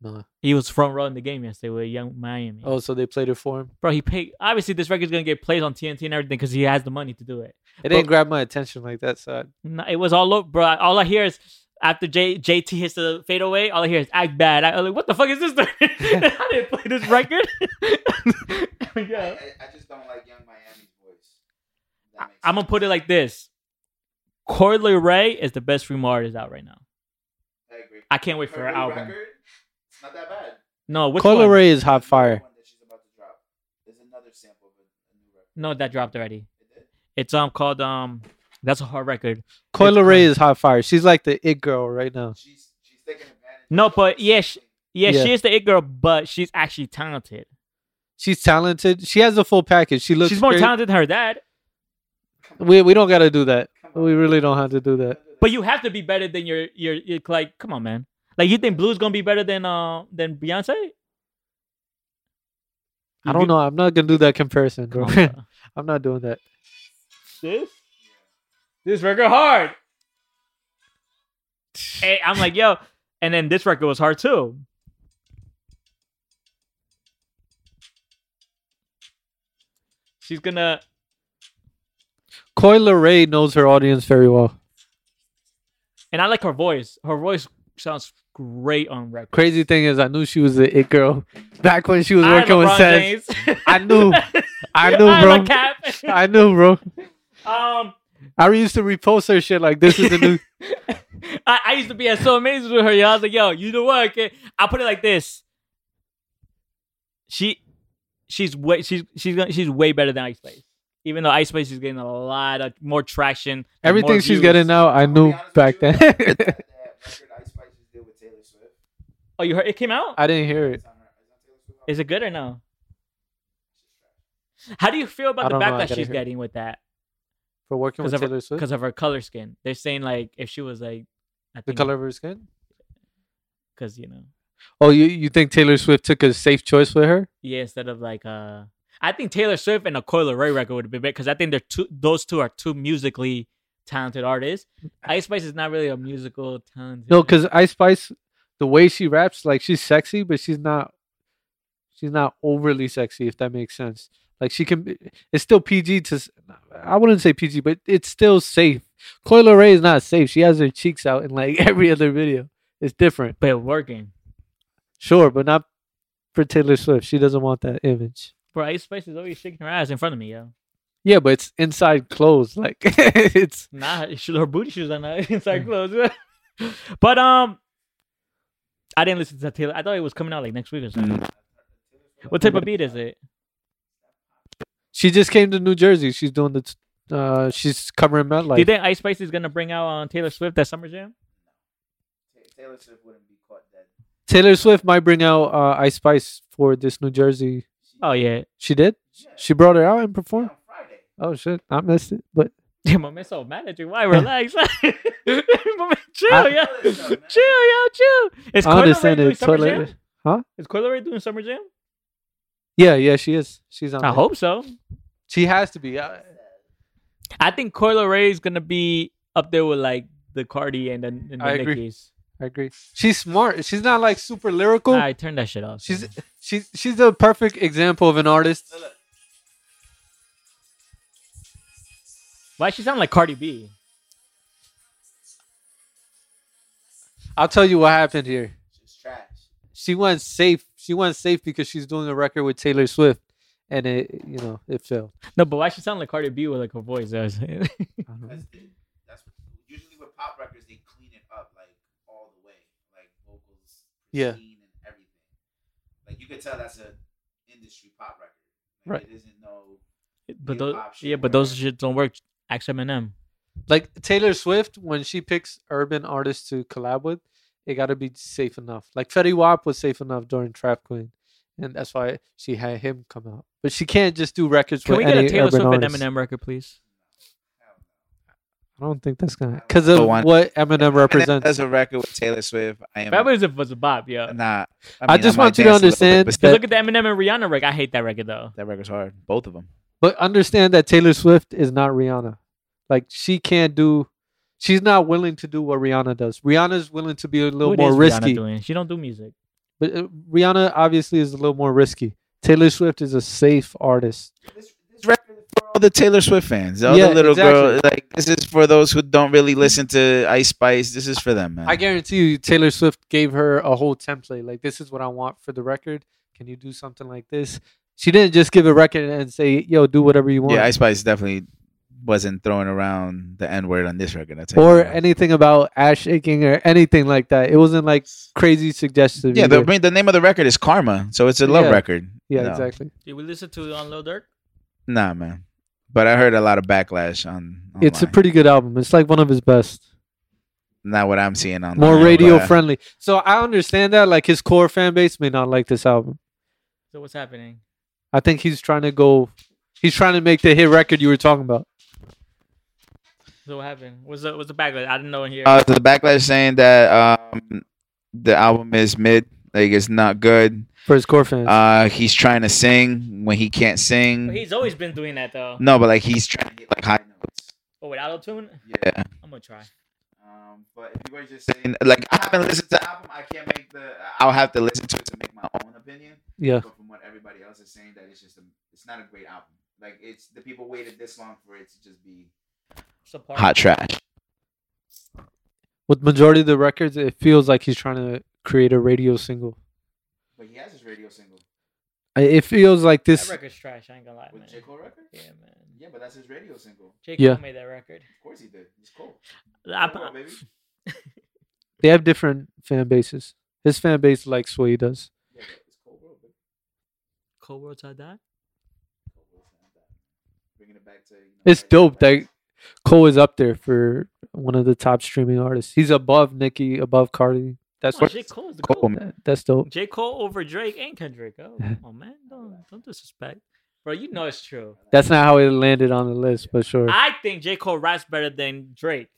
No. He was front row in the game yesterday with Young Miami. Oh, so they played it for him. Bro, he paid. Obviously, this record's gonna get plays on TNT and everything because he has the money to do it. It didn't grab my attention like that. So I- No, it was all over, bro. All I hear is after J- JT hits the fadeaway, all I hear is act bad. I, am like, what the fuck is this? thing? I didn't play this record. I, yeah. I, I just don't like Young Miami's voice. That I, makes am gonna sense. put it like this: Corley Ray is the best female artist out right now. I agree. I can't wait for her new album. record, it's not that bad. No, which Coil one? Ray is hot fire. One that she's about to drop. There's another sample of a new record. No, that dropped already. It did? It's um called um. That's a hard record. Coil It's- Ray is hot fire. She's like the it girl right now. She's she's taking advantage. No, of- but yeah, sh- Yeah, Yeah. she is the it girl, but she's actually talented. She's talented. She has a full package. She looks. she's more great. talented than her dad. We we don't gotta do that. Come on. We really don't have to do that. But you have to be better than your your, your like. Come on, man. Like you Oh, think Blue's gonna be better than uh than Beyonce? I don't know. I'm not gonna do that comparison, Come bro. on, bro. I'm not doing that. this? This record hard. Hey, I'm like, yo. And then this record was hard too. She's gonna Coil Ray knows her audience very well. and I like her voice. Her voice sounds great on record. Crazy thing is, I knew she was the it girl back when she was I like working with LeBron Seth. James. I knew. I knew, I bro. like Cap. I knew, bro. um I used to repost her shit like this is the new. I, I used to be so amazed with her. Yo. I was like, yo, you know what? Okay? I put it like this. She, she's way she's she's gonna- she's way better than Ice Spice. Even though Ice Spice is getting a lot of more traction, like, more Everything she's views. getting now, I I'll be knew honest with back you, then. that- that record Ice Spice just did with Taylor Swift. Oh, you heard it came out. I didn't hear it. It's on her- it's on Taylor Swift album. Is it good or no? How do you feel I about the don't know, I backlash gotta she's hear. getting with that For working because with of Taylor Swift, because of her color skin? They're saying like if she was like I the think, color of her skin. because you know Oh, you you think Taylor Swift took a safe choice with her? yeah instead of like uh I think Taylor Swift and a Coil Ray record would have been better because I think they're two those two are two musically talented artists. Ice Spice is not really a musical talented. No, because Ice Spice, the way she raps, like she's sexy, but she's not. She's not overly sexy, if that makes sense. Like she can, be- it's still PG to. s- I wouldn't say PG, but it's still safe. Coil Ray is not safe. She has her cheeks out in like every other video. It's different, but working. sure, but not for Taylor Swift. She doesn't want that image. Bro, Ice Spice is always shaking her ass in front of me, yo. Yeah, but it's inside clothes. Like it's Nah, she, her booty shoes are not inside clothes. but um, I didn't listen to Taylor. I thought it was coming out like next week or something. What type of beat is it? she just came to New Jersey. She's doing the. t- Uh, she's covering Do you Metlife. think Ice Spice is gonna bring out on Taylor Swift that summer jam? Ta- Taylor Swift wouldn't be caught dead. Taylor Swift might bring out uh, Ice Spice for this New Jersey. Oh yeah, She did. Yeah, She brought her out and on performed. Friday. Oh shit, I missed it. But damn, I'm so mad at you. Why relax? My man, chill, I- yo, chill, yo, chill. Is I Coil Ray understand doing it. summer Toilet. jam? Huh? Is Coil Ray doing summer jam? Yeah, yeah, she is. She's on. I it. hope so. she has to be. I, I think Coil Ray is gonna be up there with like the Cardi and the, and the I agree. Nicki's. I agree. She's smart. She's not like super lyrical. I turned that shit off. She's she's she's a perfect example of an artist. Why she sound like Cardi B? I'll tell you what happened here. She's trash. she went safe. She went safe because she's doing a record with Taylor Swift, and it you know it failed. No, but why she sound like Cardi B with like her voice? I was saying. I don't know. That's, that's usually with pop records they clean it up like all the way, like vocals, Yeah. pristine and everything. Like you could tell that's a industry pop record. Like, Right. It isn't no. but those, Hip-hop shit yeah, but work. those shit don't work. Ask Eminem. Like Taylor Swift, when she picks urban artists to collab with, it got to be safe enough. Like Fetty Wap was safe enough during Trap Queen, and that's why she had him come out. But she can't just do records Can we with get any a Taylor urban Swift and artist. Eminem record, please? I don't think that's gonna because of The one- what Eminem represents. a record with Taylor Swift. I am That was if it was a bop, yeah. not. I mean, I just might want you to dance a little bit, understand but Cause that- look at the Eminem and Rihanna record. I hate that record though. that record's hard. Both of them. But understand that Taylor Swift is not Rihanna. Like she can't do. She's not willing to do what Rihanna does. Rihanna's willing to be a little What more is Rihanna risky. doing? She don't do music. But uh, Rihanna obviously is a little more risky. Taylor Swift is a safe artist. This, this record is for all the Taylor Swift fans, all Yeah, the little exactly. girl. Like this is for those who don't really listen to Ice Spice. This is for them, man. I guarantee you, Taylor Swift gave her a whole template. Like, this is what I want for the record. Can you do something like this? She didn't just give a record and say, "Yo, do whatever you want," yeah, Ice Spice definitely wasn't throwing around the N word on this record. That's or anything about ass shaking or anything like that. It wasn't like crazy suggestive. yeah. The, I either. mean, the name of the record is Karma, so it's a love Yeah. record. yeah, No. exactly. Did we listen to on Lil Durk? Nah, man. But I heard a lot of backlash on. It's a online. pretty good album. It's like one of his best. not what I'm seeing on More radio friendly. So I understand that. Like his core fan base may not like this album. So what's happening? I think he's trying to go. He's trying to make the hit record you were talking about. So what happened? What's the what's the backlash? I didn't know in here. Uh, so the backlash saying that um, the album is mid, like it's not good. For his core fans, Uh, he's trying to sing when he can't sing. But he's always been doing that though. no, but like he's trying to get like high notes. But with auto tune, Yeah. I'm gonna try. Um, but if you were just saying like I haven't listened to the album, I can't make the. I'll have to listen to it to make my own opinion. Yeah. But from what everybody else is saying, that it's just a, it's not a great album. Like it's the people waited this long for it to just be Support. hot trash. With majority of the records, it feels like he's trying to create a radio single. But he has his radio single I- It feels like That this. record's trash. I ain't gonna lie, with man. J Cole record. Yeah, man. Yeah, but that's his radio single. J Cole Yeah. made that record. Of course he did. It's cool. I, Come on, baby. They have different fan bases. His fan base likes Sway does. Yeah, but it's cool, bro. But Cold World Till I Die. Cole Wilson, I'm back. Bringing it back to you know, It's back to dope the that Cole is up there for one of the top streaming artists. He's above Nicki, above Cardi. That's Come on, J Cole's the Cole, goat. man. that- that's dope. J Cole over Drake and Kendrick. Oh, come on, man. Don't don't disrespect, bro. You know it's true. That's not how it landed on the list, but sure. I think J Cole raps better than Drake,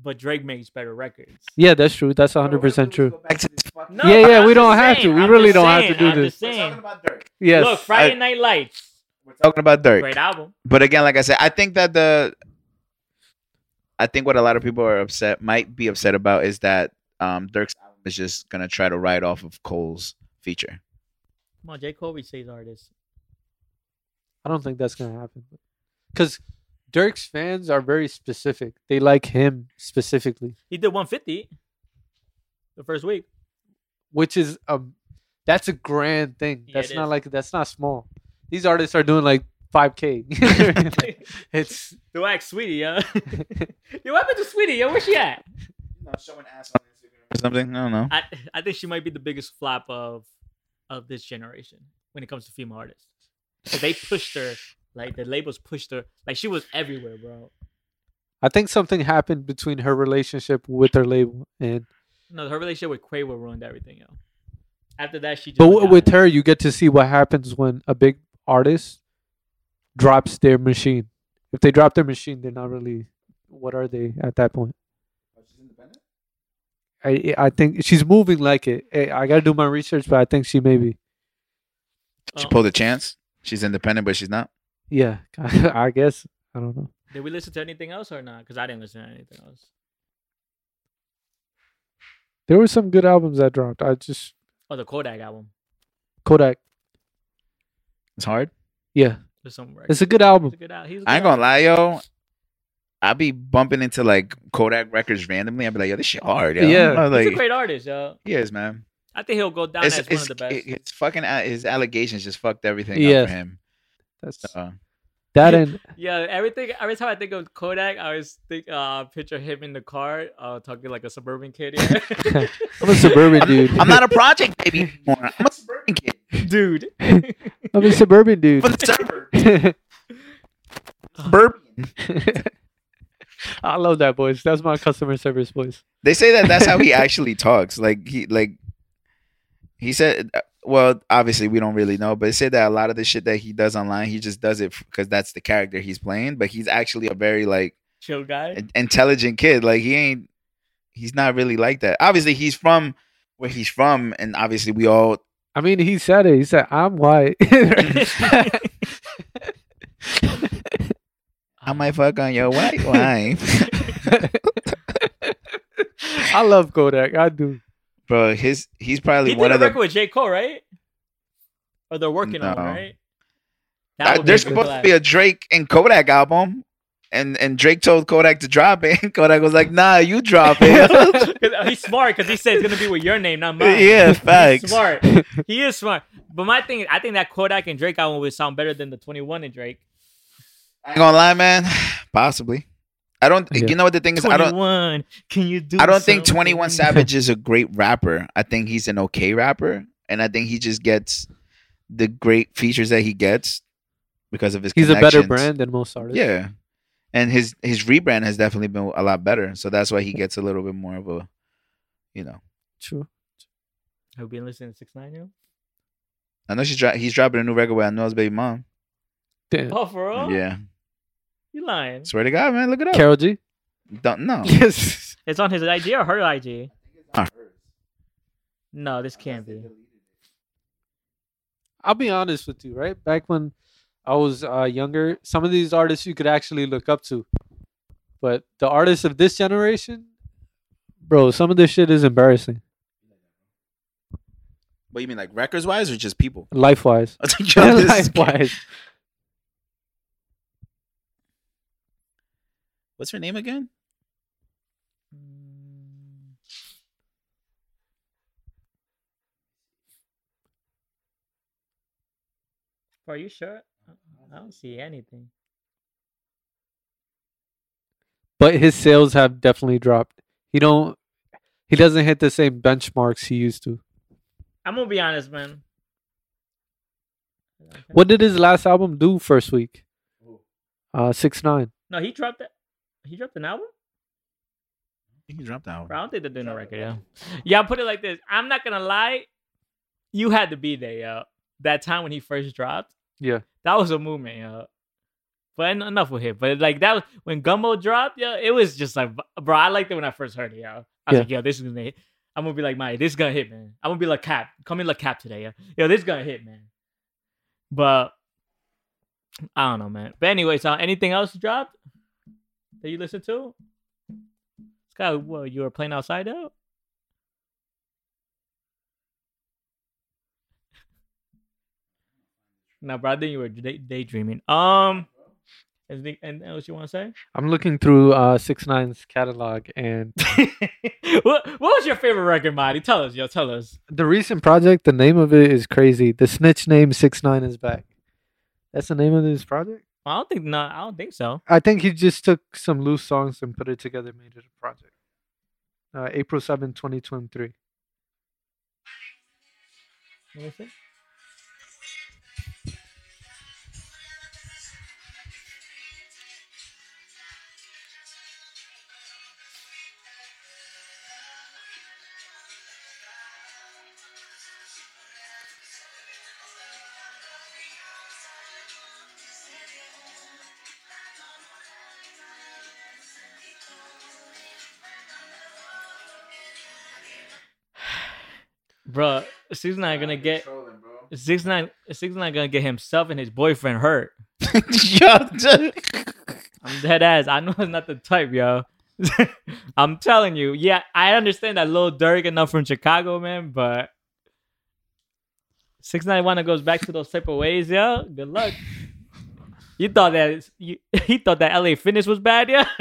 but Drake makes better records. Yeah, that's true. That's Bro, what if 100 percent we go true. Back to this fucking- No, Yeah, but yeah, I'm we just don't have to. We I'm really just don't have to saying, do I'm this. just We're talking saying. about Dirk. Yes. Look, Friday Night Lights, We're talking about Dirk. great album. But again, like I said, I think that the I think what a lot of people are upset might be upset about is that um Dirk's album is just gonna try to ride off of Cole's feature. Come on, J Cole says artist. I don't think that's gonna happen. Because Dirk's fans are very specific. They like him specifically, He did 150 the first week. which is um that's a grand thing. Yeah, it That's not is. like that's not small. These artists are doing like 5k. it's Do I act sweetie, yo? yo, what happened to sweetie, yo? Where she at? You know, showing ass on Instagram or something. I don't know. I, I think she might be the biggest flop of of this generation when it comes to female artists. 'Cause they pushed her, like the labels pushed her, like she was everywhere, bro. I think something happened between her relationship with her label and No, her relationship with Quavo ruined everything, yo. After that, she just but w- forgot with it. her you get to see what happens when a big artist drops their machine. If they drop their machine, they're not really what are they at that point? Oh, she's independent? I I think she's moving like it. Eh, I gotta do my research, but I think she may be. She Oh, pulled a chance. She's independent, but she's not. Yeah, I guess I don't know. Did we listen to anything else or not? Because I didn't listen to anything else. There were some good albums that dropped. I just Oh, the Kodak album. Kodak. It's hard. Yeah, There's some it's a good album. He's a good al- he's a I ain't good gonna al- lie, yo. I be bumping into like Kodak records randomly. I be like, yo, this shit hard, yo. Yeah. I was He's a like, great artist, yo. he is, man. I think he'll go down It's, as one it's, of the best. it- it's fucking uh, his allegations just fucked everything Yeah. up for him. That's Uh, that and yeah, everything. Every time I think of Kodak, I always think uh picture him in the car, uh talking like a suburban kid. yeah. I'm a suburban dude. I'm not a project baby anymore. I'm a suburban kid. dude. I'm a suburban dude. For the suburb. Suburban. I love that voice. That's my customer service voice. They say that that's how he actually talks. Like he like he said. uh, Well, obviously we don't really know, but it said that a lot of the shit that he does online, he just does it because that's the character he's playing. But he's actually a very like Chill guy. in- intelligent kid. Like he ain't. He's not really like that. Obviously, he's from where he's from, and obviously we all. I mean, he said it. He said, "I'm white." I might fuck on your white wife, I love Kodak. I do. bro. His he's probably He did one a of the record with J Cole, right? Or they're working on No. one, right? Uh, That would there's a good supposed to collab. be a Drake and Kodak album, and and Drake told Kodak to drop it. And Kodak was like, "Nah, you drop it." 'Cause uh, he's smart because he said it's gonna be with your name, not mine. yeah, He's facts. smart. He is smart. But my thing, I think that Kodak and Drake album would sound better than the Twenty One and Drake. I ain't gonna lie, man. Possibly. I don't. Yeah. You know what the thing is? I Twenty don't. One, can you do? I don't think something? Twenty One Savage is a great rapper. I think he's an okay rapper, and I think he just gets the great features that he gets because of his. He's a better connections. brand than most artists. Yeah, and his his rebrand has definitely been a lot better. So that's why he gets a little bit more of a, you know. true. Have you been listening to Six Nine? Yo? I know she's dro- he's dropping a new record with I know his baby mom. Damn. Oh, for real? Yeah, You lying? swear to God, man, look it up. Carol G. Don't no. Yes. It's on his IG or her IG? Uh, No, this can't be. I'll be honest with you, right? Back when I was uh, younger, some of these artists you could actually look up to, but the artists of this generation, bro, some of this shit is embarrassing, What you mean, like records wise or just people? life wise. I was like, yo, this life is- wise. What's her name again? Are you sure? I don't see anything. But his sales have definitely dropped. He don't. He doesn't hit the same benchmarks he used to. I'm gonna be honest, man. What did his last album do first week? Uh, six nine. No, he dropped that. He dropped an album. I think he dropped that Bro, I don't think they're doing a record. Yeah. Yeah. I'll Put it like this. I'm not gonna lie. You had to be there, yo. That time when he first dropped. Yeah. That was a movement, yo. But en- enough with him. But like that was when Gumbo dropped, yo. It was just like, bro. I liked it when I first heard it, yo. I was Yeah. like, yo, this is gonna. Hit. I'm gonna be like, my, this is gonna hit, man. I'm gonna be like Cap. Call me like Cap today, yo. Yo, this is gonna hit, man. But I don't know, man. But anyway, so anything else dropped that you listen to? Scott, what you were playing outside though? No, bro, I think you were day- daydreaming. Um, is the, anything else you want to I'm looking through uh six nine's catalog, and say? what What was your favorite record, Marty? Tell us, yo, tell us. the recent project. The name of it is crazy. The snitch name six nine is back. That's the name of this project. I don't think no, I don't think so. I think he just took some loose songs and put it together, made it a project. Uh, April 7, 2023. Let me see. Bro, she's not gonna get Six nine, six nine gonna get himself and his boyfriend hurt. I'm dead ass. I know it's not the type, yo. I'm telling you. Yeah, I understand that Lil Durk enough from Chicago, man, but six nine one goes back to those type of ways, yo. Good luck. You thought that you, he thought that LA Fitness was bad, yeah.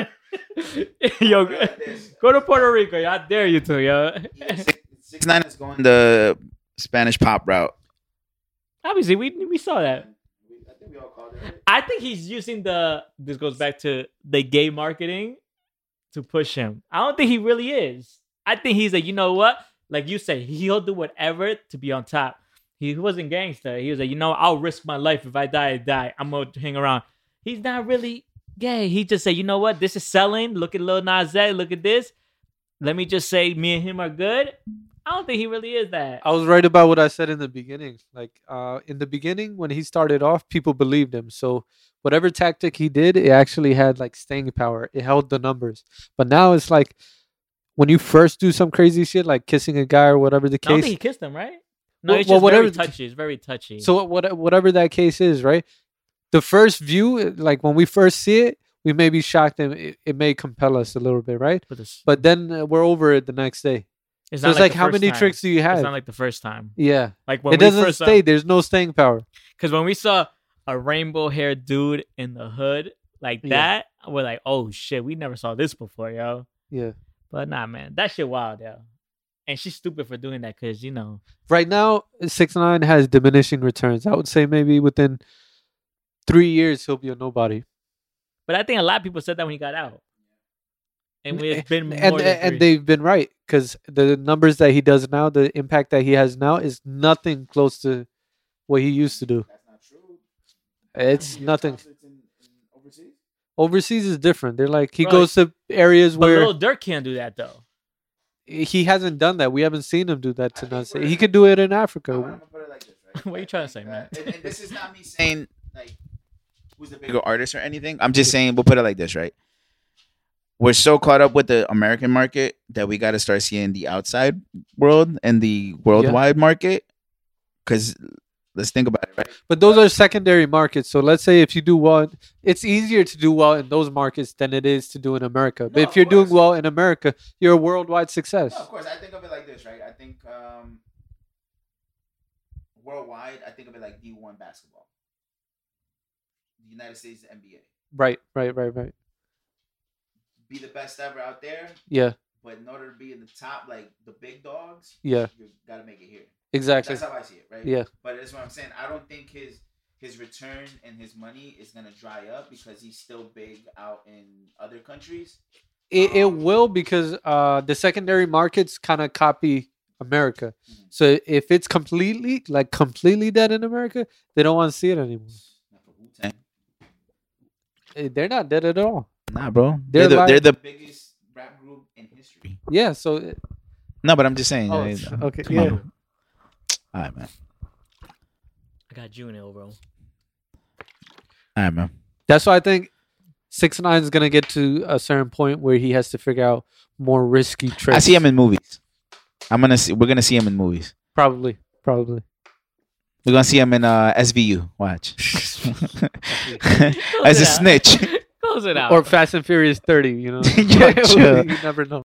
yo, go to Puerto Rico. Yo. I dare you to, yo. Six nine is going the Spanish pop route. Obviously, we we saw that. I think we all called it. I think he's using the. This goes back to the gay marketing to push him. I don't think he really is. I think he's like, you know what? Like you said, he'll do whatever to be on top. He wasn't gangster. He was like, you know, I'll risk my life if I die. I die. I'm gonna hang around. He's not really gay. He just said, you know what? This is selling. Look at Lil Nas X. Look at this. Let me just say, me and him are good. I don't think he really is that. I was right about what I said in the beginning. Like uh, in the beginning, when he started off, people believed him. So whatever tactic he did, it actually had like staying power. It held the numbers. But now it's like when you first do some crazy shit, like kissing a guy or whatever the I don't think he case. kissed him, right? No, Well- it's well, just very whatever the- touchy. It's very touchy. So what, whatever that case is, right? The first view, it- like when we first see it, we may be shocked and it, it may compel us a little bit, right? But it's- But then uh, we're over it the next day. It's So not it's like, the how first many time. tricks do you It's have? not like the first time. yeah, Like when it we doesn't first uh, stay. There's no staying power. because when we saw a rainbow haired dude in the hood like Yeah. that, we're like, oh shit, we never saw this before, yo. Yeah. But nah, man, that shit wild, yo. And she's stupid for doing that because you know right now six nine has diminishing returns. I would say maybe within three years he'll be a nobody. But I think a lot of people said that when he got out, and we- it's been more And than and three. they've been right because the numbers that he does now, the impact that he has now, is nothing close to what he used to do. That's not true. It's nothing. overseas? Overseas is different. They're like he Right. goes to areas But where Lil Durk can't do that though. he hasn't done that. We haven't seen him do that I to think us. we're- He could do it in I'm Africa. gonna put it like this, right? What you I trying to think say, that- man? And, and this is not me saying like who's the bigger artist or anything. I'm just saying we'll put it like this, right? We're so caught up with the American market that we got to start seeing the outside world and the worldwide market, because let's think about it, right? But those are secondary markets. So let's say if you do well, it's easier to do well in those markets than it is to do in America. No, But if of you're doing course. well in America, you're a worldwide No, success. of course, I think of it like this, right? I think um, worldwide, I think of it like D one basketball, the United States NBA, Right, right, right, right. be the best ever out there. Yeah, But in order to be in the top, like the big dogs, yeah, you gotta make it here. exactly. That's how I see it, right? Yeah. But that's what I'm saying. I don't think his his return and his money is gonna dry up because he's still big out in other countries. It, it Um, will because uh, the secondary markets kind of copy America. Mhm. So if it's completely like completely dead in America, they don't want to see it anymore. Not for Wu-Tang. Eh, They're not dead at all. Nah, bro. They're They're, like- the, they're the biggest rap group in history. Yeah. So eh, No, but I'm just saying. Oh, uh, it's- uh, okay, come on. yeah. All right, man. I got Junior, bro. All right, man. that's why I think six nine is gonna get to a certain point where he has to figure out more risky tricks. I see him in movies. I'm gonna see. We're gonna see him in movies. probably, probably. We're gonna see him in uh, SVU. Watch. Close As a it out. snitch. Close it out. Uh, Or Fast and Furious 30, you know? Yeah, Like, sure. you never know.